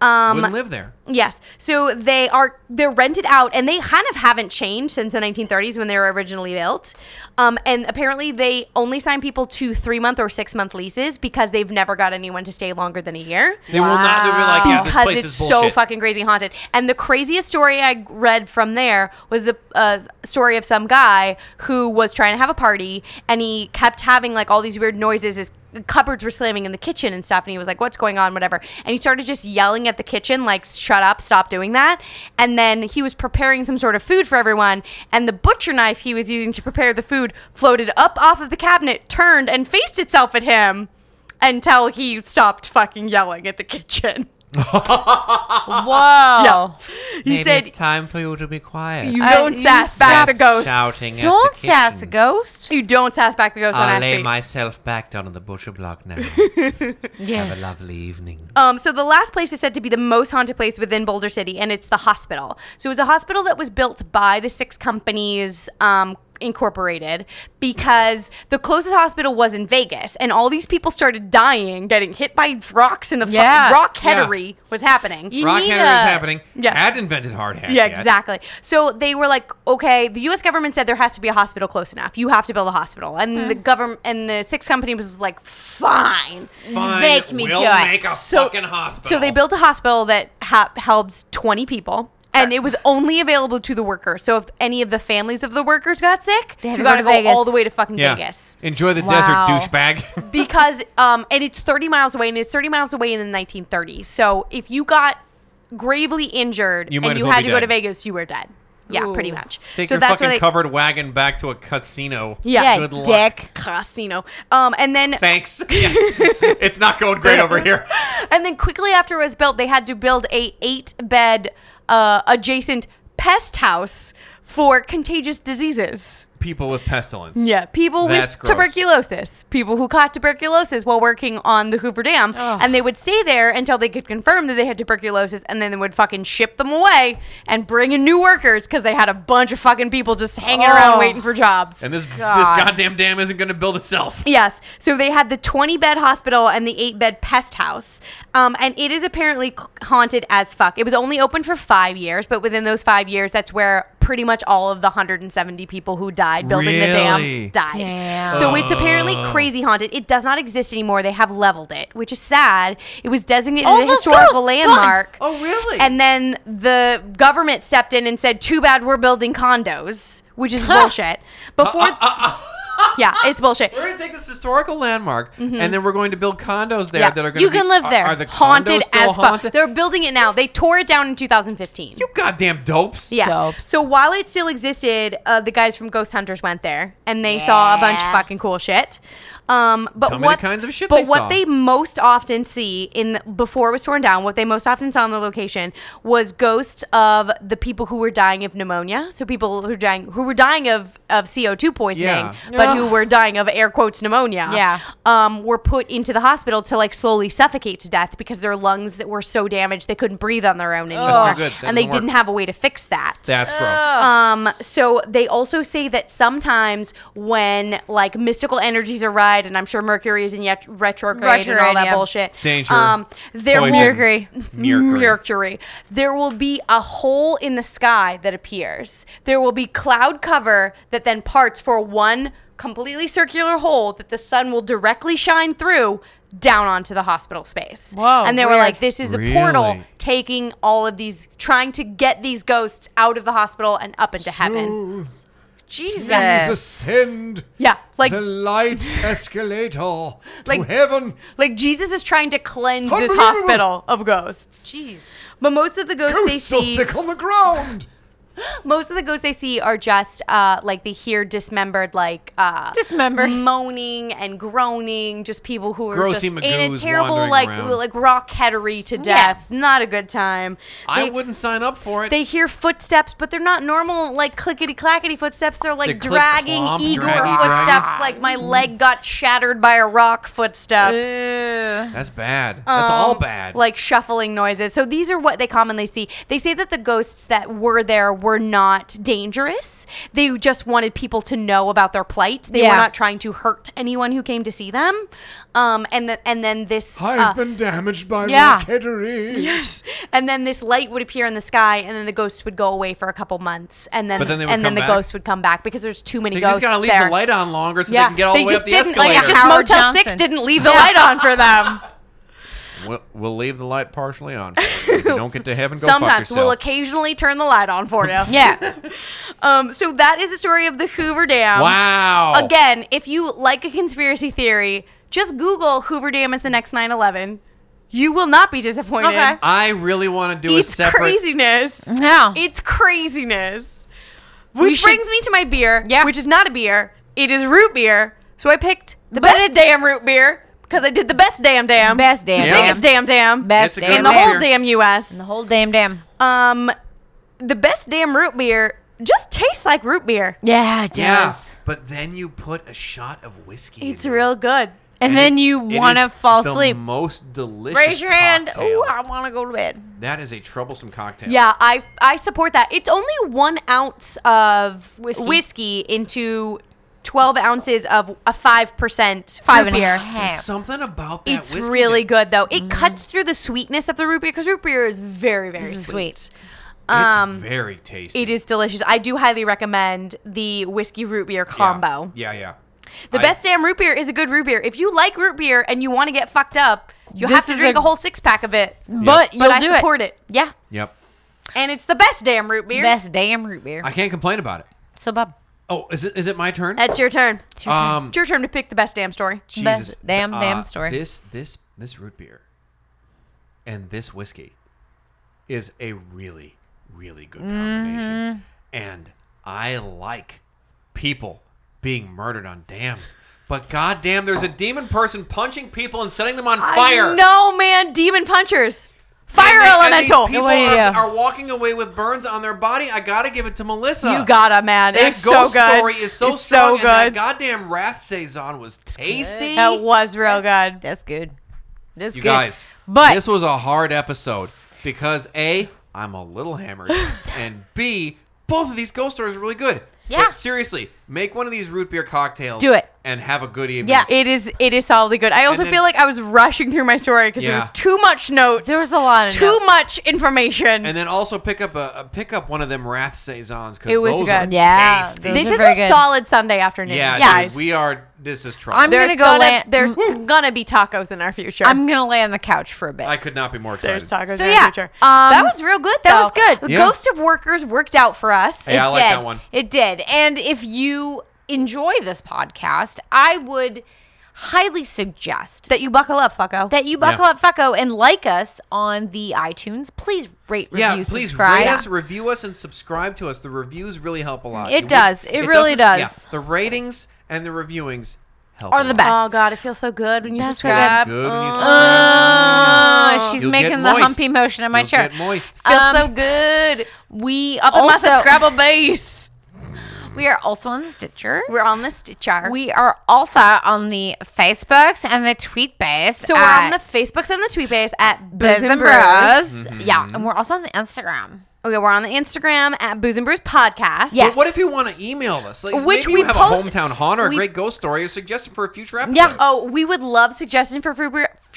S3: Um,
S4: Wouldn't live there.
S3: Yes. So they are they're rented out, and they kind of haven't changed since the 1930s when they were originally built. Um, and apparently, they only sign people to three month or six month leases because they've never got anyone to stay longer than a year.
S4: They will not. They'll be like, yeah, this
S3: Because
S4: place
S3: it's
S4: is
S3: so
S4: bullshit.
S3: fucking crazy haunted. And the craziest story I read from there was the uh, story of some guy who was trying to have a party and he kept having like all these weird noises. His cupboards were slamming in the kitchen and stuff. And he was like, what's going on? Whatever. And he started just yelling at the kitchen, like, shut up, stop doing that. And then he was preparing some sort of food for everyone. And the butcher knife he was using to prepare the food floated up off of the cabinet, turned, and faced itself at him. Until he stopped fucking yelling at the kitchen.
S2: Whoa.
S3: He said,
S4: time for you to be quiet.
S3: "You
S2: Uh,
S3: don't
S2: you
S3: sass
S2: stop
S3: back the ghost.
S2: Don't sass a ghost.
S3: You don't sass back the ghost on Ash Street."
S4: myself back down on the butcher block now. Have a lovely evening.
S3: um, so the last place is said to be the most haunted place within Boulder City, and it's the hospital. So it's a hospital that was built by the six companies. Um, Incorporated because the closest hospital was in Vegas, and all these people started dying, getting hit by rocks, and the
S2: Yeah.
S3: fucking rock headery was happening.
S2: You
S4: Rock
S2: need
S4: Henry
S2: a-
S4: was happening.
S3: Yes.
S4: Had invented hard hats.
S3: Yeah,
S4: yet.
S3: exactly. So they were like, okay, the U.S. government said there has to be a hospital close enough. You have to build a hospital, and
S2: Hmm.
S3: the government and the six company was like, fine.
S4: Fine,
S2: Make me
S4: we'll
S2: do it.
S4: make a
S3: So-
S4: fucking hospital.
S3: So they built a hospital that ha- helps 20 people. And it was only available to the workers. So if any of the families of the workers got sick,
S2: They
S3: you
S2: had to
S3: got
S2: go
S3: to
S2: to
S3: go
S2: Vegas.
S3: all the way to fucking
S4: yeah.
S3: Vegas
S4: Enjoy the
S2: Wow.
S4: desert, douchebag.
S3: because um, and it's 30 miles away, and it's 30 miles away in the 1930s. So if you got gravely injured
S4: You might
S3: and
S4: as
S3: you
S4: well
S3: had
S4: be
S3: to go to
S4: dead.
S3: Vegas, you were dead. Yeah,
S2: Ooh.
S3: pretty much.
S4: Take
S3: so
S4: your
S3: that's where
S4: fucking
S3: they
S4: covered wagon back to a casino.
S3: Yeah.
S2: Yeah,
S4: Good luck.
S2: dick.
S3: casino. Um, and then
S4: Thanks. Yeah. it's not going great over here.
S3: and then quickly after it was built, they had to build a eight bed uh, adjacent pest house for contagious diseases.
S4: people with pestilence.
S3: Yeah, people
S4: That's
S3: with
S4: gross.
S3: tuberculosis, people who caught tuberculosis while working on the Hoover Dam, and they would stay there until they could confirm that they had tuberculosis, and then they would fucking ship them away and bring in new workers because they had a bunch of fucking people just hanging
S2: Oh.
S3: around waiting for jobs.
S4: And this
S2: God.
S4: this goddamn dam isn't going to build itself.
S3: Yes. So they had the 20 bed hospital and the 8 bed pest house. Um, and it is apparently c- haunted as fuck. It was only open for five years, but within those five years, that's where pretty much all of the 170 people who died building the
S4: Really?
S3: dam
S4: Oh.
S3: died.
S2: Damn.
S3: So it's apparently crazy haunted. It does not exist anymore. They have leveled it, which is sad. It was designated
S2: All
S3: a
S2: those
S3: historical
S2: ghosts gone.
S3: landmark.
S4: Oh, really?
S3: And then the government stepped in and said, too bad we're building condos, which is bullshit. Before.
S4: Uh,
S3: yeah, it's bullshit.
S4: We're going to take this historical landmark, and then we're going to build condos
S3: Mm-hmm.
S4: there
S3: Yeah.
S4: that are going to
S2: You can live there.
S4: Are, the
S3: haunted
S4: condos still
S3: as fuck.
S4: haunted?
S3: They're building it now. They tore it down in 2015.
S4: you goddamn dopes.
S3: yeah.
S2: Dope.
S3: So while it still existed, uh, the guys from Ghost Hunters went there and they saw a bunch of
S2: Yeah.
S3: fucking cool shit. Um, but
S4: Tell me the
S3: what
S4: kinds of shit
S3: But
S4: they
S3: what
S4: saw.
S3: they most often see in the, before it was torn down, what they most often saw in the location was ghosts of the people who were dying of pneumonia. So people who were dying who were dying of of CO two poisoning,
S4: Yeah.
S3: but who
S2: Ugh.
S3: were dying of air quotes pneumonia.
S2: Yeah.
S3: um, were put into the hospital to like slowly suffocate to death because their lungs were so damaged they couldn't breathe on their own anymore,
S4: not good. That
S3: and they
S4: doesn't
S3: didn't
S4: work.
S3: have a way to fix that.
S4: That's gross.
S3: Um, so they also say that sometimes when like mystical energies are right, and I'm sure Mercury is in yet retrograde, and all
S2: Retrograde,
S3: that
S2: yeah.
S3: bullshit.
S4: Danger.
S3: Um, there
S4: Poison.
S3: will
S2: Mercury.
S4: Mercury.
S3: Mercury. There will be a hole in the sky that appears. There will be cloud cover that then parts for one completely circular hole that the sun will directly shine through down onto the hospital space.
S2: Whoa,
S3: And they were
S2: weird.
S3: like, this is a portal
S4: Really?
S3: taking all of these, trying to get these ghosts out of the hospital and up into heaven.
S2: Jesus.
S1: Ascend
S3: Yeah, like
S1: light escalator
S3: Like-
S1: heaven.
S3: like Jesus is trying to cleanse this
S1: Unbelievable.
S3: hospital of ghosts.
S2: Jeez.
S3: But most of the ghosts, they
S1: Ghosts are
S3: see
S1: on the ground.
S3: most of the ghosts they see are just uh, like they hear dismembered, like uh,
S2: Dismembered.
S3: moaning and groaning, just people who are
S4: Grossy
S3: just in a
S4: magoos
S3: terrible
S4: wandering
S3: like
S4: around.
S3: l- like rockheadery to death. Not a good time.
S4: I
S3: They-
S4: wouldn't sign up for it.
S3: They hear footsteps, but they're not normal, like clickety clackety footsteps. They're like
S4: They click
S3: dragging
S4: clomp,
S3: Igor
S4: draggy,
S3: footsteps,
S4: draggy.
S3: like my leg got shattered by a rock footsteps.
S4: That's bad. That's all
S3: Um,
S4: bad.
S3: Like shuffling noises. So these are what they commonly see. They say that the ghosts that were there were not dangerous. They just wanted people to know about their plight. They were
S2: Yeah.
S3: not trying to hurt anyone who came to see them. Um, and the, and then this uh,
S1: been damaged by
S2: yeah.
S1: rocketry.
S3: yes, and then this light would appear in the sky, and then the ghosts would go away for a couple months, and then
S4: But then they would
S3: and then
S4: come
S3: the
S4: back?
S3: ghosts would come back because there's too many
S4: they
S3: ghosts
S4: just gotta leave
S3: there.
S4: the light on longer so
S2: Yeah.
S4: they can get all
S3: they
S4: the way up
S3: just
S4: the
S3: didn't
S4: escalator.
S3: like just
S2: Howard
S3: Motel Six
S2: Johnson.
S3: didn't leave the light on for them.
S4: We'll, we'll leave the light partially on. If you don't get to heaven, go
S3: Sometimes
S4: fuck
S3: we'll
S4: yourself.
S3: occasionally turn the light on for you.
S2: Yeah.
S3: Um, so that is the story of the Hoover Dam.
S4: wow.
S3: Again, if you like a conspiracy theory, just Google Hoover Dam is the next 9 11. You will not be disappointed.
S2: Okay.
S4: I really want to do a
S3: It's
S4: separate.
S3: craziness.
S2: Yeah.
S3: It's craziness.
S2: We
S3: Which
S2: should-
S3: brings me to my beer,
S2: Yeah.
S3: which is not a beer. It is root beer. So I picked the best damn root beer because I did the best damn damn.
S2: Best damn
S4: Yeah.
S2: damn.
S3: Biggest damn damn.
S2: Best
S4: It's a good
S2: damn
S3: In the
S4: root
S2: damn.
S3: whole
S4: beer.
S3: damn U.S.
S2: The whole damn damn.
S3: Um, the best damn root beer just tastes like root beer.
S2: Yeah, it does.
S4: Yeah. But then you put a shot of whiskey.
S3: It's
S4: in it.
S3: real good.
S2: And,
S4: And
S2: then
S4: it-
S2: you
S4: it
S2: want to
S4: is
S2: fall
S4: the
S2: asleep.
S4: Most delicious.
S2: Raise your hand.
S4: cocktail.
S2: Oh, I want to go to bed.
S4: That is a troublesome cocktail.
S3: Yeah, I I support that. It's only one ounce of whiskey,
S2: Whiskey.
S3: into twelve ounces of a five percent
S2: Five
S3: root
S2: and a
S3: beer.
S4: There's
S2: half. Mm-hmm.
S4: something about that
S3: It's
S4: whiskey.
S3: really good
S4: that-
S3: though. It cuts through the sweetness of the root beer because root beer is very very
S2: This is
S3: sweet.
S2: sweet.
S4: It's
S3: Um,
S4: very tasty.
S3: It is delicious. I do highly recommend the whiskey root beer
S4: Yeah.
S3: combo.
S4: Yeah, yeah.
S3: The
S4: I-
S3: best damn root beer is a good root beer. If you like root beer and you want to get fucked up, you
S2: This
S3: have to
S2: is
S3: drink a,
S2: a-
S3: whole six pack of it.
S2: But you'll
S3: But I
S2: do
S3: support it.
S2: Yeah.
S4: Yep.
S3: And it's the best damn root beer.
S2: Best damn root beer.
S4: I can't complain about it.
S2: so, Bob.
S4: Oh, is it is it my turn?
S3: That's your turn. It's your,
S4: Um,
S3: turn. It's your turn to pick the best damn story.
S2: Best
S4: Jesus.
S2: damn,
S4: Uh,
S2: damn story.
S4: This this this root beer and this whiskey is a really really good combination,
S3: Mm-hmm.
S4: and I like people being murdered on dams. But goddamn, there's a demon person punching people and setting them on fire.
S3: No, man. Demon punchers. Fire
S4: And they- and these
S3: elemental.
S4: people
S2: What do you
S4: are,
S2: do?
S4: are walking away with burns on their body. I gotta give it to Melissa.
S3: You gotta man.
S4: that
S3: it's
S4: ghost
S3: so good.
S4: story is so
S3: it's
S4: strong,
S3: so
S4: and that
S3: good.
S4: goddamn wrath saison was tasty.
S3: That was real good.
S2: That's good. That's
S4: You
S2: good.
S4: guys,
S2: But-
S4: this was a hard episode because a I'm a little hammered, and b both of these ghost stories are really good.
S2: Yeah.
S4: But seriously, make one of these root beer cocktails.
S2: Do it.
S4: and have a good evening.
S2: Yeah.
S3: It is it is solidly good. I also
S4: then-
S3: feel like I was rushing through my story because
S4: Yeah.
S3: there was too much notes.
S2: There was a lot of
S3: too
S2: notes.
S3: much information.
S4: And then also pick up a, a pick up one of them wrath saisons because
S3: It was
S4: those
S3: good.
S4: are
S2: Yeah,
S4: tasty.
S2: those
S3: this
S2: are
S3: is
S2: very
S3: a
S2: good.
S3: solid Sunday afternoon.
S4: yeah, dude,
S2: guys.
S4: we are. This is trouble.
S2: I'm
S3: There's
S2: gonna go
S3: gonna,
S2: land-
S3: there's gonna be tacos in our future.
S2: I'm gonna lay on the couch for a bit.
S4: I could not be more excited.
S3: there's tacos
S2: So
S3: in
S2: yeah,
S3: our future.
S2: um,
S3: that was real good. Though.
S2: that was good.
S3: The
S4: Yeah.
S3: Ghost of Workers worked out for us.
S4: Hey, I
S2: It
S4: like
S2: did.
S4: that one.
S2: It did. And if you enjoy this podcast, I would highly suggest
S3: that you buckle up, fucko.
S2: that you buckle
S4: Yeah.
S2: up, fucko, and like us on the iTunes. Please rate, review,
S4: yeah, please
S2: subscribe.
S4: rate us, review us, and subscribe to us. The reviews really help a lot.
S2: It does. It really
S4: doesn't-
S2: does.
S4: yeah, the ratings and the reviewings help.
S2: Are
S4: a
S2: the
S4: lot.
S2: best.
S3: oh god, it feels so good when you
S2: That's so
S3: subscribe.
S4: Good when you
S2: Uh, she's
S4: You'll get
S2: making the
S4: moist.
S2: humpy motion in my
S4: You'll
S2: chair.
S4: Get moist.
S3: Feels
S2: Um,
S3: so good.
S2: We
S3: Up in my
S2: also
S3: subscriber base.
S2: we are also on Stitcher.
S3: We're on the Stitcher.
S2: We are also on the Facebooks and the tweet base.
S3: so we're on
S2: at
S3: the Facebooks and the tweet base at
S2: Booze
S3: Booze
S2: and
S3: Bros.
S2: Bros.
S4: Mm-hmm.
S2: Yeah, and we're also on the Instagram.
S3: Okay, we're on the Instagram at Booze and Brews Podcast.
S2: Yes.
S4: But what if you want to email us? Like,
S3: Which
S4: maybe you
S3: we
S4: have
S3: post-
S4: a hometown haunt or a
S3: we-
S4: great ghost story or suggestion for a future episode.
S2: Yeah.
S3: Oh, we would love suggestions for fu-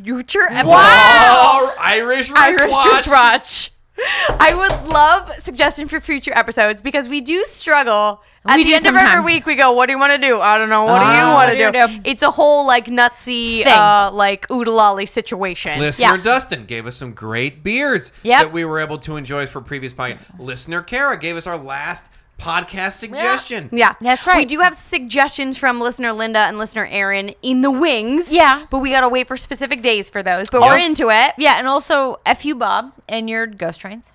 S3: future episodes.
S4: Oh, Irish
S3: Irish
S4: wristwatch.
S3: wristwatch. I would love suggestions for future episodes because we do struggle. At
S2: We
S3: the
S2: do
S3: end of every
S2: sometimes.
S3: week, we go, "What do you want to do? I don't know. What
S2: Ah.
S3: do you
S2: What
S3: want
S2: do
S3: to
S2: you
S3: do?
S2: do?
S3: It's a whole like nutsy,
S2: Thing.
S3: uh, like oodalolly situation.
S4: Listener
S2: Yeah.
S4: Dustin gave us some great beers
S2: Yep.
S4: that we were able to enjoy for previous podcast. Listener Kara gave us our last podcast suggestion.
S3: Yeah,
S2: That's
S3: We
S2: right.
S3: do have suggestions from listener Linda and listener Aaron in the wings.
S2: Yeah.
S3: but we gotta wait for specific days for those. But we're
S2: Yes.
S3: into it.
S2: Yeah, and also F you Bob and your ghost trains.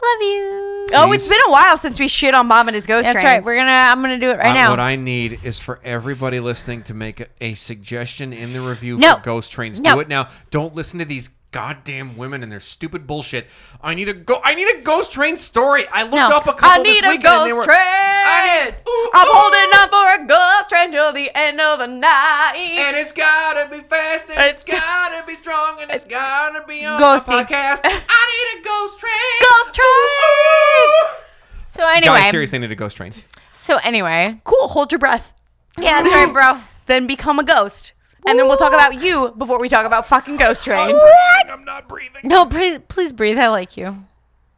S2: Love you.
S3: Oh, it's been a while since we shit on Bob and his ghost.
S2: That's
S3: trains.
S2: right. We're gonna I'm gonna do it right
S4: Uh,
S2: now.
S4: What I need is for everybody listening to make a, a suggestion in the review
S2: No.
S4: for ghost trains.
S2: No.
S4: Do it now. Don't listen to these goddamn women and their stupid bullshit. I need a go. I need a ghost train story. I looked
S2: No.
S4: up a couple
S3: I need a
S4: this weekend and they
S3: ghost
S4: were-
S3: train.
S4: I need- Ooh,
S3: I'm
S4: ooh.
S3: holding on for a ghost train till the end of the night.
S4: And it's gotta be fast, and
S3: It's
S4: it's gotta be strong, and it's gotta be on
S2: Ghosty.
S4: my podcast. I need a ghost train.
S3: ghost train.
S2: so anyway.
S4: Guys, seriously, I need a ghost train.
S2: So anyway.
S3: Cool. Hold your breath.
S2: Yeah, that's right, bro.
S3: Then become a ghost. And then we'll talk about you before we talk about fucking ghost trains.
S4: I'm not breathing.
S2: No, please, please breathe. I like you.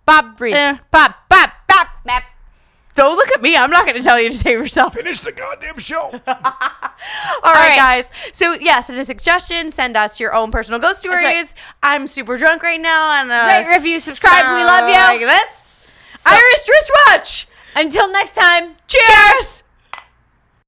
S2: Bob, breathe.
S3: Eh.
S2: Bob, Bob, Bob, Bob.
S3: Don't look at me. I'm not going to tell you to save yourself.
S4: Finish the goddamn show.
S3: All right,
S2: right.
S3: guys. So, yeah, send a suggestion. Send us your own personal ghost stories.
S2: That's right.
S3: I'm super drunk right now. And uh,
S2: Rate, review, subscribe. We love you.
S3: Like this. Irish wristwatch.
S2: Until next time.
S3: Cheers.